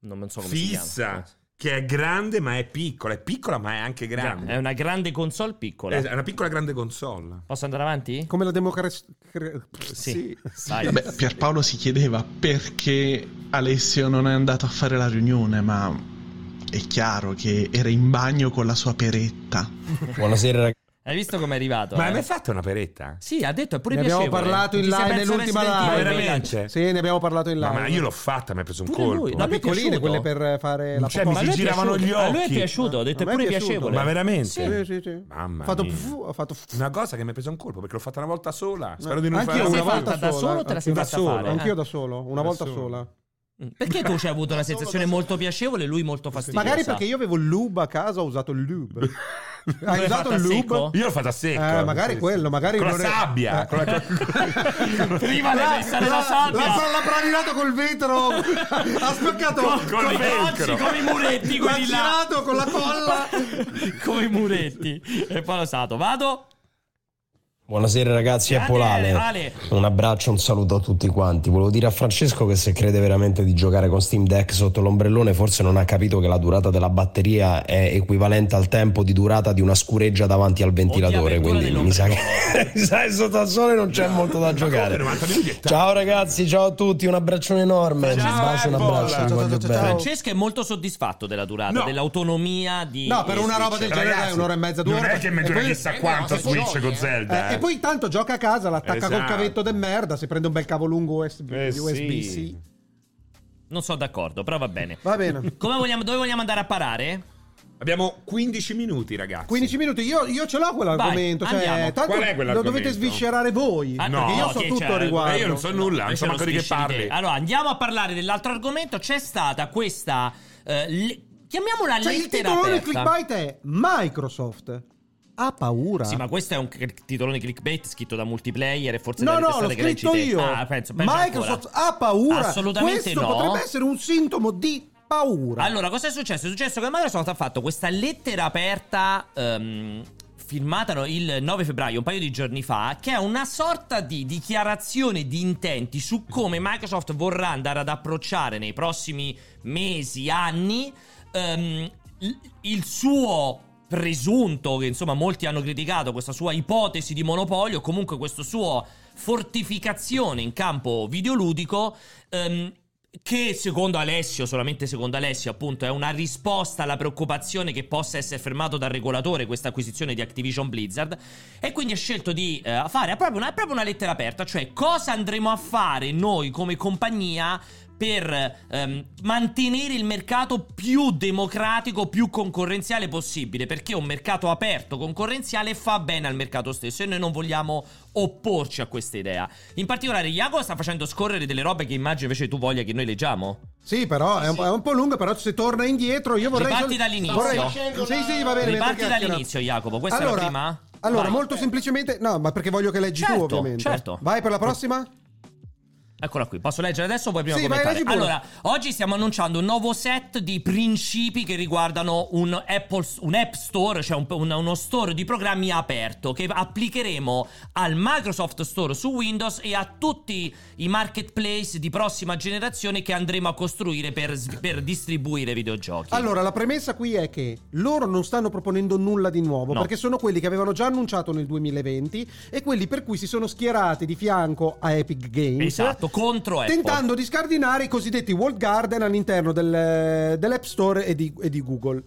Speaker 1: non non so come si chiama.
Speaker 3: fissa, che è grande ma è piccola, è piccola ma è anche grande.
Speaker 1: È una grande console piccola.
Speaker 3: Eh, È una piccola grande console.
Speaker 1: Posso andare avanti?
Speaker 2: Come la democrazia... cre-
Speaker 1: Sì. Vai.
Speaker 3: Vabbè,
Speaker 1: Vabbè,
Speaker 3: sì.
Speaker 9: Pierpaolo si chiedeva perché Alessio non è andato a fare la riunione, ma è chiaro che era in bagno con la sua peretta.
Speaker 10: Buonasera, ragazzi.
Speaker 1: Hai visto com'è arrivato?
Speaker 3: Ma hai
Speaker 1: eh?
Speaker 3: mai fatto una peretta?
Speaker 1: Sì, ha detto, è pure
Speaker 2: Ne abbiamo
Speaker 1: piacevole.
Speaker 2: parlato in
Speaker 1: Ti sei
Speaker 2: live
Speaker 1: perso
Speaker 2: nell'ultima
Speaker 1: Resident
Speaker 2: live.
Speaker 1: Evil,
Speaker 3: Veramente?
Speaker 1: Village.
Speaker 2: Sì, ne abbiamo parlato in
Speaker 3: Ma,
Speaker 2: live.
Speaker 3: ma io l'ho fatta, mi ha preso un
Speaker 1: Pure
Speaker 3: colpo.
Speaker 1: lui,
Speaker 2: Ma
Speaker 1: a me è
Speaker 2: piccoline
Speaker 1: piaciuto.
Speaker 2: quelle per fare la
Speaker 3: Cioè,
Speaker 2: popcorn.
Speaker 1: Ma
Speaker 3: mi
Speaker 1: lui
Speaker 3: si
Speaker 1: è
Speaker 3: giravano
Speaker 1: piaciuto.
Speaker 3: gli
Speaker 1: A lui è
Speaker 3: occhi.
Speaker 1: piaciuto, ho detto,
Speaker 2: A
Speaker 1: è
Speaker 2: me è
Speaker 1: pure
Speaker 2: piaciuto.
Speaker 1: piacevole.
Speaker 3: Ma veramente?
Speaker 2: Sì, sì, sì.
Speaker 3: Mamma
Speaker 2: Ho fatto
Speaker 3: mia.
Speaker 2: fu- ho fatto fu-
Speaker 3: Una cosa che mi ha preso un colpo perché l'ho fatta una volta sola. Spero di non
Speaker 2: Anch'io
Speaker 3: farla
Speaker 1: Te la
Speaker 2: una
Speaker 1: sei
Speaker 3: mai
Speaker 2: volta
Speaker 1: fatta da
Speaker 2: sola,
Speaker 1: solo o te la sei
Speaker 3: da
Speaker 1: fatta
Speaker 3: solo.
Speaker 1: fare?
Speaker 2: Anch'io
Speaker 1: Eh?
Speaker 2: da solo, una volta
Speaker 3: solo.
Speaker 2: sola.
Speaker 1: Perché tu ci hai avuto una sensazione molto piacevole e lui molto fastidiosa?
Speaker 2: Magari perché io avevo il lube a casa, ho usato il
Speaker 1: [laughs]
Speaker 2: lube. Hai
Speaker 1: L'hai
Speaker 2: usato
Speaker 1: fatta
Speaker 2: il
Speaker 1: secco?
Speaker 2: lube?
Speaker 3: Io l'ho fatta a secco. Ecco,
Speaker 2: Eh, magari
Speaker 3: Sì, sì.
Speaker 2: quello, magari
Speaker 3: Con la
Speaker 2: non è-
Speaker 3: sabbia.
Speaker 2: Eh.
Speaker 3: [laughs]
Speaker 2: [laughs]
Speaker 3: con la-
Speaker 1: [laughs] Prima devi stare la sabbia.
Speaker 2: L'ha, l'ha bravinato col
Speaker 3: [laughs]
Speaker 2: vetro, ha spaccato
Speaker 3: Con- con il velcro.
Speaker 1: come i muretti,
Speaker 2: l'ha
Speaker 1: quelli là.
Speaker 2: girato con
Speaker 1: [laughs]
Speaker 2: la colla.
Speaker 1: come i muretti. E poi l'ho stato. Vado.
Speaker 10: Buonasera ragazzi, è
Speaker 1: Grande,
Speaker 10: Polale.
Speaker 1: Ale.
Speaker 10: Un abbraccio, un saluto a tutti quanti. Volevo dire a Francesco che se crede veramente di giocare con Steam Deck sotto l'ombrellone, forse non ha capito che la durata della batteria è equivalente al tempo di durata di una scureggia davanti al ventilatore.
Speaker 1: apertura
Speaker 10: Quindi mi sa che [laughs] mi sa che sotto al sole non c'è molto da giocare.
Speaker 3: 90 minuti è
Speaker 10: Ciao ragazzi, ciao a tutti, un abbraccione enorme. Un
Speaker 3: Ciao,
Speaker 10: bacio, un
Speaker 3: Apple.
Speaker 10: abbraccio, vi
Speaker 3: Ciao,
Speaker 10: Ah, voglio bene.
Speaker 1: Francesco è molto soddisfatto della durata,
Speaker 3: No.
Speaker 1: dell'autonomia di
Speaker 2: No, per una
Speaker 1: Switch.
Speaker 2: roba del genere
Speaker 3: Ragazzi,
Speaker 2: dai, un'ora e mezza, due
Speaker 3: Non
Speaker 2: ore.
Speaker 3: è che mi
Speaker 2: E
Speaker 3: gioca
Speaker 2: poi-
Speaker 3: chissà quanto a
Speaker 4: no, se
Speaker 3: Switch
Speaker 4: giochi,
Speaker 3: con
Speaker 4: eh.
Speaker 2: eh,
Speaker 3: Zelda. eh.
Speaker 2: e poi intanto gioca a casa, l'attacca col
Speaker 3: Esatto.
Speaker 2: cavetto del merda, si prende un bel cavo lungo USB,
Speaker 3: Eh, sì.
Speaker 2: USB-C.
Speaker 1: Non sono d'accordo, però va bene.
Speaker 2: Va
Speaker 3: [laughs]
Speaker 2: bene.
Speaker 1: Come vogliamo, dove vogliamo andare a parare?
Speaker 3: Abbiamo 15 minuti, ragazzi.
Speaker 2: 15 minuti, io, io ce l'ho quell'argomento.
Speaker 1: Vai,
Speaker 2: cioè,
Speaker 1: andiamo.
Speaker 2: tanto
Speaker 3: Qual è
Speaker 2: lo
Speaker 3: quell'argomento?
Speaker 2: dovete sviscerare voi.
Speaker 1: Ah,
Speaker 2: perché io so
Speaker 1: che
Speaker 2: tutto
Speaker 1: c'è-
Speaker 2: al riguardo.
Speaker 3: Eh, io non so nulla, non
Speaker 1: invece
Speaker 3: so
Speaker 1: lo
Speaker 3: manco di che
Speaker 1: svisceri
Speaker 3: parli.
Speaker 1: te. Allora, andiamo a parlare dell'altro argomento. C'è stata questa. eh, le- Chiamiamola
Speaker 2: Cioè, il
Speaker 1: lettera
Speaker 2: titolone del
Speaker 1: aperta.
Speaker 2: clickbait è Microsoft ha paura.
Speaker 1: Sì, ma questo è un cl- titolone clickbait scritto da multiplayer e forse
Speaker 2: No,
Speaker 1: dalle
Speaker 2: no,
Speaker 1: testate
Speaker 2: l'ho
Speaker 1: che leggi
Speaker 2: scritto
Speaker 1: te.
Speaker 2: io.
Speaker 1: Ah, penso- penso
Speaker 2: Microsoft
Speaker 1: ancora.
Speaker 2: ha paura.
Speaker 1: Assolutamente
Speaker 2: Questo
Speaker 1: no.
Speaker 2: potrebbe essere un sintomo di paura.
Speaker 1: Allora, cosa è successo? È successo che Microsoft ha fatto questa lettera aperta. ehm, Firmata il 9 febbraio, un paio di giorni fa, che è una sorta di dichiarazione di intenti su come Microsoft vorrà andare ad approcciare nei prossimi mesi, anni, ehm, il- il suo presunto, che insomma molti hanno criticato, questa sua ipotesi di monopolio, comunque questo suo fortificazione in campo videoludico. ehm, che secondo Alessio, solamente secondo Alessio, appunto, è una risposta alla preoccupazione che possa essere fermato dal regolatore questa acquisizione di Activision Blizzard. E quindi ha scelto di eh, fare proprio una, proprio una lettera aperta, cioè cosa andremo a fare noi come compagnia per ehm, mantenere il mercato più democratico, più concorrenziale possibile, perché un mercato aperto, concorrenziale fa bene al mercato stesso e noi non vogliamo opporci a questa idea. In particolare, Iago sta facendo scorrere delle robe che immagino invece tu voglia che noi leggiamo.
Speaker 2: Sì, però è un, è un po' lungo. Però se torna indietro, io vorrei.
Speaker 1: Riparti dall'inizio.
Speaker 4: Facendo
Speaker 2: Sì,
Speaker 4: la-
Speaker 2: sì, va
Speaker 1: Riparti
Speaker 2: bene. mentre chiacchiera.
Speaker 1: dall'inizio, Jacopo. Questa
Speaker 2: allora,
Speaker 1: è la prima?
Speaker 2: Allora,
Speaker 1: Vai.
Speaker 2: molto semplicemente. No, ma perché voglio che leggi tu,
Speaker 1: Certo,
Speaker 2: ovviamente.
Speaker 1: certo.
Speaker 2: Vai per la prossima?
Speaker 1: Eccola qui, posso leggere adesso o vuoi prima
Speaker 2: Sì, vai,
Speaker 1: commentare?
Speaker 2: leggi pure.
Speaker 1: allora, oggi stiamo annunciando un nuovo set di principi che riguardano un, Apple, un App Store, cioè un- un- uno store di programmi aperto che applicheremo al Microsoft Store su Windows e a tutti i marketplace di prossima generazione che andremo a costruire per, s- per distribuire videogiochi.
Speaker 2: Allora, la premessa qui è che loro non stanno proponendo nulla di nuovo,
Speaker 1: No.
Speaker 2: perché sono quelli che avevano già annunciato nel 2020 e quelli per cui si sono schierati di fianco a Epic Games.
Speaker 1: Esatto, contro Apple.
Speaker 2: Tentando di scardinare i cosiddetti World Garden all'interno del- dell'App Store e di, e di Google.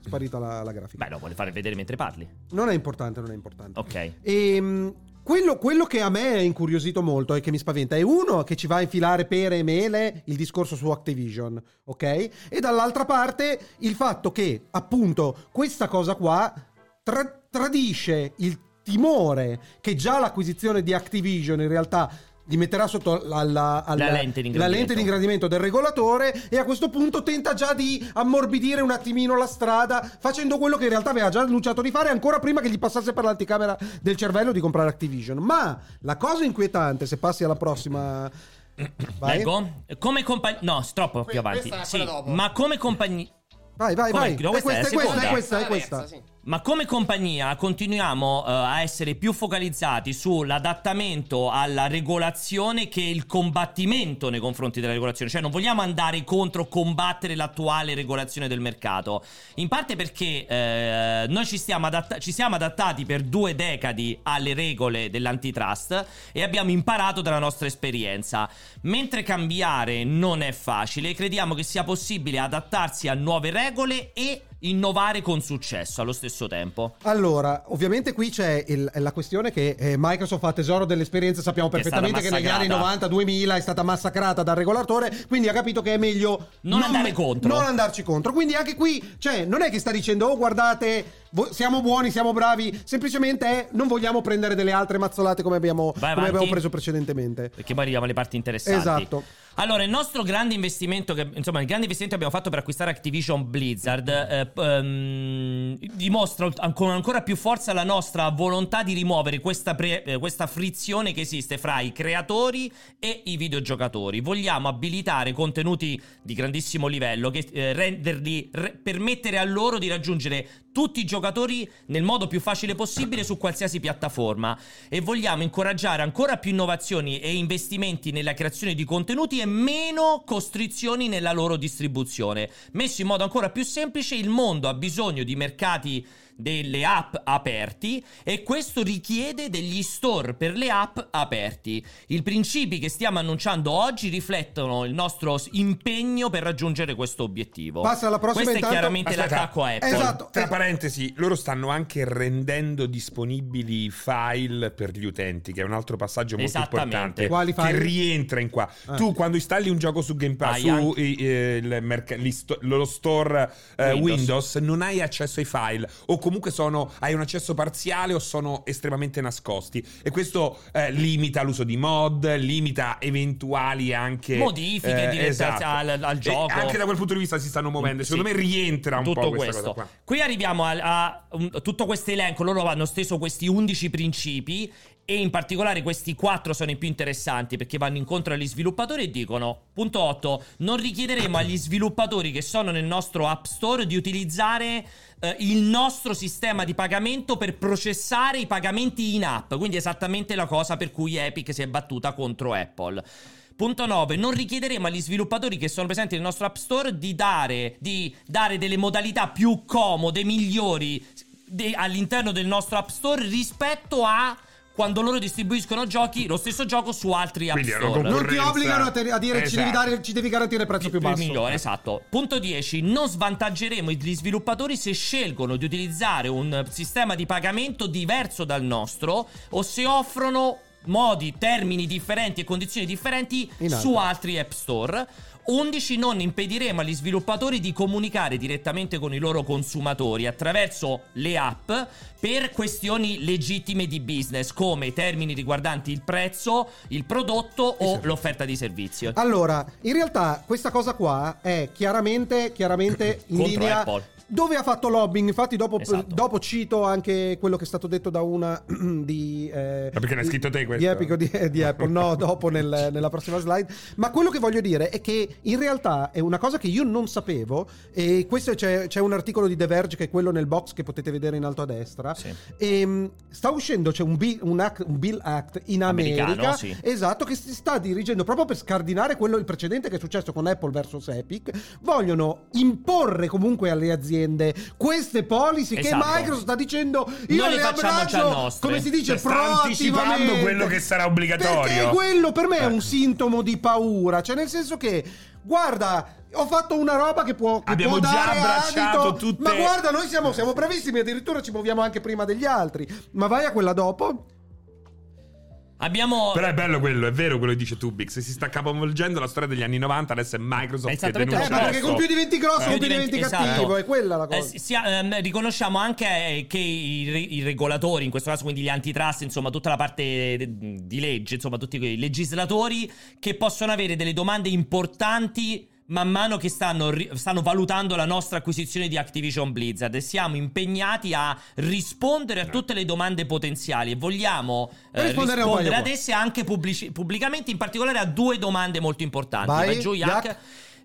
Speaker 2: Sparita la, la grafica.
Speaker 1: Beh, lo vuole fare vedere mentre parli.
Speaker 2: Non è importante, non è importante.
Speaker 1: Ok.
Speaker 2: Ehm, quello, quello che a me è incuriosito molto e che mi spaventa è uno che ci va a infilare pere e mele il discorso su Activision, ok? E dall'altra parte il fatto che appunto questa cosa qua tra- tradisce il timore che già l'acquisizione di Activision in realtà li metterà sotto la, la- al-
Speaker 1: La lente di
Speaker 2: la lente
Speaker 1: ingrandimento.
Speaker 2: di ingrandimento del regolatore e a questo punto tenta già di ammorbidire un attimino la strada facendo quello che in realtà aveva già annunciato di fare ancora prima che gli passasse per l'anticamera del cervello di comprare Activision. Ma la cosa inquietante, se passi alla
Speaker 1: [coughs]
Speaker 2: prossima... Vai,
Speaker 1: Leggo. Come compagnia. No, troppo più
Speaker 4: Que-
Speaker 1: avanti.
Speaker 4: questa è
Speaker 1: Sì,
Speaker 4: quella dopo.
Speaker 1: ma come compagnia.
Speaker 2: vai, vai.
Speaker 1: Come-
Speaker 2: vai.
Speaker 1: no,
Speaker 2: è
Speaker 1: questa è
Speaker 2: questa,
Speaker 1: la
Speaker 2: è questa, è
Speaker 1: seconda.
Speaker 2: questa, è
Speaker 4: Terza,
Speaker 2: questa.
Speaker 4: sì.
Speaker 1: Ma come compagnia continuiamo eh, a essere più focalizzati sull'adattamento alla regolazione che il combattimento nei confronti della regolazione. Cioè non vogliamo andare contro combattere l'attuale regolazione del mercato. In parte perché eh, noi ci stiamo, adatta- ci siamo adattati per due decadi alle regole dell'antitrust e abbiamo imparato dalla nostra esperienza. Mentre cambiare non è facile, crediamo che sia possibile adattarsi a nuove regole e innovare con successo allo stesso tempo.
Speaker 2: Allora, ovviamente qui c'è il- la questione che eh, Microsoft fa tesoro dell'esperienza, sappiamo
Speaker 1: Che è stata
Speaker 2: perfettamente che negli anni
Speaker 1: massacrata.
Speaker 2: 90-2000 è stata massacrata dal regolatore, quindi ha capito che è meglio
Speaker 1: Non andare contro.
Speaker 2: non andarci contro. Quindi anche qui, cioè, non è che sta dicendo "Oh, guardate, vo- siamo buoni, siamo bravi", semplicemente è non vogliamo prendere delle altre mazzolate come abbiamo, come
Speaker 1: avanti.
Speaker 2: abbiamo preso precedentemente.
Speaker 1: Perché poi arriviamo alle parti interessanti.
Speaker 2: Esatto.
Speaker 1: Allora, il nostro grande investimento, che, insomma, il grande investimento che abbiamo fatto per acquistare Activision Blizzard eh, p- ehm, dimostra alt- con ancora più forza la nostra volontà di rimuovere questa, pre- eh, questa frizione che esiste fra i creatori e i videogiocatori. Vogliamo abilitare contenuti di grandissimo livello, che, eh, renderli, re- permettere a loro di raggiungere tutti i giocatori nel modo più facile possibile su qualsiasi piattaforma e vogliamo incoraggiare ancora più innovazioni e investimenti nella creazione di contenuti e meno costrizioni nella loro distribuzione. Messo in modo ancora più semplice, il mondo ha bisogno di mercati delle app aperti e questo richiede degli store per le app aperti. I principi che stiamo annunciando oggi riflettono il nostro s- impegno per raggiungere questo obiettivo.
Speaker 2: Passa alla prossima,
Speaker 1: Questo è
Speaker 2: intanto-
Speaker 1: chiaramente
Speaker 3: Aspetta,
Speaker 1: l'attacco a Apple.
Speaker 2: Esatto.
Speaker 3: Tra
Speaker 2: eh.
Speaker 3: parentesi, loro stanno anche rendendo disponibili i file per gli utenti, che è un altro passaggio molto
Speaker 1: Esattamente.
Speaker 3: importante.
Speaker 2: Quali file?
Speaker 3: Che rientra in qua.
Speaker 2: Ah.
Speaker 3: Tu quando installi un gioco su Game Pass,
Speaker 1: Hai
Speaker 3: su
Speaker 1: anche-
Speaker 3: i- eh, il merc- gli sto- lo store eh,
Speaker 1: Windows.
Speaker 3: Windows. non hai accesso ai file, o comunque sono- hai un accesso parziale o sono estremamente nascosti. E questo eh, limita l'uso di mod, limita eventuali anche eh,
Speaker 1: Modifiche dirette al- al
Speaker 3: esatto. E
Speaker 1: gioco.
Speaker 3: anche da quel punto di vista si stanno muovendo. Secondo
Speaker 1: Sì.
Speaker 3: me rientra un
Speaker 1: tutto
Speaker 3: po' questa
Speaker 1: questo.
Speaker 3: cosa qua.
Speaker 1: Qui arriviamo al- a, un- tutto questo elenco, loro hanno steso questi 11 principi e in particolare questi 4 sono i più interessanti perché vanno incontro agli sviluppatori e dicono, punto 8, non richiederemo agli sviluppatori che sono nel nostro App Store di utilizzare eh, il nostro sistema di pagamento per processare i pagamenti in app, quindi esattamente la cosa per cui Epic si è battuta contro Apple. Punto 9. Non richiederemo agli sviluppatori che sono presenti nel nostro App Store di dare, di dare delle modalità più comode, migliori de- all'interno del nostro App Store rispetto a quando loro distribuiscono giochi, lo stesso gioco su altri App
Speaker 3: Quindi è una
Speaker 1: Store.
Speaker 2: Non ti obbligano a, te- a dire ci, devi
Speaker 3: Esatto.
Speaker 2: dare- ci devi garantire il prezzo più
Speaker 1: Il
Speaker 2: basso.
Speaker 1: migliore, esatto. Punto 10. Non svantaggeremo gli sviluppatori se scelgono di utilizzare un eh, sistema di pagamento diverso dal nostro o se offrono modi, termini differenti e condizioni differenti
Speaker 2: In alto.
Speaker 1: su altri app store. 11. Non impediremo agli sviluppatori di comunicare direttamente con i loro consumatori attraverso le app per questioni legittime di business, come termini riguardanti il prezzo, il prodotto o l'offerta di servizio.
Speaker 2: Allora, in realtà questa cosa qua è chiaramente,
Speaker 1: [clears throat]
Speaker 2: chiaramente in
Speaker 1: Contro
Speaker 2: linea
Speaker 1: Apple.
Speaker 2: dove ha fatto lobbying. Infatti, dopo,
Speaker 1: Esatto.
Speaker 2: dopo cito anche quello che è stato detto da una [clears throat] di. eh,
Speaker 3: Ma perché l'hai
Speaker 2: di-
Speaker 3: scritto te questo?
Speaker 2: Di, Epic o di,
Speaker 3: [laughs]
Speaker 2: di Apple, no, dopo nel- nella prossima slide. Ma quello che voglio dire è che in realtà è una cosa che io non sapevo. E questo c'è, c'è un articolo di The Verge che è quello nel box che potete vedere in alto a destra.
Speaker 1: Sì.
Speaker 2: Ehm, sta uscendo, c'è un, bi- un act- un Bill Act in America.
Speaker 1: Americano, sì.
Speaker 2: Esatto, che si sta dirigendo proprio per scardinare quello il precedente che è successo con Apple versus Epic. Vogliono imporre comunque alle aziende queste policy
Speaker 1: Esatto.
Speaker 2: che Microsoft sta dicendo io
Speaker 1: Noi
Speaker 2: le
Speaker 1: le facciamo già
Speaker 2: abbraccio,
Speaker 1: nostre.
Speaker 2: come si dice,
Speaker 3: Cioè, sta anticipando
Speaker 2: proattivamente.
Speaker 3: quello che sarà obbligatorio. Eh.
Speaker 2: Perché quello per me è un sintomo di paura, cioè nel senso che guarda ho fatto una roba che può, che
Speaker 3: Abbiamo
Speaker 2: può
Speaker 3: già
Speaker 2: dare
Speaker 3: abbracciato
Speaker 2: adito,
Speaker 3: tutte-
Speaker 2: ma guarda noi siamo, siamo bravissimi, addirittura ci muoviamo anche prima degli altri, ma vai a quella dopo,
Speaker 1: Abbiamo
Speaker 3: Però è bello quello, è vero quello che dice Tubix. Si sta capovolgendo la storia degli anni 90, adesso è Microsoft che
Speaker 1: Esattamente,
Speaker 3: denuncia.
Speaker 2: eh, ma perché
Speaker 3: questo.
Speaker 2: con più diventi grosso,
Speaker 1: Eh.
Speaker 2: con più diventi
Speaker 1: Esatto.
Speaker 2: cattivo, è quella la
Speaker 1: Eh,
Speaker 2: cosa.
Speaker 1: si- sia- ehm, riconosciamo anche eh, che i, re- i regolatori, in questo caso quindi gli antitrust, insomma tutta la parte eh, di legge, insomma tutti quei legislatori che possono avere delle domande importanti man mano che stanno, ri- stanno valutando la nostra acquisizione di Activision Blizzard e siamo impegnati a rispondere a tutte le domande potenziali e vogliamo eh,
Speaker 2: Rispondere a un
Speaker 1: rispondere
Speaker 2: paio
Speaker 1: ad
Speaker 2: qua.
Speaker 1: esse anche pubblici- pubblicamente, in particolare a due domande molto importanti.
Speaker 2: Vai,
Speaker 1: Vai giù, Jack.
Speaker 2: Jack.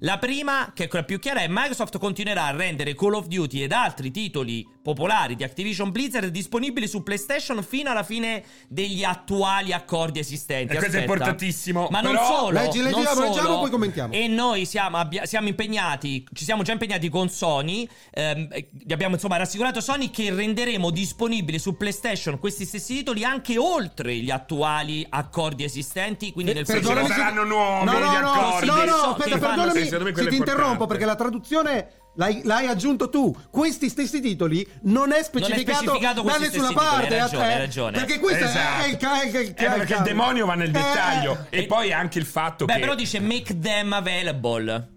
Speaker 1: La prima, che è quella più chiara, è Microsoft continuerà a rendere Call of Duty ed altri titoli popolari di Activision Blizzard disponibili su PlayStation fino alla fine degli attuali accordi esistenti.
Speaker 3: E questo è
Speaker 1: Aspetta.
Speaker 3: importantissimo,
Speaker 1: Ma non
Speaker 3: però-
Speaker 1: solo.
Speaker 2: Leggi, leggi,
Speaker 1: non
Speaker 2: la mangiamo,
Speaker 1: solo.
Speaker 2: poi commentiamo.
Speaker 1: E noi siamo, abbia- siamo impegnati, ci siamo già impegnati con Sony. ehm, eh, abbiamo insomma rassicurato Sony che renderemo disponibili su PlayStation questi stessi titoli anche oltre gli attuali accordi esistenti.
Speaker 2: Eh,
Speaker 1: Quindi nel
Speaker 3: Perdonami
Speaker 1: futuro
Speaker 3: se- saranno nuovi
Speaker 2: no,
Speaker 3: gli
Speaker 2: no, no,
Speaker 3: accordi.
Speaker 2: no, no,
Speaker 1: Sì,
Speaker 2: aspetta,
Speaker 1: fanno-
Speaker 2: perdonami
Speaker 1: sì,
Speaker 3: secondo me
Speaker 2: se
Speaker 3: quello
Speaker 2: ti
Speaker 3: è
Speaker 2: interrompo
Speaker 3: importante.
Speaker 2: perché la traduzione l'hai, l'hai aggiunto tu. Questi stessi titoli non è specificato,
Speaker 1: specificato
Speaker 2: da
Speaker 1: questi
Speaker 2: nessuna
Speaker 1: stessi titoli, hai
Speaker 2: parte.
Speaker 1: ragione,
Speaker 2: eh,
Speaker 1: hai ragione.
Speaker 2: Perché questo
Speaker 3: Esatto.
Speaker 2: è il ca- è il ca- il
Speaker 3: Eh,
Speaker 2: ca-
Speaker 3: perché il demonio va nel
Speaker 2: Eh,
Speaker 3: dettaglio.
Speaker 1: eh.
Speaker 3: E poi anche il fatto
Speaker 1: Beh,
Speaker 3: che.
Speaker 1: però dice make them available.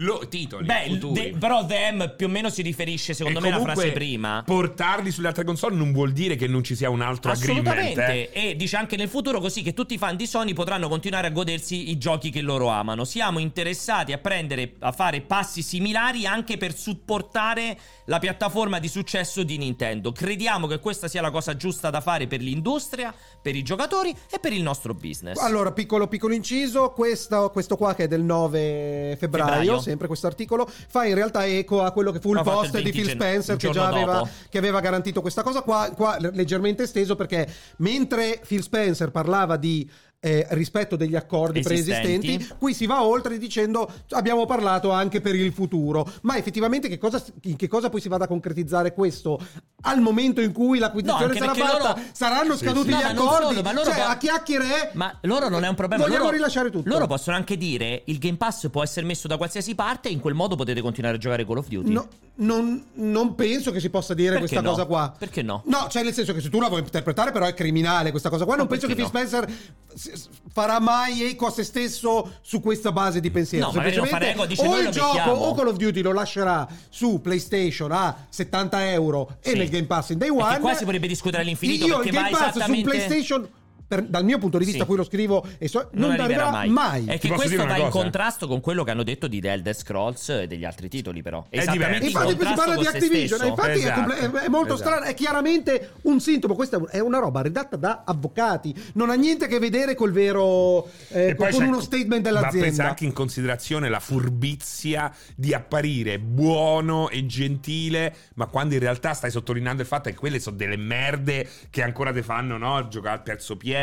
Speaker 3: Lo, titoli.
Speaker 1: Beh,
Speaker 3: futuri.
Speaker 1: de- però them più o meno si riferisce secondo
Speaker 3: E
Speaker 1: me alla
Speaker 3: comunque,
Speaker 1: frase prima.
Speaker 3: Portarli sulle altre console non vuol dire che non ci sia un altro agreement. eh.
Speaker 1: Assolutamente. E dice anche nel futuro così che tutti i fan di Sony potranno continuare a godersi i giochi che loro amano. Siamo interessati a prendere a fare passi similari anche per supportare la piattaforma di successo di Nintendo. Crediamo che questa sia la cosa giusta da fare per l'industria, per i giocatori e per il nostro business.
Speaker 2: Allora, piccolo piccolo inciso, questo, questo qua che è del 9 febbraio,
Speaker 1: Febbraio.
Speaker 2: sempre questo articolo, fa in realtà eco a quello che fu il
Speaker 1: L'ha fatto
Speaker 2: post
Speaker 1: il
Speaker 2: di
Speaker 1: 20
Speaker 2: Phil
Speaker 1: gen-
Speaker 2: Spencer
Speaker 1: il
Speaker 2: che
Speaker 1: giorno
Speaker 2: già aveva,
Speaker 1: dopo.
Speaker 2: che aveva garantito questa cosa qua, qua leggermente esteso perché mentre Phil Spencer parlava di eh, rispetto degli accordi
Speaker 1: Esistenti.
Speaker 2: preesistenti, qui si va oltre dicendo abbiamo parlato anche per il futuro, ma effettivamente che cosa, in che cosa poi si vada a concretizzare questo al momento in cui l'acquisizione
Speaker 1: anche
Speaker 2: sarà
Speaker 1: perché
Speaker 2: fatta?
Speaker 1: loro-
Speaker 2: Saranno
Speaker 1: Sì,
Speaker 2: scaduti
Speaker 1: sì. No,
Speaker 2: gli
Speaker 1: ma non
Speaker 2: accordi?
Speaker 1: solo, ma loro
Speaker 2: cioè,
Speaker 1: pa-
Speaker 2: a chiacchiere è
Speaker 1: Ma loro non è un problema.
Speaker 2: Vogliamo
Speaker 1: loro,
Speaker 2: rilasciare tutto.
Speaker 1: Loro possono anche dire il Game Pass può essere messo da qualsiasi parte e in quel modo potete continuare a giocare Call of Duty.
Speaker 2: No, non, non penso che si possa dire
Speaker 1: Perché
Speaker 2: questa
Speaker 1: no?
Speaker 2: cosa qua.
Speaker 1: Perché no?
Speaker 2: No, cioè nel senso che se tu la vuoi interpretare però è criminale questa cosa qua. Non
Speaker 1: Ma
Speaker 2: penso che Phil
Speaker 1: perché
Speaker 2: Spencer s- s- farà mai eco a se stesso su questa base di pensiero.
Speaker 1: No, magari non
Speaker 2: Semplicemente
Speaker 1: farà eco, dice,
Speaker 2: o
Speaker 1: noi
Speaker 2: il
Speaker 1: lo
Speaker 2: gioco
Speaker 1: mettiamo.
Speaker 2: o Call of Duty lo lascerà su PlayStation a 70 euro e
Speaker 1: Sì.
Speaker 2: nel Game Pass in Day One.
Speaker 1: Perché qua si potrebbe discutere all'infinito,
Speaker 2: Io
Speaker 1: perché
Speaker 2: il Game
Speaker 1: va
Speaker 2: Pass
Speaker 1: esattamente-
Speaker 2: su PlayStation... per- dal mio punto di vista,
Speaker 1: Sì.
Speaker 2: qui lo scrivo e so- non, arriverà mai.
Speaker 1: È
Speaker 3: Ti
Speaker 1: che
Speaker 3: posso
Speaker 1: questo
Speaker 3: dire una
Speaker 1: va in
Speaker 3: cosa?
Speaker 1: contrasto con quello che hanno detto di The Elder Scrolls e degli altri titoli, però.
Speaker 3: È diverso.
Speaker 1: in
Speaker 2: Infatti si
Speaker 1: contrasto
Speaker 2: parla
Speaker 1: con
Speaker 2: di
Speaker 1: se
Speaker 2: Activision,
Speaker 1: stesso.
Speaker 2: infatti è,
Speaker 3: Esatto.
Speaker 2: comple- è molto
Speaker 3: Esatto.
Speaker 2: strano, è chiaramente un sintomo, questa è un- è una roba redatta da avvocati, non ha niente a che vedere col vero, eh,
Speaker 3: E
Speaker 2: con
Speaker 3: poi
Speaker 2: con
Speaker 3: c'è-
Speaker 2: uno statement
Speaker 3: Va presa
Speaker 2: dell'azienda.
Speaker 3: anche in considerazione la furbizia di apparire buono e gentile, ma quando in realtà stai sottolineando il fatto che quelle sono delle merde che ancora te fanno no? giocare al terzo pieno,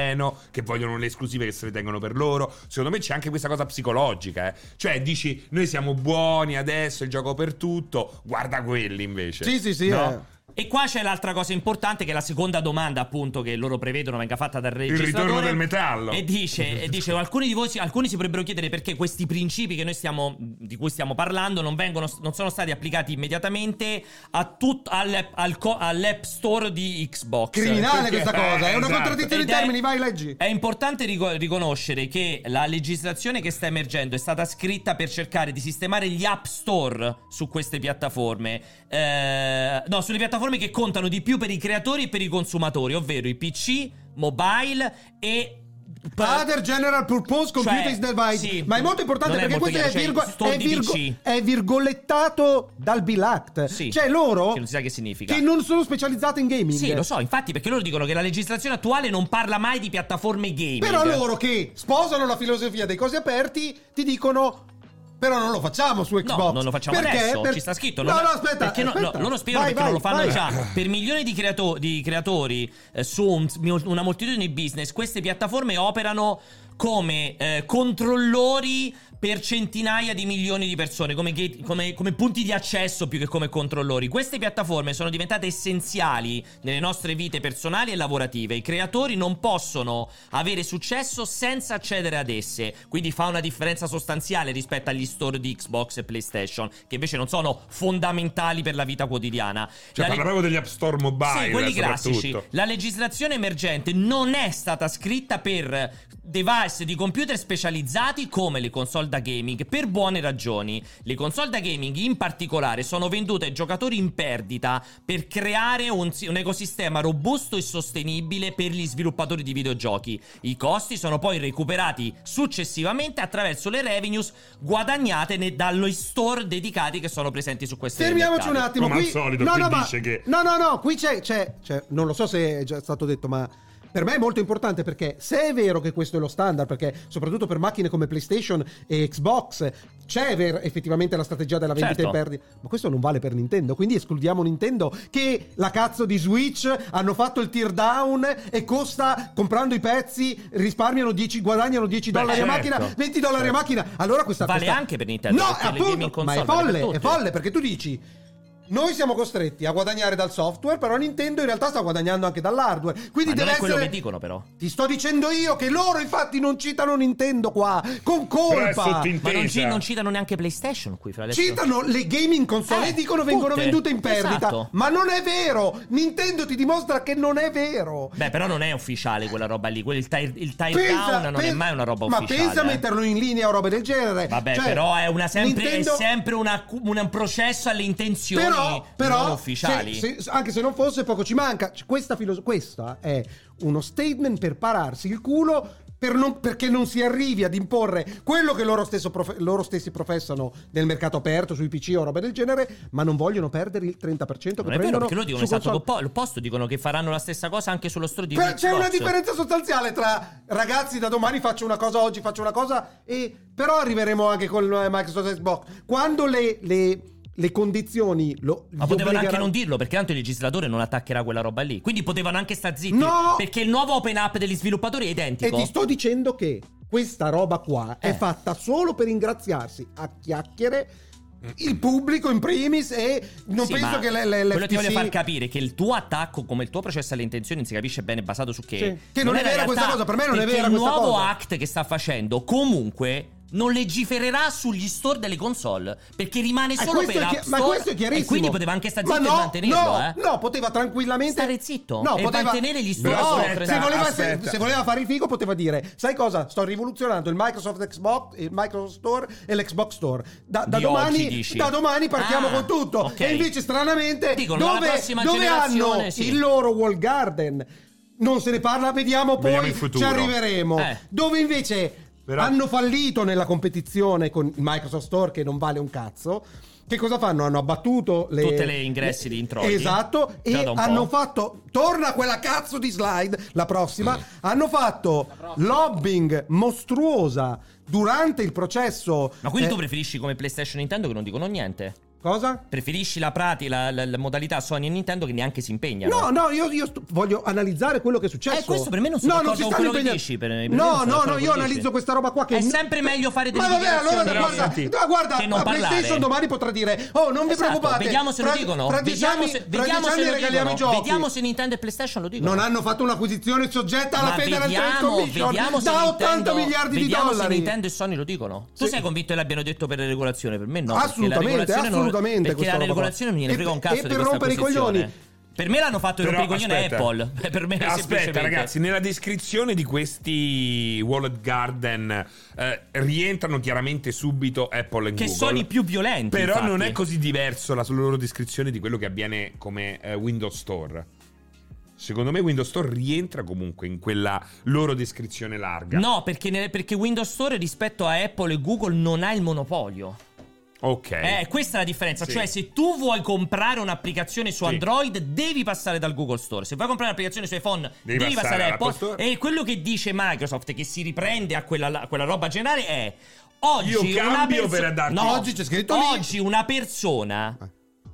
Speaker 3: che vogliono le esclusive che se le tengono per loro. Secondo me c'è anche questa cosa psicologica, eh. cioè dici noi siamo buoni adesso, il gioco per tutto, guarda quelli invece.
Speaker 2: Sì, sì, eh. sì,
Speaker 3: No?
Speaker 1: E qua c'è l'altra cosa importante, che è la seconda domanda, appunto, che loro prevedono venga fatta dal
Speaker 3: Il
Speaker 1: registratore.
Speaker 3: ritorno del metallo.
Speaker 1: E dice, e dice, alcuni di voi si- alcuni si potrebbero chiedere perché questi principi che noi stiamo, di cui stiamo parlando non, vengono, non sono stati applicati immediatamente a tut- al- al co- all'app store di Xbox.
Speaker 2: Criminale
Speaker 3: Perché-
Speaker 2: questa cosa, è una
Speaker 3: Esatto.
Speaker 2: contraddizione di
Speaker 1: Ed è- Eh,
Speaker 2: termini, vai leggi.
Speaker 1: È importante rico- riconoscere che la legislazione che sta emergendo è stata scritta per cercare di sistemare gli app store su queste piattaforme. Eh, no, sulle piattaforme che contano di più per i creatori e per i consumatori, ovvero i PC, mobile e.
Speaker 2: Other General Purpose Computing Device.
Speaker 1: Cioè, sì.
Speaker 2: ma è molto importante
Speaker 1: Non
Speaker 2: perché
Speaker 1: è molto
Speaker 2: questo è,
Speaker 1: chiaro,
Speaker 2: virgo-
Speaker 1: cioè, store
Speaker 2: è
Speaker 1: di
Speaker 2: virgo-
Speaker 1: PC.
Speaker 2: è virgolettato dal Bill Act.
Speaker 1: Sì.
Speaker 2: Cioè loro
Speaker 1: Che non si sa che significa.
Speaker 2: che non sono specializzati in gaming.
Speaker 1: Sì, lo so, infatti, perché loro dicono che la legislazione attuale non parla mai di piattaforme gaming.
Speaker 2: Però loro che sposano la filosofia dei cosi aperti ti dicono. Però non lo facciamo su Xbox.
Speaker 1: No, non lo facciamo
Speaker 2: Perché?
Speaker 1: adesso,
Speaker 2: Per-
Speaker 1: ci sta scritto.
Speaker 2: No,
Speaker 1: non-
Speaker 2: no, aspetta.
Speaker 1: perché no- no,
Speaker 2: aspetta.
Speaker 1: loro spiegano
Speaker 2: Vai,
Speaker 1: perché non lo fanno
Speaker 2: vai, vai.
Speaker 1: già. Per milioni di, creato- di creatori eh, su un- una moltitudine di business, queste piattaforme operano come eh, controllori per centinaia di milioni di persone, come, gate- come- come punti di accesso più che come controllori. Queste piattaforme sono diventate essenziali nelle nostre vite personali e lavorative. I creatori non possono avere successo senza accedere ad esse, quindi fa una differenza sostanziale rispetto agli store di Xbox e PlayStation, che invece non sono fondamentali per la vita quotidiana.
Speaker 3: Cioè,
Speaker 1: La
Speaker 3: parla
Speaker 1: le-
Speaker 3: proprio degli app store mobile.
Speaker 1: sì, quelli
Speaker 3: soprattutto.
Speaker 1: classici. La legislazione emergente non è stata scritta per device di computer specializzati come le console da gaming, per buone ragioni. Le console da gaming in particolare sono vendute ai giocatori in perdita per creare un, un ecosistema robusto e sostenibile per gli sviluppatori di videogiochi. I costi sono poi recuperati successivamente attraverso le revenues guadagnate ne- dallo store dedicati che sono presenti su queste
Speaker 2: Fermiamoci un
Speaker 1: mercati.
Speaker 2: attimo.
Speaker 3: Come
Speaker 2: qui...
Speaker 3: al solito,
Speaker 2: no,
Speaker 3: qui
Speaker 2: no, ma-
Speaker 3: dice che-
Speaker 2: no, no, no, qui c'è, c'è, c'è- Non lo so se è già stato detto, ma per me è molto importante perché se è vero che questo è lo standard, perché soprattutto per macchine come PlayStation e Xbox c'è ver- effettivamente la strategia della vendita
Speaker 1: Certo.
Speaker 2: in perdita, ma questo non vale per Nintendo, quindi escludiamo Nintendo che la cazzo di Switch hanno fatto il teardown e costa comprando i pezzi risparmiano 10 guadagnano 10
Speaker 1: Beh,
Speaker 2: dollari a
Speaker 1: certo.
Speaker 2: macchina, 20 dollari a macchina. Allora questa
Speaker 1: Vale
Speaker 2: questa-
Speaker 1: anche per Nintendo,
Speaker 2: No,
Speaker 1: perché le gaming
Speaker 2: appunto, ma
Speaker 1: console
Speaker 2: è
Speaker 1: vale per
Speaker 2: folle, è
Speaker 1: tutti.
Speaker 2: folle perché tu dici noi siamo costretti a guadagnare dal software, però Nintendo in realtà sta guadagnando anche dall'hardware. Quindi
Speaker 1: Ma non
Speaker 2: deve
Speaker 1: è quello
Speaker 2: essere
Speaker 1: che dicono, però.
Speaker 2: ti sto dicendo io che loro infatti non citano Nintendo qua, con
Speaker 3: Però è
Speaker 2: colpa.
Speaker 3: sottintesa.
Speaker 1: Ma non, ci- non citano neanche PlayStation qui, fra le
Speaker 2: Citano le gaming console
Speaker 1: Eh,
Speaker 2: e dicono vengono
Speaker 1: tutte.
Speaker 2: vendute in perdita.
Speaker 1: Esatto.
Speaker 2: Ma non è vero! Nintendo ti dimostra che non è vero.
Speaker 1: Beh, però non è ufficiale quella roba lì. Quello, il tie, il tie
Speaker 2: Pensa-
Speaker 1: down non è
Speaker 2: pen-
Speaker 1: mai una roba
Speaker 2: ma
Speaker 1: ufficiale.
Speaker 2: pensa a
Speaker 1: eh.
Speaker 2: metterlo in linea o robe del genere.
Speaker 1: Vabbè,
Speaker 2: Cioè,
Speaker 1: però è, una sempre,
Speaker 2: Nintendo-
Speaker 1: è sempre una- un, un processo alle intenzioni
Speaker 2: però, però,
Speaker 1: non ufficiali.
Speaker 2: se- se- anche se non fosse poco ci manca C- questa, filos- questa è uno statement per pararsi il culo per non- perché non si arrivi ad imporre quello che loro, stesso profe- loro stessi professano nel mercato aperto sui PC o roba del genere ma non vogliono perdere il 30% che
Speaker 1: non è vero
Speaker 2: prendono
Speaker 1: perché loro dicono
Speaker 2: su
Speaker 1: esatto
Speaker 2: console.
Speaker 1: l'oppo- l'opposto, dicono che faranno la stessa cosa anche sullo stro di
Speaker 2: Però Cioè, c'è
Speaker 1: Xbox.
Speaker 2: una differenza sostanziale tra ragazzi da domani faccio una cosa, oggi faccio una cosa e però arriveremo anche con eh, Microsoft Xbox. Quando le, le- le condizioni lo
Speaker 1: Ma
Speaker 2: gli
Speaker 1: potevano anche
Speaker 2: obbligheranno-
Speaker 1: non dirlo perché tanto il legislatore non attaccherà quella roba lì. Quindi potevano anche star zitti
Speaker 2: No!
Speaker 1: perché il nuovo open up degli sviluppatori è
Speaker 2: E
Speaker 1: identico.
Speaker 2: ti sto dicendo che questa roba qua
Speaker 1: Eh.
Speaker 2: è fatta solo per ingraziarsi a chiacchiere il pubblico in primis e non
Speaker 1: Sì,
Speaker 2: penso
Speaker 1: ma
Speaker 2: che le, le,
Speaker 1: quello che ti voglio
Speaker 2: l'FTC
Speaker 1: far capire è che il tuo attacco, come il tuo processo alle intenzioni, non si capisce bene, basato su che.
Speaker 2: Sì. Che non è
Speaker 1: la
Speaker 2: vera questa cosa, per me non è
Speaker 1: perché
Speaker 2: vera
Speaker 1: Il
Speaker 2: questa
Speaker 1: nuovo
Speaker 2: cosa.
Speaker 1: act che sta facendo, comunque, non legifererà sugli store delle console. Perché rimane
Speaker 2: Eh,
Speaker 1: solo
Speaker 2: questo
Speaker 1: per
Speaker 2: è
Speaker 1: app
Speaker 2: chi- ma
Speaker 1: store.
Speaker 2: questo è chiarissimo.
Speaker 1: E quindi poteva anche stare
Speaker 2: Ma
Speaker 1: zitto
Speaker 2: no,
Speaker 1: e mantenerlo,
Speaker 2: no,
Speaker 1: eh.
Speaker 2: No, poteva tranquillamente
Speaker 1: Stare zitto
Speaker 2: No,
Speaker 1: e
Speaker 2: poteva Eh,
Speaker 1: mantenere gli store.
Speaker 3: No,
Speaker 1: sopra.
Speaker 2: se,
Speaker 3: Aspetta,
Speaker 2: voleva, se-
Speaker 3: aspetta.
Speaker 2: se voleva fare il figo poteva dire sai cosa sto rivoluzionando il Microsoft Xbox il Microsoft Store e l'Xbox Store da, da
Speaker 1: Di oggi,
Speaker 2: domani,
Speaker 1: dici?
Speaker 2: da domani partiamo
Speaker 1: Ah,
Speaker 2: con tutto
Speaker 1: ok.
Speaker 2: e invece stranamente
Speaker 1: Dicono, alla
Speaker 2: dove,
Speaker 1: prossima
Speaker 2: dove
Speaker 1: generazione,
Speaker 2: hanno
Speaker 1: sì.
Speaker 2: il loro wall garden non se ne parla vediamo poi
Speaker 3: Vediamo in futuro.
Speaker 2: ci arriveremo
Speaker 1: Eh.
Speaker 2: dove invece
Speaker 3: Però-
Speaker 2: hanno fallito nella competizione con il Microsoft Store che non vale un cazzo che cosa fanno? Hanno abbattuto le,
Speaker 1: Tutte le ingressi di introiti.
Speaker 2: Esatto.
Speaker 1: Già
Speaker 2: E
Speaker 1: da un po'.
Speaker 2: hanno fatto. Torna quella cazzo di slide. La prossima. Hanno fatto lobbying mostruosa durante il processo.
Speaker 1: Ma quindi
Speaker 2: Eh,
Speaker 1: tu preferisci come PlayStation e Nintendo che non dicono niente?
Speaker 2: Cosa?
Speaker 1: Preferisci la, prati, la, la- la modalità Sony e Nintendo che neanche si impegnano?
Speaker 2: No, no, io, io sto- voglio analizzare quello che è successo.
Speaker 1: Eh, questo per me non sono d'accordo con quello che dici, per- per me non
Speaker 2: no,
Speaker 1: sono
Speaker 2: no,
Speaker 1: d'accordo
Speaker 2: no,
Speaker 1: con
Speaker 2: io
Speaker 1: quello che
Speaker 2: analizzo
Speaker 1: dici.
Speaker 2: questa roba qua che
Speaker 1: È sempre meglio fare delle
Speaker 2: Ma vabbè, allora
Speaker 1: dichiarazioni,
Speaker 2: guarda,
Speaker 1: senti,
Speaker 2: no, guarda,
Speaker 1: che non
Speaker 2: la
Speaker 1: parlare.
Speaker 2: PlayStation domani potrà dire "Oh, non vi
Speaker 1: Esatto,
Speaker 2: preoccupate".
Speaker 1: Vediamo se lo
Speaker 2: fra-
Speaker 1: dicono.
Speaker 2: Fra dieci
Speaker 1: vediamo
Speaker 2: anni,
Speaker 1: se,
Speaker 2: fra
Speaker 1: vediamo
Speaker 2: dieci
Speaker 1: se
Speaker 2: anni
Speaker 1: lo
Speaker 2: regaliamo i
Speaker 1: dicono.
Speaker 2: giochi.
Speaker 1: Vediamo se Nintendo e PlayStation lo dicono.
Speaker 2: Non hanno fatto un'acquisizione soggetta alla
Speaker 1: Ma
Speaker 2: Federal Trade
Speaker 1: vediamo,
Speaker 2: Commission
Speaker 1: vediamo se
Speaker 2: da 80
Speaker 1: Nintendo-
Speaker 2: miliardi di
Speaker 1: vediamo
Speaker 2: dollari.
Speaker 1: se Nintendo e Sony lo dicono. Tu
Speaker 2: Sì.
Speaker 1: sei convinto che l'abbiano detto per le regolazioni? Per me no.
Speaker 2: Assolutamente,
Speaker 1: perché la regolazione non-
Speaker 2: assolutamente
Speaker 1: perché
Speaker 2: questa
Speaker 1: la
Speaker 2: roba qua.
Speaker 1: regolazione non gliene
Speaker 2: E-
Speaker 1: frega un cazzo
Speaker 2: e
Speaker 1: di
Speaker 2: per
Speaker 1: questa
Speaker 2: rompere i
Speaker 1: acquisizione.
Speaker 2: coglioni.
Speaker 1: Per me l'hanno fatto
Speaker 3: Però,
Speaker 1: rompere i coglioni
Speaker 3: aspetta.
Speaker 1: Apple. [laughs] Per me
Speaker 3: Aspetta,
Speaker 1: semplicemente.
Speaker 3: ragazzi, nella descrizione di questi Wallet Garden eh, rientrano chiaramente subito Apple e
Speaker 1: Che
Speaker 3: Google.
Speaker 1: sono i più violenti.
Speaker 3: Però
Speaker 1: infatti.
Speaker 3: non è così diverso la loro descrizione di quello che avviene come eh, Windows Store. Secondo me Windows Store rientra comunque in quella loro descrizione larga.
Speaker 1: No, perché, ne- perché Windows Store rispetto a Apple e Google non ha il monopolio.
Speaker 3: Ok.
Speaker 1: Eh, questa è la differenza.
Speaker 3: Sì.
Speaker 1: Cioè, se tu vuoi comprare un'applicazione su
Speaker 3: Sì.
Speaker 1: Android, devi passare dal Google Store. Se vuoi comprare un'applicazione su iPhone,
Speaker 3: Devi
Speaker 1: devi,
Speaker 3: passare
Speaker 1: passare,
Speaker 3: all'Apple
Speaker 1: Apple.
Speaker 3: Store.
Speaker 1: E quello che dice Microsoft, che si riprende a quella, a quella roba generale, è. Oggi
Speaker 3: Io
Speaker 1: una
Speaker 3: cambio per darti-
Speaker 1: No,
Speaker 2: Oggi c'è scritto lì. Eh.
Speaker 1: Oggi una persona.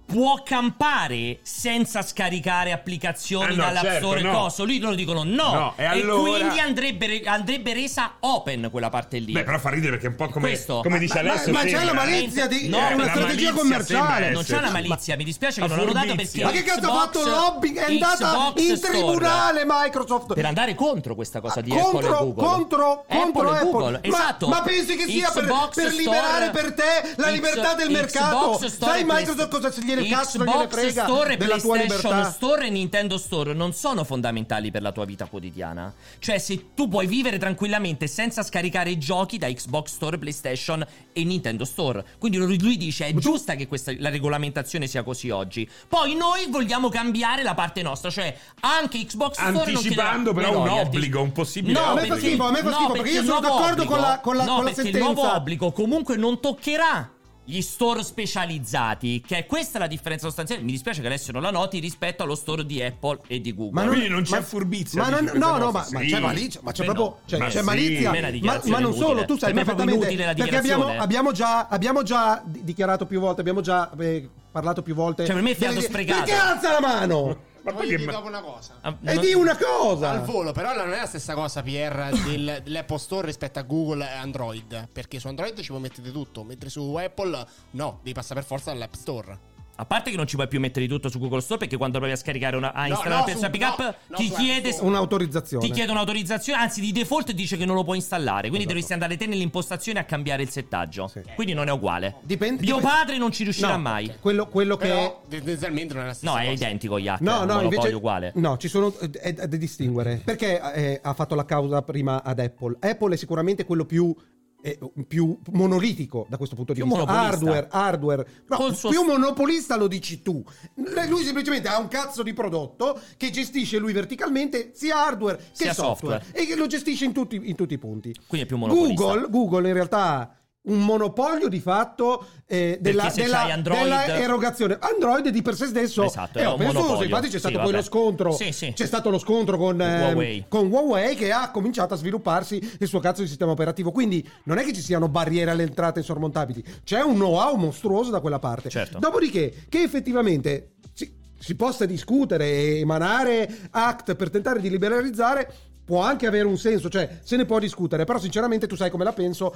Speaker 1: Può campare senza scaricare applicazioni
Speaker 3: Ah, no,
Speaker 1: dall'App
Speaker 3: certo,
Speaker 1: Store e
Speaker 3: no.
Speaker 1: coso? Lui loro dicono no.
Speaker 3: No, e allora-
Speaker 1: quindi andrebbe, re- andrebbe resa open quella parte lì.
Speaker 3: Beh, però fa ridere perché è un po' come,
Speaker 1: Questo.
Speaker 3: come dice
Speaker 2: Ma- ma-
Speaker 3: Alessio.
Speaker 2: ma c'è
Speaker 3: sembra-
Speaker 2: la malizia di-
Speaker 1: No,
Speaker 2: è
Speaker 1: la
Speaker 2: una strategia
Speaker 3: malizia
Speaker 2: commerciale.
Speaker 3: sembra
Speaker 1: Non c'è una
Speaker 3: esserci.
Speaker 1: malizia, mi dispiace
Speaker 3: La
Speaker 1: che non l'hanno dato perché.
Speaker 3: furbizia.
Speaker 2: Ma che cazzo ha
Speaker 1: Xbox-
Speaker 2: fatto lobbying? È andata
Speaker 1: Xbox
Speaker 2: in
Speaker 1: Store.
Speaker 2: tribunale Microsoft.
Speaker 1: Per andare contro questa cosa di
Speaker 2: contro,
Speaker 1: Apple e Google. Eh,
Speaker 2: contro, contro
Speaker 1: e
Speaker 2: Apple.
Speaker 1: Google,
Speaker 2: Ma,
Speaker 1: esatto.
Speaker 2: ma pensi che sia per,
Speaker 1: Xbox
Speaker 2: per
Speaker 1: Store-
Speaker 2: liberare per te la
Speaker 1: X-
Speaker 2: libertà del
Speaker 1: Xbox
Speaker 2: mercato?
Speaker 1: Store
Speaker 2: Sai
Speaker 1: e
Speaker 2: Microsoft
Speaker 1: Play-
Speaker 2: cosa se gliene cazzo
Speaker 1: Xbox
Speaker 2: gliene frega
Speaker 1: Store e
Speaker 2: della tua
Speaker 1: PlayStation
Speaker 2: libertà?
Speaker 1: Store e Nintendo Store non sono fondamentali per la tua vita quotidiana. Cioè, se tu puoi vivere tranquillamente senza scaricare i giochi da Xbox Store, PlayStation e Nintendo Store. Quindi lui lui dice: è giusta che questa, la regolamentazione sia così oggi. Poi noi vogliamo cambiare la parte nostra, cioè anche Xbox Store. non
Speaker 3: Anticipando
Speaker 1: chiederà-
Speaker 3: però
Speaker 1: le
Speaker 3: un
Speaker 1: royalties.
Speaker 3: obbligo, un possibile
Speaker 2: No, a me fa
Speaker 3: obbligo.
Speaker 2: schifo, a me fa schifo, perché io
Speaker 1: il
Speaker 2: sono
Speaker 1: nuovo
Speaker 2: d'accordo con la- con la-
Speaker 1: no,
Speaker 2: con la
Speaker 1: perché
Speaker 2: sentenza.
Speaker 1: Il nuovo obbligo comunque non toccherà gli store specializzati, che è questa la differenza sostanziale. Mi dispiace che adesso non la noti rispetto allo store di Apple e di Google.
Speaker 3: Ma non- Quindi non c'è ma- furbizia,
Speaker 2: Ma
Speaker 3: dici,
Speaker 2: non-
Speaker 3: questa
Speaker 2: no,
Speaker 3: cosa.
Speaker 2: no, ma, ma
Speaker 3: Sì.
Speaker 2: c'è malizia, ma c'è
Speaker 1: Beh,
Speaker 2: proprio
Speaker 1: no.
Speaker 2: cioè,
Speaker 3: Ma
Speaker 2: c'è
Speaker 3: sì.
Speaker 2: malizia.
Speaker 1: Per me la
Speaker 2: Ma,
Speaker 1: dichiarazione
Speaker 2: ma non
Speaker 1: è
Speaker 2: solo,
Speaker 1: inutile.
Speaker 2: tu sai
Speaker 1: Per me è proprio
Speaker 2: perfettamente
Speaker 1: inutile la
Speaker 2: perché abbiamo,
Speaker 1: dichiarazione.
Speaker 2: abbiamo già, abbiamo già di- dichiarato più volte, abbiamo già eh, parlato più volte.
Speaker 1: Cioè, per me è fiato
Speaker 2: delle-
Speaker 1: sprecato.
Speaker 2: Perché alza la mano?
Speaker 3: Ma
Speaker 4: Poi
Speaker 3: poi
Speaker 4: io
Speaker 3: che-
Speaker 4: vi dico una cosa.
Speaker 1: Ah,
Speaker 2: E
Speaker 1: non-
Speaker 2: di una cosa.
Speaker 4: Al volo, però non è la stessa
Speaker 2: [laughs]
Speaker 4: cosa, PR, del- dell'Apple Store rispetto a Google e Android. Perché su Android ci puoi mettere tutto, mentre su Apple no, devi passare per forza dall'App Store.
Speaker 1: A parte che non ci puoi più mettere di tutto su Google Store perché quando provi a scaricare una a
Speaker 4: No,
Speaker 1: installare
Speaker 4: no,
Speaker 1: una
Speaker 4: su-
Speaker 1: pick up
Speaker 4: no, no,
Speaker 1: ti
Speaker 4: su
Speaker 1: chiede
Speaker 4: iPhone.
Speaker 2: Un'autorizzazione.
Speaker 1: ti chiede un'autorizzazione, anzi di default dice che non lo puoi installare, quindi
Speaker 2: Esatto.
Speaker 1: dovresti andare te nell'impostazione a cambiare il settaggio. Quindi non è uguale.
Speaker 2: Dipende-
Speaker 1: Mio padre non ci riuscirà
Speaker 2: No,
Speaker 1: mai.
Speaker 2: Quello, quello che
Speaker 4: Però tendenzialmente non è la stessa
Speaker 1: No, è
Speaker 4: cosa.
Speaker 1: identico gli hack,
Speaker 2: No, no,
Speaker 1: lo voglio
Speaker 2: invece,
Speaker 1: uguale. Mm.
Speaker 2: no, ci sono è- è da distinguere. Perché eh, ha fatto la causa prima ad Apple? Apple è sicuramente quello più eh, più monolitico da questo punto di
Speaker 1: Più
Speaker 2: vista
Speaker 1: monopolista.
Speaker 2: hardware hardware No,
Speaker 1: Col suo-
Speaker 2: più monopolista lo dici tu lui semplicemente ha un cazzo di prodotto che gestisce lui verticalmente sia hardware che
Speaker 1: Sia
Speaker 2: software,
Speaker 1: software.
Speaker 2: e che lo gestisce in tutti, in tutti i punti
Speaker 1: Quindi è più monopolista.
Speaker 2: Google, Google in realtà ha un monopolio di fatto eh, della,
Speaker 1: se
Speaker 2: della-
Speaker 1: c'hai Android-
Speaker 2: della erogazione Android di per sé stesso
Speaker 1: Esatto,
Speaker 2: è
Speaker 1: è un
Speaker 2: open source
Speaker 1: monopolio.
Speaker 2: infatti c'è
Speaker 1: Sì,
Speaker 2: stato poi
Speaker 1: vabbè.
Speaker 2: lo scontro
Speaker 1: Sì, sì.
Speaker 2: c'è stato lo scontro con,
Speaker 1: Con
Speaker 2: ehm,
Speaker 1: Huawei.
Speaker 2: con Huawei che ha cominciato a svilupparsi il suo cazzo di sistema operativo quindi non è che ci siano barriere alle entrate insormontabili c'è un know-how mostruoso da quella parte
Speaker 1: Certo.
Speaker 2: dopodiché che effettivamente si, si possa discutere e emanare act per tentare di liberalizzare può anche avere un senso cioè se ne può discutere però sinceramente tu sai come la penso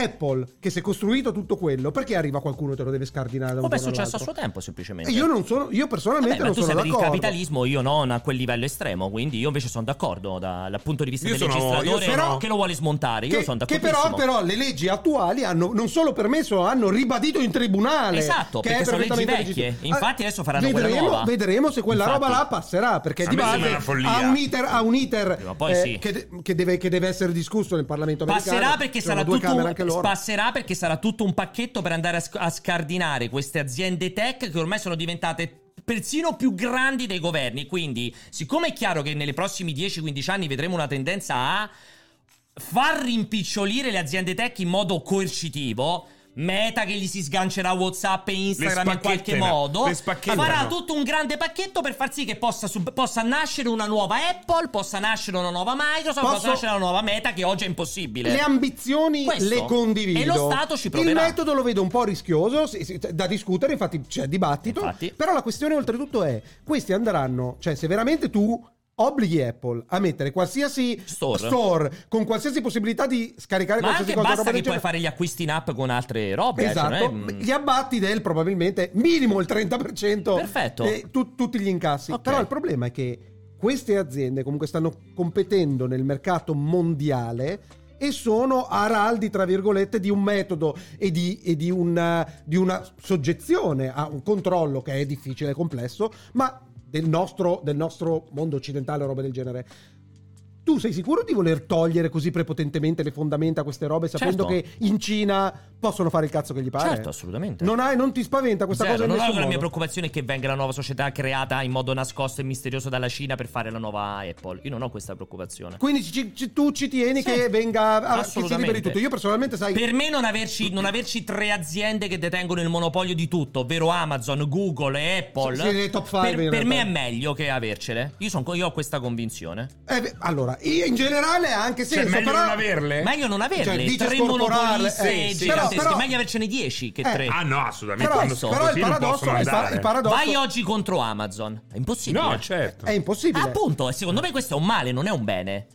Speaker 2: Apple che si è costruito tutto quello perché arriva qualcuno e te lo deve scardinare da un
Speaker 1: Come è
Speaker 2: giorno
Speaker 1: successo a
Speaker 2: all'altro?
Speaker 1: suo tempo, semplicemente.
Speaker 2: E io non sono, io
Speaker 1: Vabbè,
Speaker 2: personalmente
Speaker 1: ma
Speaker 2: non
Speaker 1: tu
Speaker 2: sono
Speaker 1: sei per il
Speaker 2: d'accordo.
Speaker 1: capitalismo, io non a quel livello estremo, quindi io invece sono d'accordo da- dal punto di vista
Speaker 3: Io
Speaker 1: del
Speaker 3: sono-
Speaker 1: legislatore
Speaker 3: io sono-
Speaker 1: che lo vuole smontare. Io
Speaker 2: Che,
Speaker 1: sono
Speaker 2: che
Speaker 1: d'accordo.
Speaker 2: però, però le leggi attuali hanno non solo permesso, hanno ribadito in tribunale.
Speaker 1: Esatto,
Speaker 2: che
Speaker 1: perché
Speaker 2: è
Speaker 1: sono leggi
Speaker 2: perfettamente
Speaker 1: vecchie.
Speaker 2: legittimo.
Speaker 1: Infatti adesso faranno quella
Speaker 2: vedremo,
Speaker 1: nuova.
Speaker 2: Vedremo se quella
Speaker 1: Infatti.
Speaker 2: roba là passerà, perché
Speaker 3: A
Speaker 2: di
Speaker 3: me sembra
Speaker 2: base
Speaker 3: una follia.
Speaker 2: ha un iter, ha un iter, eh,
Speaker 1: Prima o poi sì.
Speaker 2: che, de- che deve, che deve essere discusso nel Parlamento americano.
Speaker 1: Passerà perché,
Speaker 2: Ci sono
Speaker 1: sarà
Speaker 2: due
Speaker 1: tutto
Speaker 2: Camere
Speaker 1: un,
Speaker 2: anche loro.
Speaker 1: passerà perché sarà tutto un pacchetto per andare a, sc- a scardinare queste aziende tech che ormai sono diventate persino più grandi dei governi. Quindi, siccome è chiaro che nei prossimi 10-15 anni vedremo una tendenza a far rimpicciolire le aziende tech in modo coercitivo. Meta che gli si sgancerà WhatsApp e Instagram in qualche
Speaker 3: spacchetterà,
Speaker 1: modo
Speaker 3: le spacchetterà.
Speaker 1: farà tutto un grande pacchetto per far sì che possa, sub- possa nascere una nuova Apple, possa nascere una nuova Microsoft,
Speaker 2: Posso-
Speaker 1: possa nascere una nuova Meta che oggi è impossibile.
Speaker 2: Le ambizioni
Speaker 1: Questo.
Speaker 2: le condivido.
Speaker 1: E lo Stato ci
Speaker 2: Il
Speaker 1: proverà.
Speaker 2: metodo lo vedo un po' rischioso, sì, sì, da discutere, infatti c'è dibattito.
Speaker 1: Infatti.
Speaker 2: Però la questione oltretutto è, questi andranno, cioè se veramente tu obblighi Apple a mettere qualsiasi
Speaker 1: Store.
Speaker 2: con qualsiasi possibilità di scaricare
Speaker 1: Ma
Speaker 2: qualsiasi
Speaker 1: anche
Speaker 2: cosa
Speaker 1: basta
Speaker 2: roba
Speaker 1: che
Speaker 2: del
Speaker 1: puoi
Speaker 2: genere-
Speaker 1: fare gli acquisti in app con altre robe. eh,
Speaker 2: Esatto,
Speaker 1: cioè, non è-
Speaker 2: gli abbatti del probabilmente minimo il 30%
Speaker 1: Perfetto.
Speaker 2: di tu- tutti gli incassi.
Speaker 1: Ok.
Speaker 2: Però il problema è che queste aziende comunque stanno competendo nel mercato mondiale e sono araldi, tra virgolette, di un metodo e di, e di una, di una soggezione a un controllo che è difficile e complesso, ma del nostro, del nostro mondo occidentale o roba del genere. Tu sei sicuro di voler togliere così prepotentemente le fondamenta a queste robe sapendo
Speaker 1: Certo.
Speaker 2: che in Cina possono fare il cazzo che gli pare?
Speaker 1: Certo, assolutamente.
Speaker 2: Non, hai- non ti spaventa questa
Speaker 1: Zero,
Speaker 2: cosa in
Speaker 1: non
Speaker 2: nessun
Speaker 1: la mia
Speaker 2: modo?
Speaker 1: preoccupazione è che venga la nuova società creata in modo nascosto e misterioso dalla Cina per fare la nuova Apple. Io non ho questa preoccupazione.
Speaker 2: Quindi ci- ci- tu ci tieni
Speaker 1: Sì,
Speaker 2: che venga a- che si
Speaker 1: assolutamente.
Speaker 2: liberi tutto. Io personalmente sai
Speaker 1: Per me non averci, non averci tre aziende che detengono il monopolio di tutto, ovvero Amazon, Google e Apple,
Speaker 2: Sì, sì, le top five
Speaker 1: per,
Speaker 2: in
Speaker 1: per me è
Speaker 2: realtà.
Speaker 1: meglio che avercele. Io, son co- io ho questa convinzione.
Speaker 2: Eh, beh, allora, io in generale ha anche
Speaker 3: Cioè,
Speaker 2: senso,
Speaker 3: meglio
Speaker 2: però
Speaker 3: non averle?
Speaker 1: Meglio non averle,
Speaker 2: Cioè, dice
Speaker 1: tre
Speaker 2: scorporarle,
Speaker 1: monopolisti
Speaker 2: eh, sì,
Speaker 1: giganteschi,
Speaker 2: però- però-
Speaker 1: meglio avercene dieci che
Speaker 2: Eh,
Speaker 1: tre.
Speaker 3: Ah no, assolutamente.
Speaker 2: però,
Speaker 3: quando
Speaker 1: questo,
Speaker 3: sono
Speaker 2: però il
Speaker 3: così non
Speaker 2: paradosso,
Speaker 3: possono
Speaker 2: il par-
Speaker 3: andare.
Speaker 2: il paradosso
Speaker 1: Vai oggi contro Amazon. È impossibile.
Speaker 3: No, certo.
Speaker 2: cioè, è impossibile.
Speaker 1: Appunto, e secondo me questo è un male, non è un bene.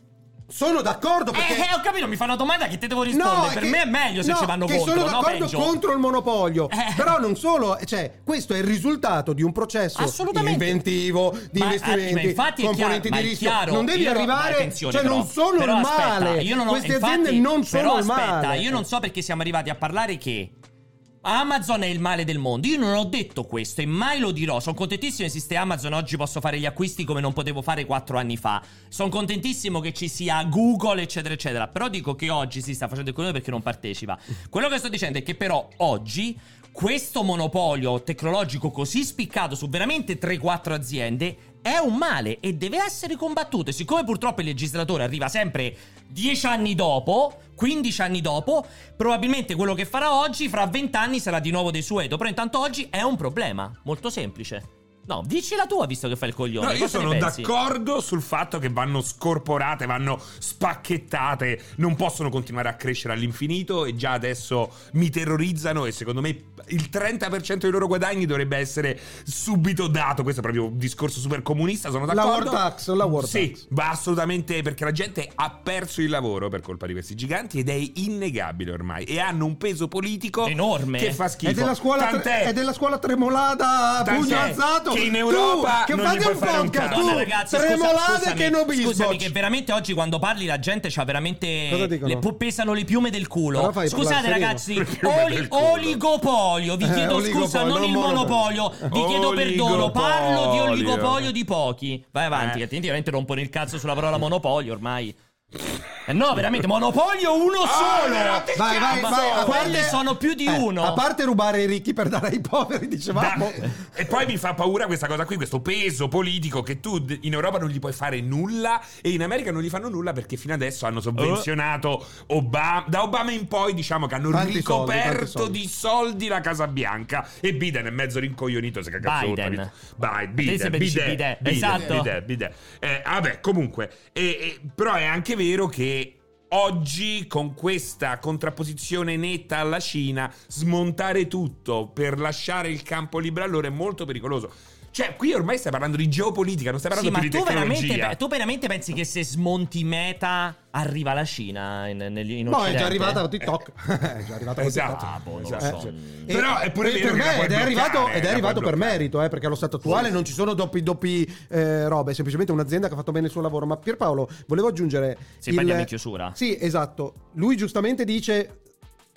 Speaker 2: Sono d'accordo perché
Speaker 1: Eh, eh, ho capito, mi fa una domanda che te devo rispondere. per
Speaker 2: che-
Speaker 1: me è meglio se
Speaker 2: no,
Speaker 1: ci vanno
Speaker 2: che
Speaker 1: contro.
Speaker 2: sono
Speaker 1: no,
Speaker 2: d'accordo
Speaker 1: peggio.
Speaker 2: contro il monopolio.
Speaker 1: Eh.
Speaker 2: Però non solo, cioè, questo è il risultato di un processo
Speaker 1: Assolutamente.
Speaker 2: inventivo di
Speaker 1: Ma- eh, ma
Speaker 2: investimenti,
Speaker 1: infatti è
Speaker 2: componenti
Speaker 1: chiaro, ma
Speaker 2: di
Speaker 1: è
Speaker 2: rischio.
Speaker 1: chiaro,
Speaker 2: non devi
Speaker 1: io no- ma
Speaker 2: arrivare,
Speaker 1: attenzione
Speaker 2: cioè
Speaker 1: però,
Speaker 2: non sono
Speaker 1: però
Speaker 2: il
Speaker 1: aspetta,
Speaker 2: male.
Speaker 1: io non ho-
Speaker 2: Queste
Speaker 1: infatti,
Speaker 2: aziende non sono
Speaker 1: però
Speaker 2: il
Speaker 1: aspetta,
Speaker 2: male.
Speaker 1: io non so perché siamo arrivati a parlare che Amazon è il male del mondo. Io non ho detto questo e mai lo dirò. Sono contentissimo che esiste Amazon. Oggi posso fare gli acquisti come non potevo fare quattro anni fa. Sono contentissimo che ci sia Google, eccetera, eccetera. Però dico che oggi si sta facendo il coglione perché non partecipa. Quello che sto dicendo è che, però, oggi. questo monopolio tecnologico così spiccato su veramente 3-4 aziende è un male e deve essere combattuto. E siccome purtroppo il legislatore arriva sempre 10 anni dopo, 15 anni dopo, probabilmente quello che farà oggi fra 20 anni sarà di nuovo desueto. Però intanto oggi è un problema molto semplice. No, dici la tua visto che fai il coglione.
Speaker 3: No, io
Speaker 1: Cosa ne
Speaker 3: sono
Speaker 1: pensi?
Speaker 3: d'accordo sul fatto che vanno scorporate, vanno spacchettate, non possono continuare a crescere all'infinito e già adesso mi terrorizzano e secondo me il 30% dei loro guadagni dovrebbe essere subito dato, questo è proprio un discorso super comunista, sono
Speaker 2: La
Speaker 3: d'accordo.
Speaker 2: war tax, la war
Speaker 3: Sì,
Speaker 2: tax.
Speaker 3: va assolutamente perché la gente ha perso il lavoro per colpa di questi giganti ed è innegabile ormai e hanno un peso politico
Speaker 1: Enorme.
Speaker 3: che fa schifo.
Speaker 2: È della, scuola tre-
Speaker 3: Tant'è
Speaker 2: è della scuola tremolada a
Speaker 3: Tant'è
Speaker 2: pugno alzato
Speaker 3: che in Europa
Speaker 2: tu, che
Speaker 3: non gli
Speaker 2: fate
Speaker 3: puoi
Speaker 2: un
Speaker 3: fare un
Speaker 2: podcast
Speaker 3: cazzo.
Speaker 2: tu
Speaker 1: Madonna, ragazzi, scusa-
Speaker 2: tremolade
Speaker 1: scusami,
Speaker 2: che nobismo
Speaker 1: Scusami, che veramente oggi quando parli la gente c'ha
Speaker 2: Cosa
Speaker 1: veramente.
Speaker 2: dicono?
Speaker 1: Le pu- pesano le piume del
Speaker 2: Però
Speaker 1: culo.
Speaker 2: fai
Speaker 1: Scusate,
Speaker 2: parlare
Speaker 1: ragazzi,
Speaker 3: sereno. Le piume
Speaker 1: oli-
Speaker 3: del culo.
Speaker 1: oligopolio. Vi
Speaker 2: Eh,
Speaker 1: chiedo
Speaker 2: oligopolio,
Speaker 1: scusa, non
Speaker 2: non
Speaker 1: il monopolio. Vi chiedo perdono. Parlo di
Speaker 3: Oligopolio.
Speaker 1: oligopolio di pochi. Vai avanti,
Speaker 3: Eh.
Speaker 1: che ti veramente rompono il cazzo sulla parola monopolio ormai. Eh no, veramente, monopolio uno solo.
Speaker 3: no, ti
Speaker 2: Vai, vai,
Speaker 1: Ma
Speaker 2: vai, a
Speaker 1: quelli
Speaker 2: parte-
Speaker 1: sono più di
Speaker 2: Ah, eh,
Speaker 1: uno.
Speaker 2: a parte rubare ai ricchi per dare ai poveri
Speaker 3: Da-
Speaker 2: dicevamo
Speaker 3: e poi mi fa paura questa cosa qui, questo peso politico che tu d- in Europa non gli puoi fare nulla e in America non gli fanno nulla perché fino adesso hanno sovvenzionato Obama, da Obama in poi diciamo che hanno
Speaker 2: Oh. Tanti soldi,
Speaker 3: ricoperto
Speaker 2: tanti soldi.
Speaker 3: di soldi la Casa Bianca e Biden è mezzo rincoglionito se cagazzo
Speaker 1: Biden.
Speaker 3: capito? Vai,
Speaker 1: Te
Speaker 3: Biden,
Speaker 1: sempre
Speaker 3: Biden,
Speaker 1: dici Biden,
Speaker 3: Biden,
Speaker 1: esatto.
Speaker 3: Biden, Biden. Eh, vabbè, comunque, E- e- però è anche vero che Oggi, con questa contrapposizione netta alla Cina, smontare tutto per lasciare il campo libero allora è molto pericoloso. Cioè, qui ormai stai parlando di geopolitica, non stai
Speaker 1: Sì,
Speaker 3: parlando
Speaker 1: ma
Speaker 3: più di
Speaker 1: tu veramente,
Speaker 3: tecnologia.
Speaker 1: tu veramente pensi che se smonti meta arriva la Cina in, in, in
Speaker 2: no è
Speaker 1: Occidente?
Speaker 2: già arrivata con TikTok [laughs] è già arrivata con
Speaker 3: Esatto.
Speaker 2: TikTok
Speaker 1: Ah, boh, non lo
Speaker 3: Esatto.
Speaker 1: so.
Speaker 2: E-
Speaker 3: Però è pure
Speaker 2: per
Speaker 3: vero che
Speaker 2: me
Speaker 3: la puoi
Speaker 2: ed è arrivato,
Speaker 3: bloccare,
Speaker 2: ed è
Speaker 3: la
Speaker 2: arrivato
Speaker 3: puoi
Speaker 2: per
Speaker 3: bloccare.
Speaker 2: merito, eh, perché allo stato attuale non ci sono doppi, doppi eh, robe, è semplicemente un'azienda che ha fatto bene il suo lavoro. Ma Pierpaolo, volevo aggiungere.
Speaker 1: Sì, poi andiamo in chiusura.
Speaker 2: Sì, esatto. Lui giustamente dice.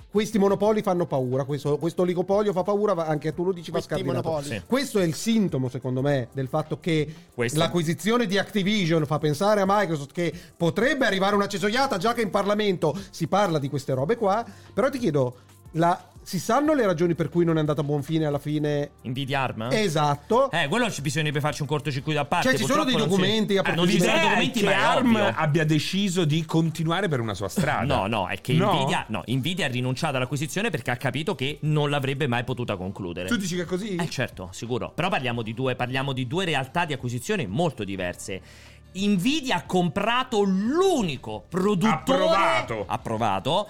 Speaker 2: Questi monopoli fanno paura, questo, questo oligopolio fa paura, va- anche tu lo dici, va
Speaker 4: Questi
Speaker 2: scardinato.
Speaker 4: monopoli.
Speaker 1: Sì.
Speaker 2: Questo è il sintomo, secondo me, del fatto che
Speaker 1: Questo-
Speaker 2: l'acquisizione di Activision fa pensare a Microsoft che potrebbe arrivare una cesoiata, già che in Parlamento si parla di queste robe qua. Però ti chiedo, la- si sanno le ragioni per cui non è andata a buon fine alla fine?
Speaker 1: Nvidia Arm?
Speaker 2: Esatto.
Speaker 1: Eh, quello ci bisognerebbe farci un cortocircuito a parte.
Speaker 2: Cioè, ci sono
Speaker 1: purtroppo
Speaker 2: dei
Speaker 1: non si-
Speaker 2: documenti,
Speaker 1: Eh, non ci
Speaker 2: approfondimenti.
Speaker 1: sono
Speaker 3: L'idea è
Speaker 1: documenti,
Speaker 3: che
Speaker 1: ma è
Speaker 3: ARM
Speaker 1: ovvio.
Speaker 3: abbia deciso di continuare per una sua strada.
Speaker 1: No, no, è che
Speaker 3: No?
Speaker 1: Nvidia, no, Nvidia ha rinunciato all'acquisizione perché ha capito che non l'avrebbe mai potuta concludere.
Speaker 3: Tu dici che è così?
Speaker 1: Eh certo, sicuro. Però parliamo di due, parliamo di due realtà di acquisizione molto diverse. Nvidia ha comprato l'unico produttore
Speaker 3: Approvato.
Speaker 1: approvato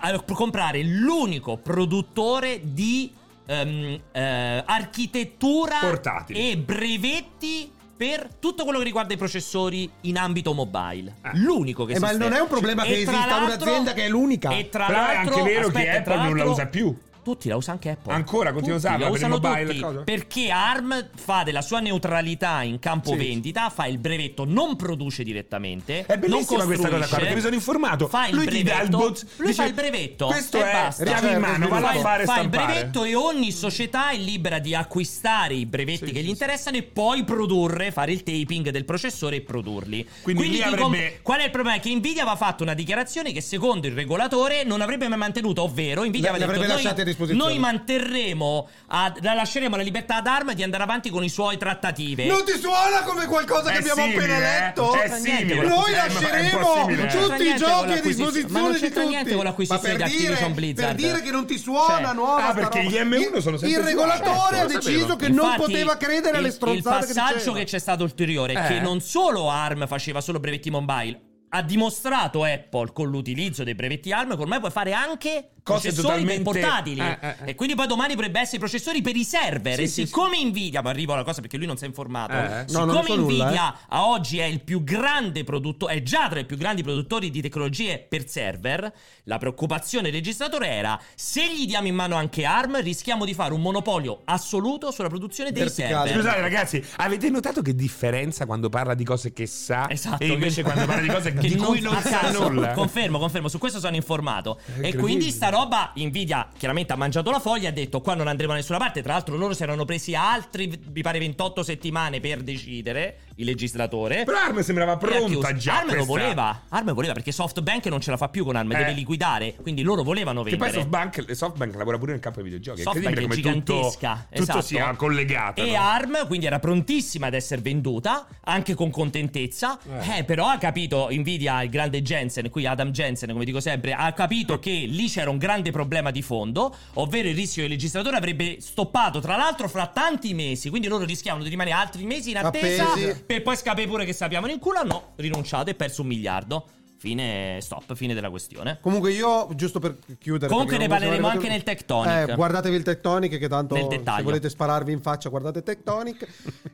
Speaker 1: a comprare l'unico produttore di ehm, eh, architettura
Speaker 3: Portatili.
Speaker 1: e brevetti per tutto quello che riguarda i processori in ambito mobile.
Speaker 3: Eh.
Speaker 1: L'unico che
Speaker 2: Eh, ma
Speaker 1: esiste.
Speaker 2: non è un problema che
Speaker 1: E tra
Speaker 2: esista
Speaker 1: l'altro-
Speaker 2: un'azienda che è l'unica.
Speaker 1: E tra
Speaker 3: Però è
Speaker 1: l'altro,
Speaker 3: anche vero che
Speaker 1: aspetta,
Speaker 3: Apple
Speaker 1: tra
Speaker 3: non la
Speaker 1: l'altro-
Speaker 3: usa più.
Speaker 1: tutti la usa anche Apple.
Speaker 3: Ancora, continua a
Speaker 1: Tutti
Speaker 3: usarla
Speaker 1: La
Speaker 3: per il
Speaker 1: usano
Speaker 3: mobile,
Speaker 1: tutti,
Speaker 3: cosa?
Speaker 1: perché ARM fa della sua neutralità in campo
Speaker 3: Sì.
Speaker 1: vendita, fa il brevetto, non produce direttamente.
Speaker 3: È bellissima
Speaker 1: non
Speaker 3: questa cosa qua, perché mi sono informato.
Speaker 1: Fa il
Speaker 3: lui ti
Speaker 1: brevetto,
Speaker 3: dà il bot-
Speaker 1: lui
Speaker 3: dice,
Speaker 1: fa il brevetto.
Speaker 3: Questo
Speaker 1: e
Speaker 3: è,
Speaker 1: basta.
Speaker 3: chiave in mano,
Speaker 2: Ricerca,
Speaker 3: va a
Speaker 1: Fa il-
Speaker 3: fare
Speaker 1: fa Cioè, il
Speaker 3: stampare.
Speaker 1: brevetto e ogni società è libera di acquistare i brevetti
Speaker 3: Sì,
Speaker 1: che
Speaker 3: sì,
Speaker 1: gli
Speaker 3: sì.
Speaker 1: interessano e poi produrre, fare il taping del processore e produrli.
Speaker 3: Quindi lì
Speaker 1: dico,
Speaker 3: avrebbe-
Speaker 1: qual è il problema? È che Nvidia aveva fatto una dichiarazione che secondo il regolatore non avrebbe mai mantenuto, ovvero Nvidia aveva detto
Speaker 2: Le- le avrebbe
Speaker 1: noi,
Speaker 2: lasciate a disposizione."
Speaker 1: noi manterremo, a- la lasceremo la libertà ad ARM di andare avanti con i suoi trattative.
Speaker 2: Non ti suona come qualcosa che
Speaker 3: È
Speaker 2: abbiamo
Speaker 3: simile,
Speaker 2: appena
Speaker 3: eh?
Speaker 2: letto?
Speaker 3: È simile.
Speaker 2: Noi
Speaker 3: Eh, ma è
Speaker 2: lasceremo
Speaker 3: impossibile, eh.
Speaker 1: Non c'entra
Speaker 2: tutti i
Speaker 1: niente con
Speaker 2: giochi a
Speaker 1: l'acquisizione. Ma non
Speaker 2: disposizione di
Speaker 1: c'entra
Speaker 2: tutti.
Speaker 1: niente con l'acquisizione
Speaker 2: Ma per
Speaker 1: di Activision
Speaker 2: dire-
Speaker 1: Blizzard.
Speaker 2: Per dire che non ti suona
Speaker 1: Cioè,
Speaker 2: nuova
Speaker 3: ah,
Speaker 2: sta
Speaker 3: perché
Speaker 2: roba.
Speaker 3: gli M1 sono sempre
Speaker 2: Il
Speaker 3: uguali.
Speaker 2: regolatore
Speaker 3: Eh,
Speaker 2: ha
Speaker 3: lo sapevo.
Speaker 2: deciso che non
Speaker 1: Infatti,
Speaker 2: poteva credere alle
Speaker 1: il-
Speaker 2: stronzate
Speaker 1: Il passaggio
Speaker 2: che
Speaker 1: che,
Speaker 2: diceva.
Speaker 1: c'è stato ulteriore è
Speaker 3: Eh.
Speaker 1: che non solo ARM faceva solo brevetti mobile. Ha dimostrato Apple con l'utilizzo dei brevetti ARM che ormai puoi fare anche
Speaker 3: Cose
Speaker 1: processori per
Speaker 3: totalmente-
Speaker 1: portatili.
Speaker 3: eh, eh, eh.
Speaker 1: E quindi poi domani dovrebbe essere i processori per i server.
Speaker 3: Sì,
Speaker 1: e
Speaker 3: sì,
Speaker 1: siccome Nvidia, ma arrivo alla cosa perché lui non si è informato,
Speaker 3: Eh.
Speaker 2: No,
Speaker 1: siccome
Speaker 2: non ne so nulla,
Speaker 1: Nvidia a oggi è il più grande produttore, è già tra i più grandi produttori di tecnologie per server, la preoccupazione del legislatore era se gli diamo in mano anche ARM rischiamo di fare un monopolio assoluto sulla produzione dei
Speaker 2: Verticale.
Speaker 1: server.
Speaker 3: Scusate ragazzi, avete notato che differenza quando parla di cose che sa
Speaker 1: Esatto,
Speaker 3: e invece
Speaker 1: invece- [laughs]
Speaker 3: quando parla di cose che
Speaker 1: che
Speaker 3: Di
Speaker 1: non
Speaker 3: cui non
Speaker 1: a
Speaker 3: sa
Speaker 1: caso.
Speaker 3: nulla.
Speaker 1: Confermo, confermo, su questo sono informato. E
Speaker 3: incredibile.
Speaker 1: quindi sta roba, Nvidia chiaramente ha mangiato la foglia, ha detto qua non andremo da nessuna parte, tra l'altro loro si erano presi altri, mi pare 28 settimane per decidere, il legislatore.
Speaker 3: Però ARM sembrava
Speaker 1: E ha chiuso.
Speaker 3: pronta già.
Speaker 1: Arm lo
Speaker 3: questa.
Speaker 1: voleva, Arm voleva perché SoftBank non ce la fa più con Arm,
Speaker 3: Eh.
Speaker 1: deve liquidare, quindi loro volevano
Speaker 3: Che poi
Speaker 1: vendere.
Speaker 3: SoftBank, SoftBank lavora pure nel campo dei videogiochi.
Speaker 1: SoftBank
Speaker 3: incredibile
Speaker 1: è
Speaker 3: come tutto-
Speaker 1: gigantesca,
Speaker 3: Tutto,
Speaker 1: esatto.
Speaker 3: sia collegato.
Speaker 1: E
Speaker 3: no?
Speaker 1: ARM quindi era prontissima ad essere venduta anche con contentezza. Eh, però ha capito Nvidia, il grande Jensen, qui Adam Jensen, come dico sempre, ha capito che lì c'era un grande problema di fondo, ovvero il rischio che il legislatore avrebbe stoppato, tra l'altro, fra tanti mesi. Quindi loro rischiavano di rimanere altri mesi in attesa
Speaker 2: Appesi.
Speaker 1: per poi scapare pure che sappiamo in culo. No, rinunciato e perso un miliardo. Fine, stop, fine della questione.
Speaker 2: Comunque io, giusto per chiudere...
Speaker 1: Comunque ne
Speaker 2: perché non
Speaker 1: parleremo
Speaker 2: siamo
Speaker 1: anche nel
Speaker 2: arrivati-
Speaker 1: Tectonic.
Speaker 2: Eh, guardatevi il Tectonic che
Speaker 1: Nel
Speaker 2: tanto se
Speaker 1: dettaglio.
Speaker 2: volete spararvi in faccia
Speaker 1: [laughs]
Speaker 2: guardate Tectonic.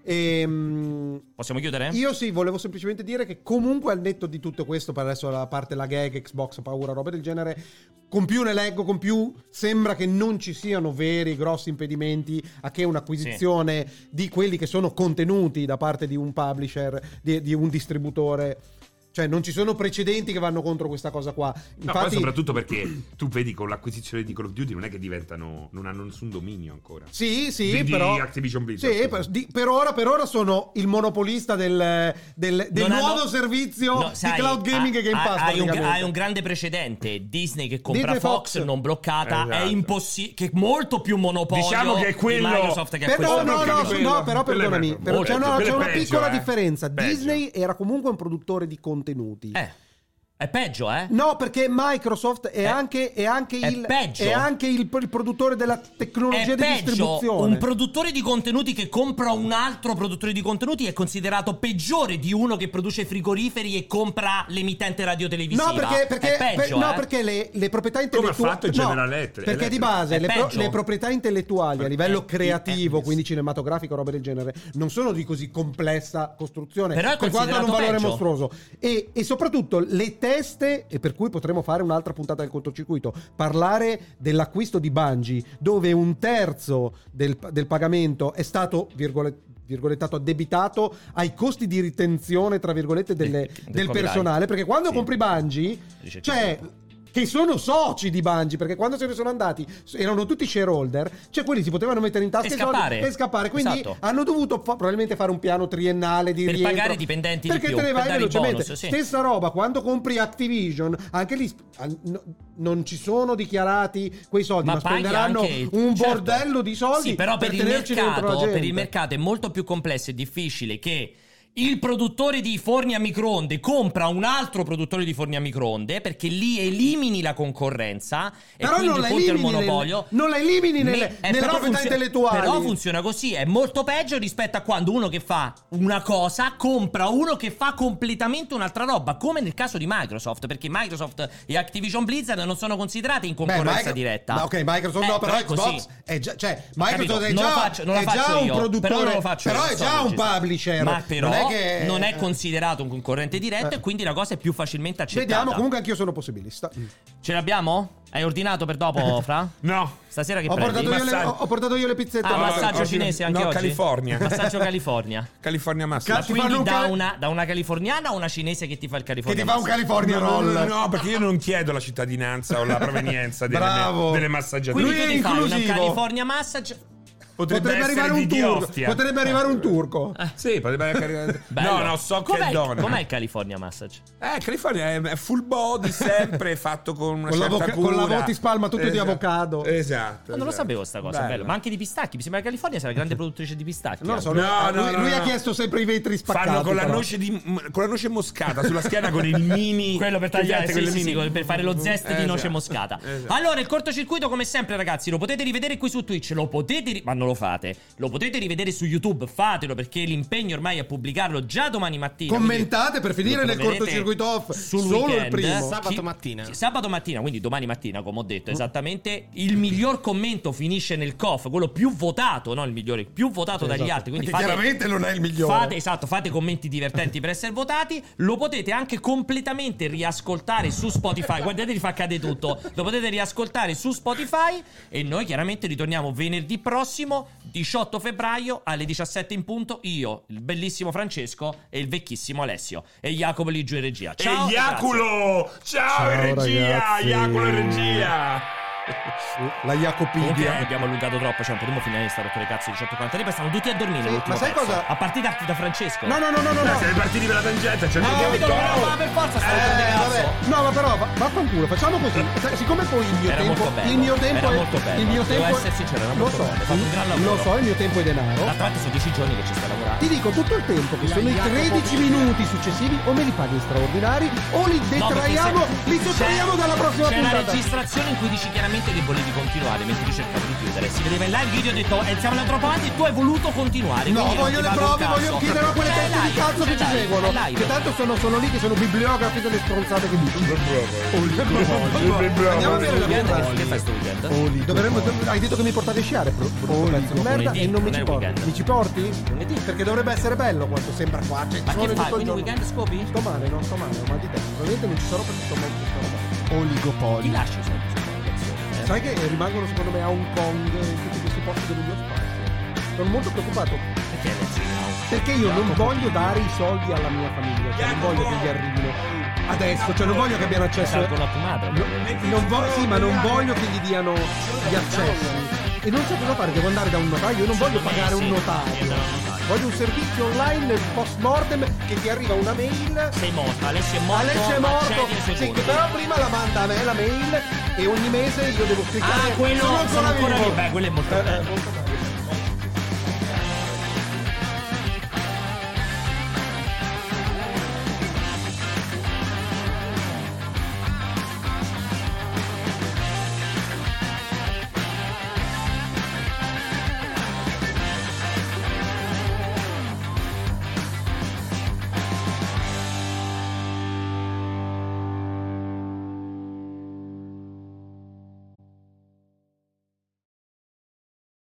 Speaker 2: Ehm,
Speaker 1: Possiamo chiudere?
Speaker 2: Io sì, volevo semplicemente dire che comunque al netto di tutto questo, per adesso la parte la gag, Xbox, paura, roba del genere, con più ne leggo, con più sembra che non ci siano veri grossi impedimenti a che un'acquisizione di quelli che sono contenuti da parte di un publisher, di, di un distributore. Cioè, non ci sono precedenti che vanno contro questa cosa qua.
Speaker 3: No, poi soprattutto perché tu vedi con l'acquisizione di Call of Duty non è che diventano. non hanno nessun dominio ancora.
Speaker 2: Sì, sì,
Speaker 3: Di- di
Speaker 2: però.
Speaker 3: Activision Blizzard,
Speaker 2: Sì,
Speaker 3: scusa.
Speaker 2: per, di- per ora, per ora sono il monopolista del, del- del
Speaker 1: Non hanno-
Speaker 2: nuovo servizio
Speaker 1: No,
Speaker 2: di
Speaker 1: sai,
Speaker 2: cloud gaming
Speaker 1: ha-
Speaker 2: e Game
Speaker 1: ha- Hai
Speaker 2: Pass.
Speaker 1: un,
Speaker 2: praticamente.
Speaker 1: hai un grande precedente. Disney che compra
Speaker 2: Disney
Speaker 1: Fox,
Speaker 2: Fox.
Speaker 1: non bloccata. È
Speaker 3: Esatto.
Speaker 1: impossibile. Che è molto più monopolio
Speaker 3: Diciamo che è quello-
Speaker 1: di Microsoft che è
Speaker 2: Però,
Speaker 1: questo.
Speaker 2: no, no,
Speaker 3: quello-
Speaker 2: no, però
Speaker 3: quello- quello è
Speaker 2: perdonami,
Speaker 3: vero,
Speaker 2: però
Speaker 1: molto
Speaker 2: c'è una,
Speaker 1: peggio.
Speaker 2: c'è una
Speaker 1: Quello
Speaker 3: è
Speaker 2: piccola
Speaker 3: peggio, eh.
Speaker 2: differenza.
Speaker 3: Peggio.
Speaker 2: Disney era comunque un produttore di contenuti.
Speaker 1: Eh, è peggio, eh?
Speaker 2: No, perché Microsoft è,
Speaker 1: È-
Speaker 2: anche, è anche
Speaker 1: Eh. è
Speaker 2: il,
Speaker 1: peggio.
Speaker 2: è anche il, il produttore della tecnologia
Speaker 1: È
Speaker 2: di
Speaker 1: peggio
Speaker 2: distribuzione.
Speaker 1: un produttore di contenuti che compra un altro produttore di contenuti è considerato peggiore di uno che produce frigoriferi e compra l'emittente radiotelevisiva.
Speaker 2: No, perché, perché-
Speaker 1: è peggio,
Speaker 2: per- no,
Speaker 1: eh?
Speaker 2: perché le, le proprietà
Speaker 3: Come ha
Speaker 2: intellettuali.
Speaker 3: fatto
Speaker 2: no,
Speaker 3: General Electric-
Speaker 2: Perché di
Speaker 3: Electric.
Speaker 2: base
Speaker 1: È
Speaker 2: le, pro-
Speaker 1: peggio.
Speaker 2: le proprietà intellettuali a livello
Speaker 1: Eh,
Speaker 2: creativo,
Speaker 1: eh,
Speaker 2: quindi cinematografico, roba del genere, non sono di così complessa costruzione.
Speaker 1: Però è
Speaker 2: per quanto hanno un valore
Speaker 1: considerato
Speaker 2: mostruoso. E, e soprattutto le teste, e per cui potremo fare un'altra puntata del cortocircuito, parlare dell'acquisto di Bungie, dove un terzo del, del pagamento è stato, virgole- virgolettato, addebitato ai costi di ritenzione, tra virgolette, delle-
Speaker 1: Del- del
Speaker 2: del
Speaker 1: copyright.
Speaker 2: personale. Perché quando
Speaker 1: Sì.
Speaker 2: compri Bungie
Speaker 1: Dice che
Speaker 2: cioè
Speaker 1: stupro.
Speaker 2: che sono soci di Bungie perché quando se ne sono andati erano tutti shareholder cioè quelli si potevano mettere in tasca
Speaker 1: E
Speaker 2: i soldi
Speaker 1: scappare.
Speaker 2: e scappare quindi
Speaker 1: Esatto.
Speaker 2: hanno dovuto fa- probabilmente fare un piano triennale di
Speaker 1: Per
Speaker 2: rientro.
Speaker 1: pagare i dipendenti di
Speaker 2: perché
Speaker 1: più,
Speaker 2: te ne
Speaker 1: per
Speaker 2: vai
Speaker 1: dare i
Speaker 2: velocemente
Speaker 1: bonus, sì.
Speaker 2: stessa roba quando compri Activision anche lì sp- an- no- non ci sono dichiarati quei soldi ma,
Speaker 1: paghi
Speaker 2: spenderanno
Speaker 1: anche-
Speaker 2: un
Speaker 1: certo.
Speaker 2: bordello di soldi
Speaker 1: Sì, però
Speaker 2: per,
Speaker 1: per, il
Speaker 2: tenerci dentro la
Speaker 1: mercato,
Speaker 2: gente
Speaker 1: per il mercato è molto più complesso e difficile che il produttore di forni a microonde compra un altro produttore di forni a microonde perché lì elimini la concorrenza
Speaker 2: Però
Speaker 1: e quindi
Speaker 2: non la
Speaker 1: punta il
Speaker 2: elimini nel-
Speaker 1: monopolio.
Speaker 2: non la elimini nel-
Speaker 1: Me- eh,
Speaker 2: nella
Speaker 1: però
Speaker 2: proprietà
Speaker 1: funzio-
Speaker 2: intellettuale.
Speaker 1: Però funziona così, è molto peggio rispetto a quando uno che fa una cosa compra uno che fa completamente un'altra roba, come nel caso di Microsoft, perché Microsoft e Activision Blizzard non sono considerate in
Speaker 2: Beh,
Speaker 1: concorrenza
Speaker 2: Micro-
Speaker 1: diretta.
Speaker 2: Ma ok, Microsoft
Speaker 1: Eh,
Speaker 2: no, però,
Speaker 1: è così.
Speaker 2: Xbox è già, cioè, Microsoft
Speaker 1: Capito?
Speaker 2: è
Speaker 1: Non
Speaker 2: già,
Speaker 1: la faccio- non la
Speaker 2: è
Speaker 1: faccio
Speaker 2: già
Speaker 1: io,
Speaker 2: un produttore,
Speaker 1: però non lo faccio
Speaker 2: però
Speaker 1: io,
Speaker 2: è
Speaker 1: so,
Speaker 2: già un
Speaker 1: Gigi.
Speaker 2: publisher.
Speaker 1: Ma però
Speaker 2: non è che
Speaker 1: considerato un concorrente diretto
Speaker 2: Eh.
Speaker 1: e quindi la cosa è più facilmente accettata.
Speaker 2: Vediamo, comunque anch'io sono possibilista.
Speaker 1: Ce l'abbiamo? Hai ordinato per
Speaker 2: [laughs]
Speaker 1: dopo, Fra?
Speaker 3: No.
Speaker 1: Stasera che
Speaker 2: Ho
Speaker 1: prendi?
Speaker 2: portato, io le,
Speaker 3: Massaggio.
Speaker 2: ho- ho portato io le pizzette.
Speaker 1: Ah,
Speaker 3: No,
Speaker 1: massaggio
Speaker 3: oggi-
Speaker 1: cinese anche
Speaker 3: no,
Speaker 1: oggi?
Speaker 3: California.
Speaker 1: Massaggio California.
Speaker 3: California Massimo.
Speaker 1: Ma
Speaker 2: Cazzo,
Speaker 1: quindi
Speaker 2: fanno Ah, un
Speaker 1: da,
Speaker 2: cali-
Speaker 1: una, da una californiana o una cinese che ti fa il
Speaker 2: che
Speaker 1: California?
Speaker 2: ti fa un
Speaker 1: massage?
Speaker 2: California
Speaker 3: No,
Speaker 2: roll.
Speaker 3: no, no, no, perché io non chiedo la cittadinanza o la provenienza delle,
Speaker 2: Bravo.
Speaker 3: delle massaggiatrici.
Speaker 1: Quindi tu
Speaker 2: Lui è
Speaker 1: ti fai una
Speaker 2: inclusivo.
Speaker 1: California massage
Speaker 3: potrebbe,
Speaker 2: Potrebbe
Speaker 3: essere
Speaker 2: arrivare un
Speaker 3: di
Speaker 2: turco.
Speaker 3: Diostia.
Speaker 2: Potrebbe arrivare un turco.
Speaker 3: Sì, potrebbe arrivare.
Speaker 1: eh. Bello.
Speaker 3: no, no, so
Speaker 1: Com'è
Speaker 3: che è
Speaker 1: il-
Speaker 3: donna.
Speaker 1: Com'è il California massage?
Speaker 3: Eh, California è- è
Speaker 2: [laughs]
Speaker 3: full body sempre fatto con una
Speaker 2: Con
Speaker 3: certa
Speaker 2: l'avoca-
Speaker 3: cura.
Speaker 2: con l'avo- ti spalma tutto di avocado.
Speaker 3: Esatto.
Speaker 2: Eh,
Speaker 1: Ma non lo
Speaker 3: esatto.
Speaker 1: sapevo sta cosa,
Speaker 3: Bello.
Speaker 1: bello. Ma anche di pistacchi. Mi sembra che la California sia la grande produttrice di pistacchi. eh.
Speaker 2: Non lo so,
Speaker 3: No,
Speaker 2: lui,
Speaker 3: no,
Speaker 2: lui-
Speaker 3: no,
Speaker 2: lui
Speaker 3: no.
Speaker 2: ha chiesto sempre i vetri spaccati.
Speaker 3: Fanno con la,
Speaker 2: però.
Speaker 3: noce di- m- con la noce moscata sulla schiena
Speaker 2: [laughs]
Speaker 3: con il mini.
Speaker 1: Quello per tagliare,
Speaker 3: presente,
Speaker 1: sì,
Speaker 3: quelle
Speaker 1: sì,
Speaker 3: mini-
Speaker 1: sì, per fare lo zest
Speaker 3: Eh,
Speaker 1: di noce
Speaker 3: esatto.
Speaker 1: moscata.
Speaker 3: Esatto.
Speaker 1: Allora, il cortocircuito, come sempre, ragazzi, lo potete rivedere qui su Twitch, lo potete, ri- ma non lo fate, lo potete rivedere su YouTube, fatelo perché l'impegno ormai è pubblicarlo già domani mattina.
Speaker 2: Commentate per
Speaker 1: quindi
Speaker 2: finire
Speaker 1: lo
Speaker 2: nel
Speaker 1: troverete
Speaker 2: cortocircuito off.
Speaker 1: sul
Speaker 2: Solo il
Speaker 1: weekend.
Speaker 2: primo. Mm.
Speaker 4: Sabato
Speaker 1: Chi-
Speaker 4: mattina.
Speaker 1: Sabato mattina, quindi domani mattina, come ho detto, esattamente il miglior commento finisce nel COF, quello più votato, no, il migliore, più votato dagli
Speaker 4: esatto.
Speaker 1: altri, quindi
Speaker 2: Perché
Speaker 1: fate
Speaker 2: chiaramente non è il migliore.
Speaker 1: Fate, esatto, fate commenti divertenti per essere votati. Lo potete anche completamente riascoltare su Spotify. Guardate, li fa cadere tutto. Lo potete riascoltare su Spotify. E noi chiaramente ritorniamo venerdì prossimo. prossimo 18 febbraio alle 17 in punto io, il bellissimo Francesco e il vecchissimo Alessio e Jacopo lì giù in regia. Ciao!
Speaker 3: e
Speaker 1: grazie.
Speaker 3: Iaculo! Ciao, regia!
Speaker 1: ragazzi.
Speaker 3: Iaculo in regia!
Speaker 2: La
Speaker 1: Comunque
Speaker 2: Jacopidia.
Speaker 1: abbiamo allungato troppo, cioè non potremmo finire di stare le cazzo 18.40 poi stanno tutti a dormire
Speaker 2: Sì,
Speaker 1: l'ultimo
Speaker 2: ma sai
Speaker 1: pezzo.
Speaker 2: cosa-
Speaker 1: A partire da- da Francesco.
Speaker 2: No, no, no, no, no.
Speaker 3: Eh,
Speaker 2: no.
Speaker 3: Siete partiti per la tangente, c'è
Speaker 2: No, Eh,
Speaker 3: tutto
Speaker 1: capito, però, ma per forza stavo prendendo cazzo.
Speaker 2: No, ma però va, vaffanculo, facciamo così. Sa- Siccome poi il mio
Speaker 1: Era
Speaker 2: tempo.
Speaker 1: molto bello.
Speaker 2: il mio tempo
Speaker 1: Era
Speaker 2: è.
Speaker 1: molto bello.
Speaker 2: Il mio
Speaker 1: Devo
Speaker 2: tempo. è-
Speaker 1: essere sincero, era
Speaker 2: lo
Speaker 1: molto
Speaker 2: so,
Speaker 1: bello, hai fatto un gran lavoro.
Speaker 2: Lo so, il mio tempo è denaro.
Speaker 1: D'altra parte sono 10 giorni che ci sta lavorando.
Speaker 2: Ti dico tutto il tempo che sono i 13 minuti successivi o me li paghi straordinari o li
Speaker 1: No, perché
Speaker 2: detraiamo,
Speaker 1: se-
Speaker 2: li sottraiamo
Speaker 1: c'è-
Speaker 2: dalla prossima
Speaker 1: c'è la
Speaker 2: puntata.
Speaker 1: registrazione in cui dici chiaramente che volevi continuare mentre cercavi di chiudere. Si vedeva in live, io ti ho detto, eh, siamo troppo avanti e tu hai voluto continuare.
Speaker 2: No,
Speaker 1: quindi non
Speaker 2: voglio
Speaker 1: ti
Speaker 2: le
Speaker 1: pago un
Speaker 2: prove, voglio
Speaker 1: cazzo.
Speaker 2: chiedere a quelle
Speaker 1: Cioè,
Speaker 2: teste di
Speaker 1: live,
Speaker 2: cazzo
Speaker 1: cioè,
Speaker 2: che ci
Speaker 1: live,
Speaker 2: seguono.
Speaker 1: è live.
Speaker 2: Che tanto sono, sono lì, che sono bibliografi delle stronzate che dici. Andiamo a vedere la
Speaker 1: Weekend,
Speaker 2: puntata.
Speaker 1: Che fai sto weekend?
Speaker 2: Dovremmo, dov- hai detto che mi portate a sciare, bro. brutto pezzo di merda,
Speaker 1: lunedì,
Speaker 2: e non mi
Speaker 1: non è
Speaker 2: ci
Speaker 1: il weekend.
Speaker 2: porti. Mi ci porti? Perché dovrebbe essere bello quanto sembra qua. Cioè,
Speaker 1: Ma
Speaker 2: sono
Speaker 1: che
Speaker 2: tutto
Speaker 1: fai?
Speaker 2: il
Speaker 1: Quindi
Speaker 2: giorno.
Speaker 1: weekend scopi?
Speaker 2: Sto male, non sto male, ma di te. Probabilmente non ci sarò perché sto molto sto male.
Speaker 1: Ti
Speaker 4: Oligopoli.
Speaker 1: lascio sempre questa collezione, eh?
Speaker 2: Sai che rimangono secondo me a Hong Kong eh, tutti questi posti del mio spazio. Sono molto preoccupato
Speaker 1: Perché è
Speaker 2: perché io non voglio dare i soldi alla mia famiglia. Cioè, non voglio che gli arrivino adesso, cioè non voglio che abbiano accesso.
Speaker 1: Salgo la tua madre.
Speaker 2: No,
Speaker 1: ovviamente.
Speaker 2: non vo- sì, ma non voglio che gli diano gli accessi. E non so cosa fare, devo andare da un notaio, io non voglio pagare un notaio. Voglio un servizio online post mortem che ti arriva una mail.
Speaker 1: Sei morta, Alessio è morto.
Speaker 2: Alessio è
Speaker 1: ma
Speaker 2: morto,
Speaker 1: accedi ai suoi
Speaker 2: sì,
Speaker 1: punti.
Speaker 2: però prima la manda a me la mail e ogni mese io devo cliccare
Speaker 1: Ah, quello
Speaker 2: sono
Speaker 1: sono ancora
Speaker 2: vivo.
Speaker 1: lì. Beh, quello è molto
Speaker 2: Eh, eh,
Speaker 1: bello.
Speaker 2: molto bello.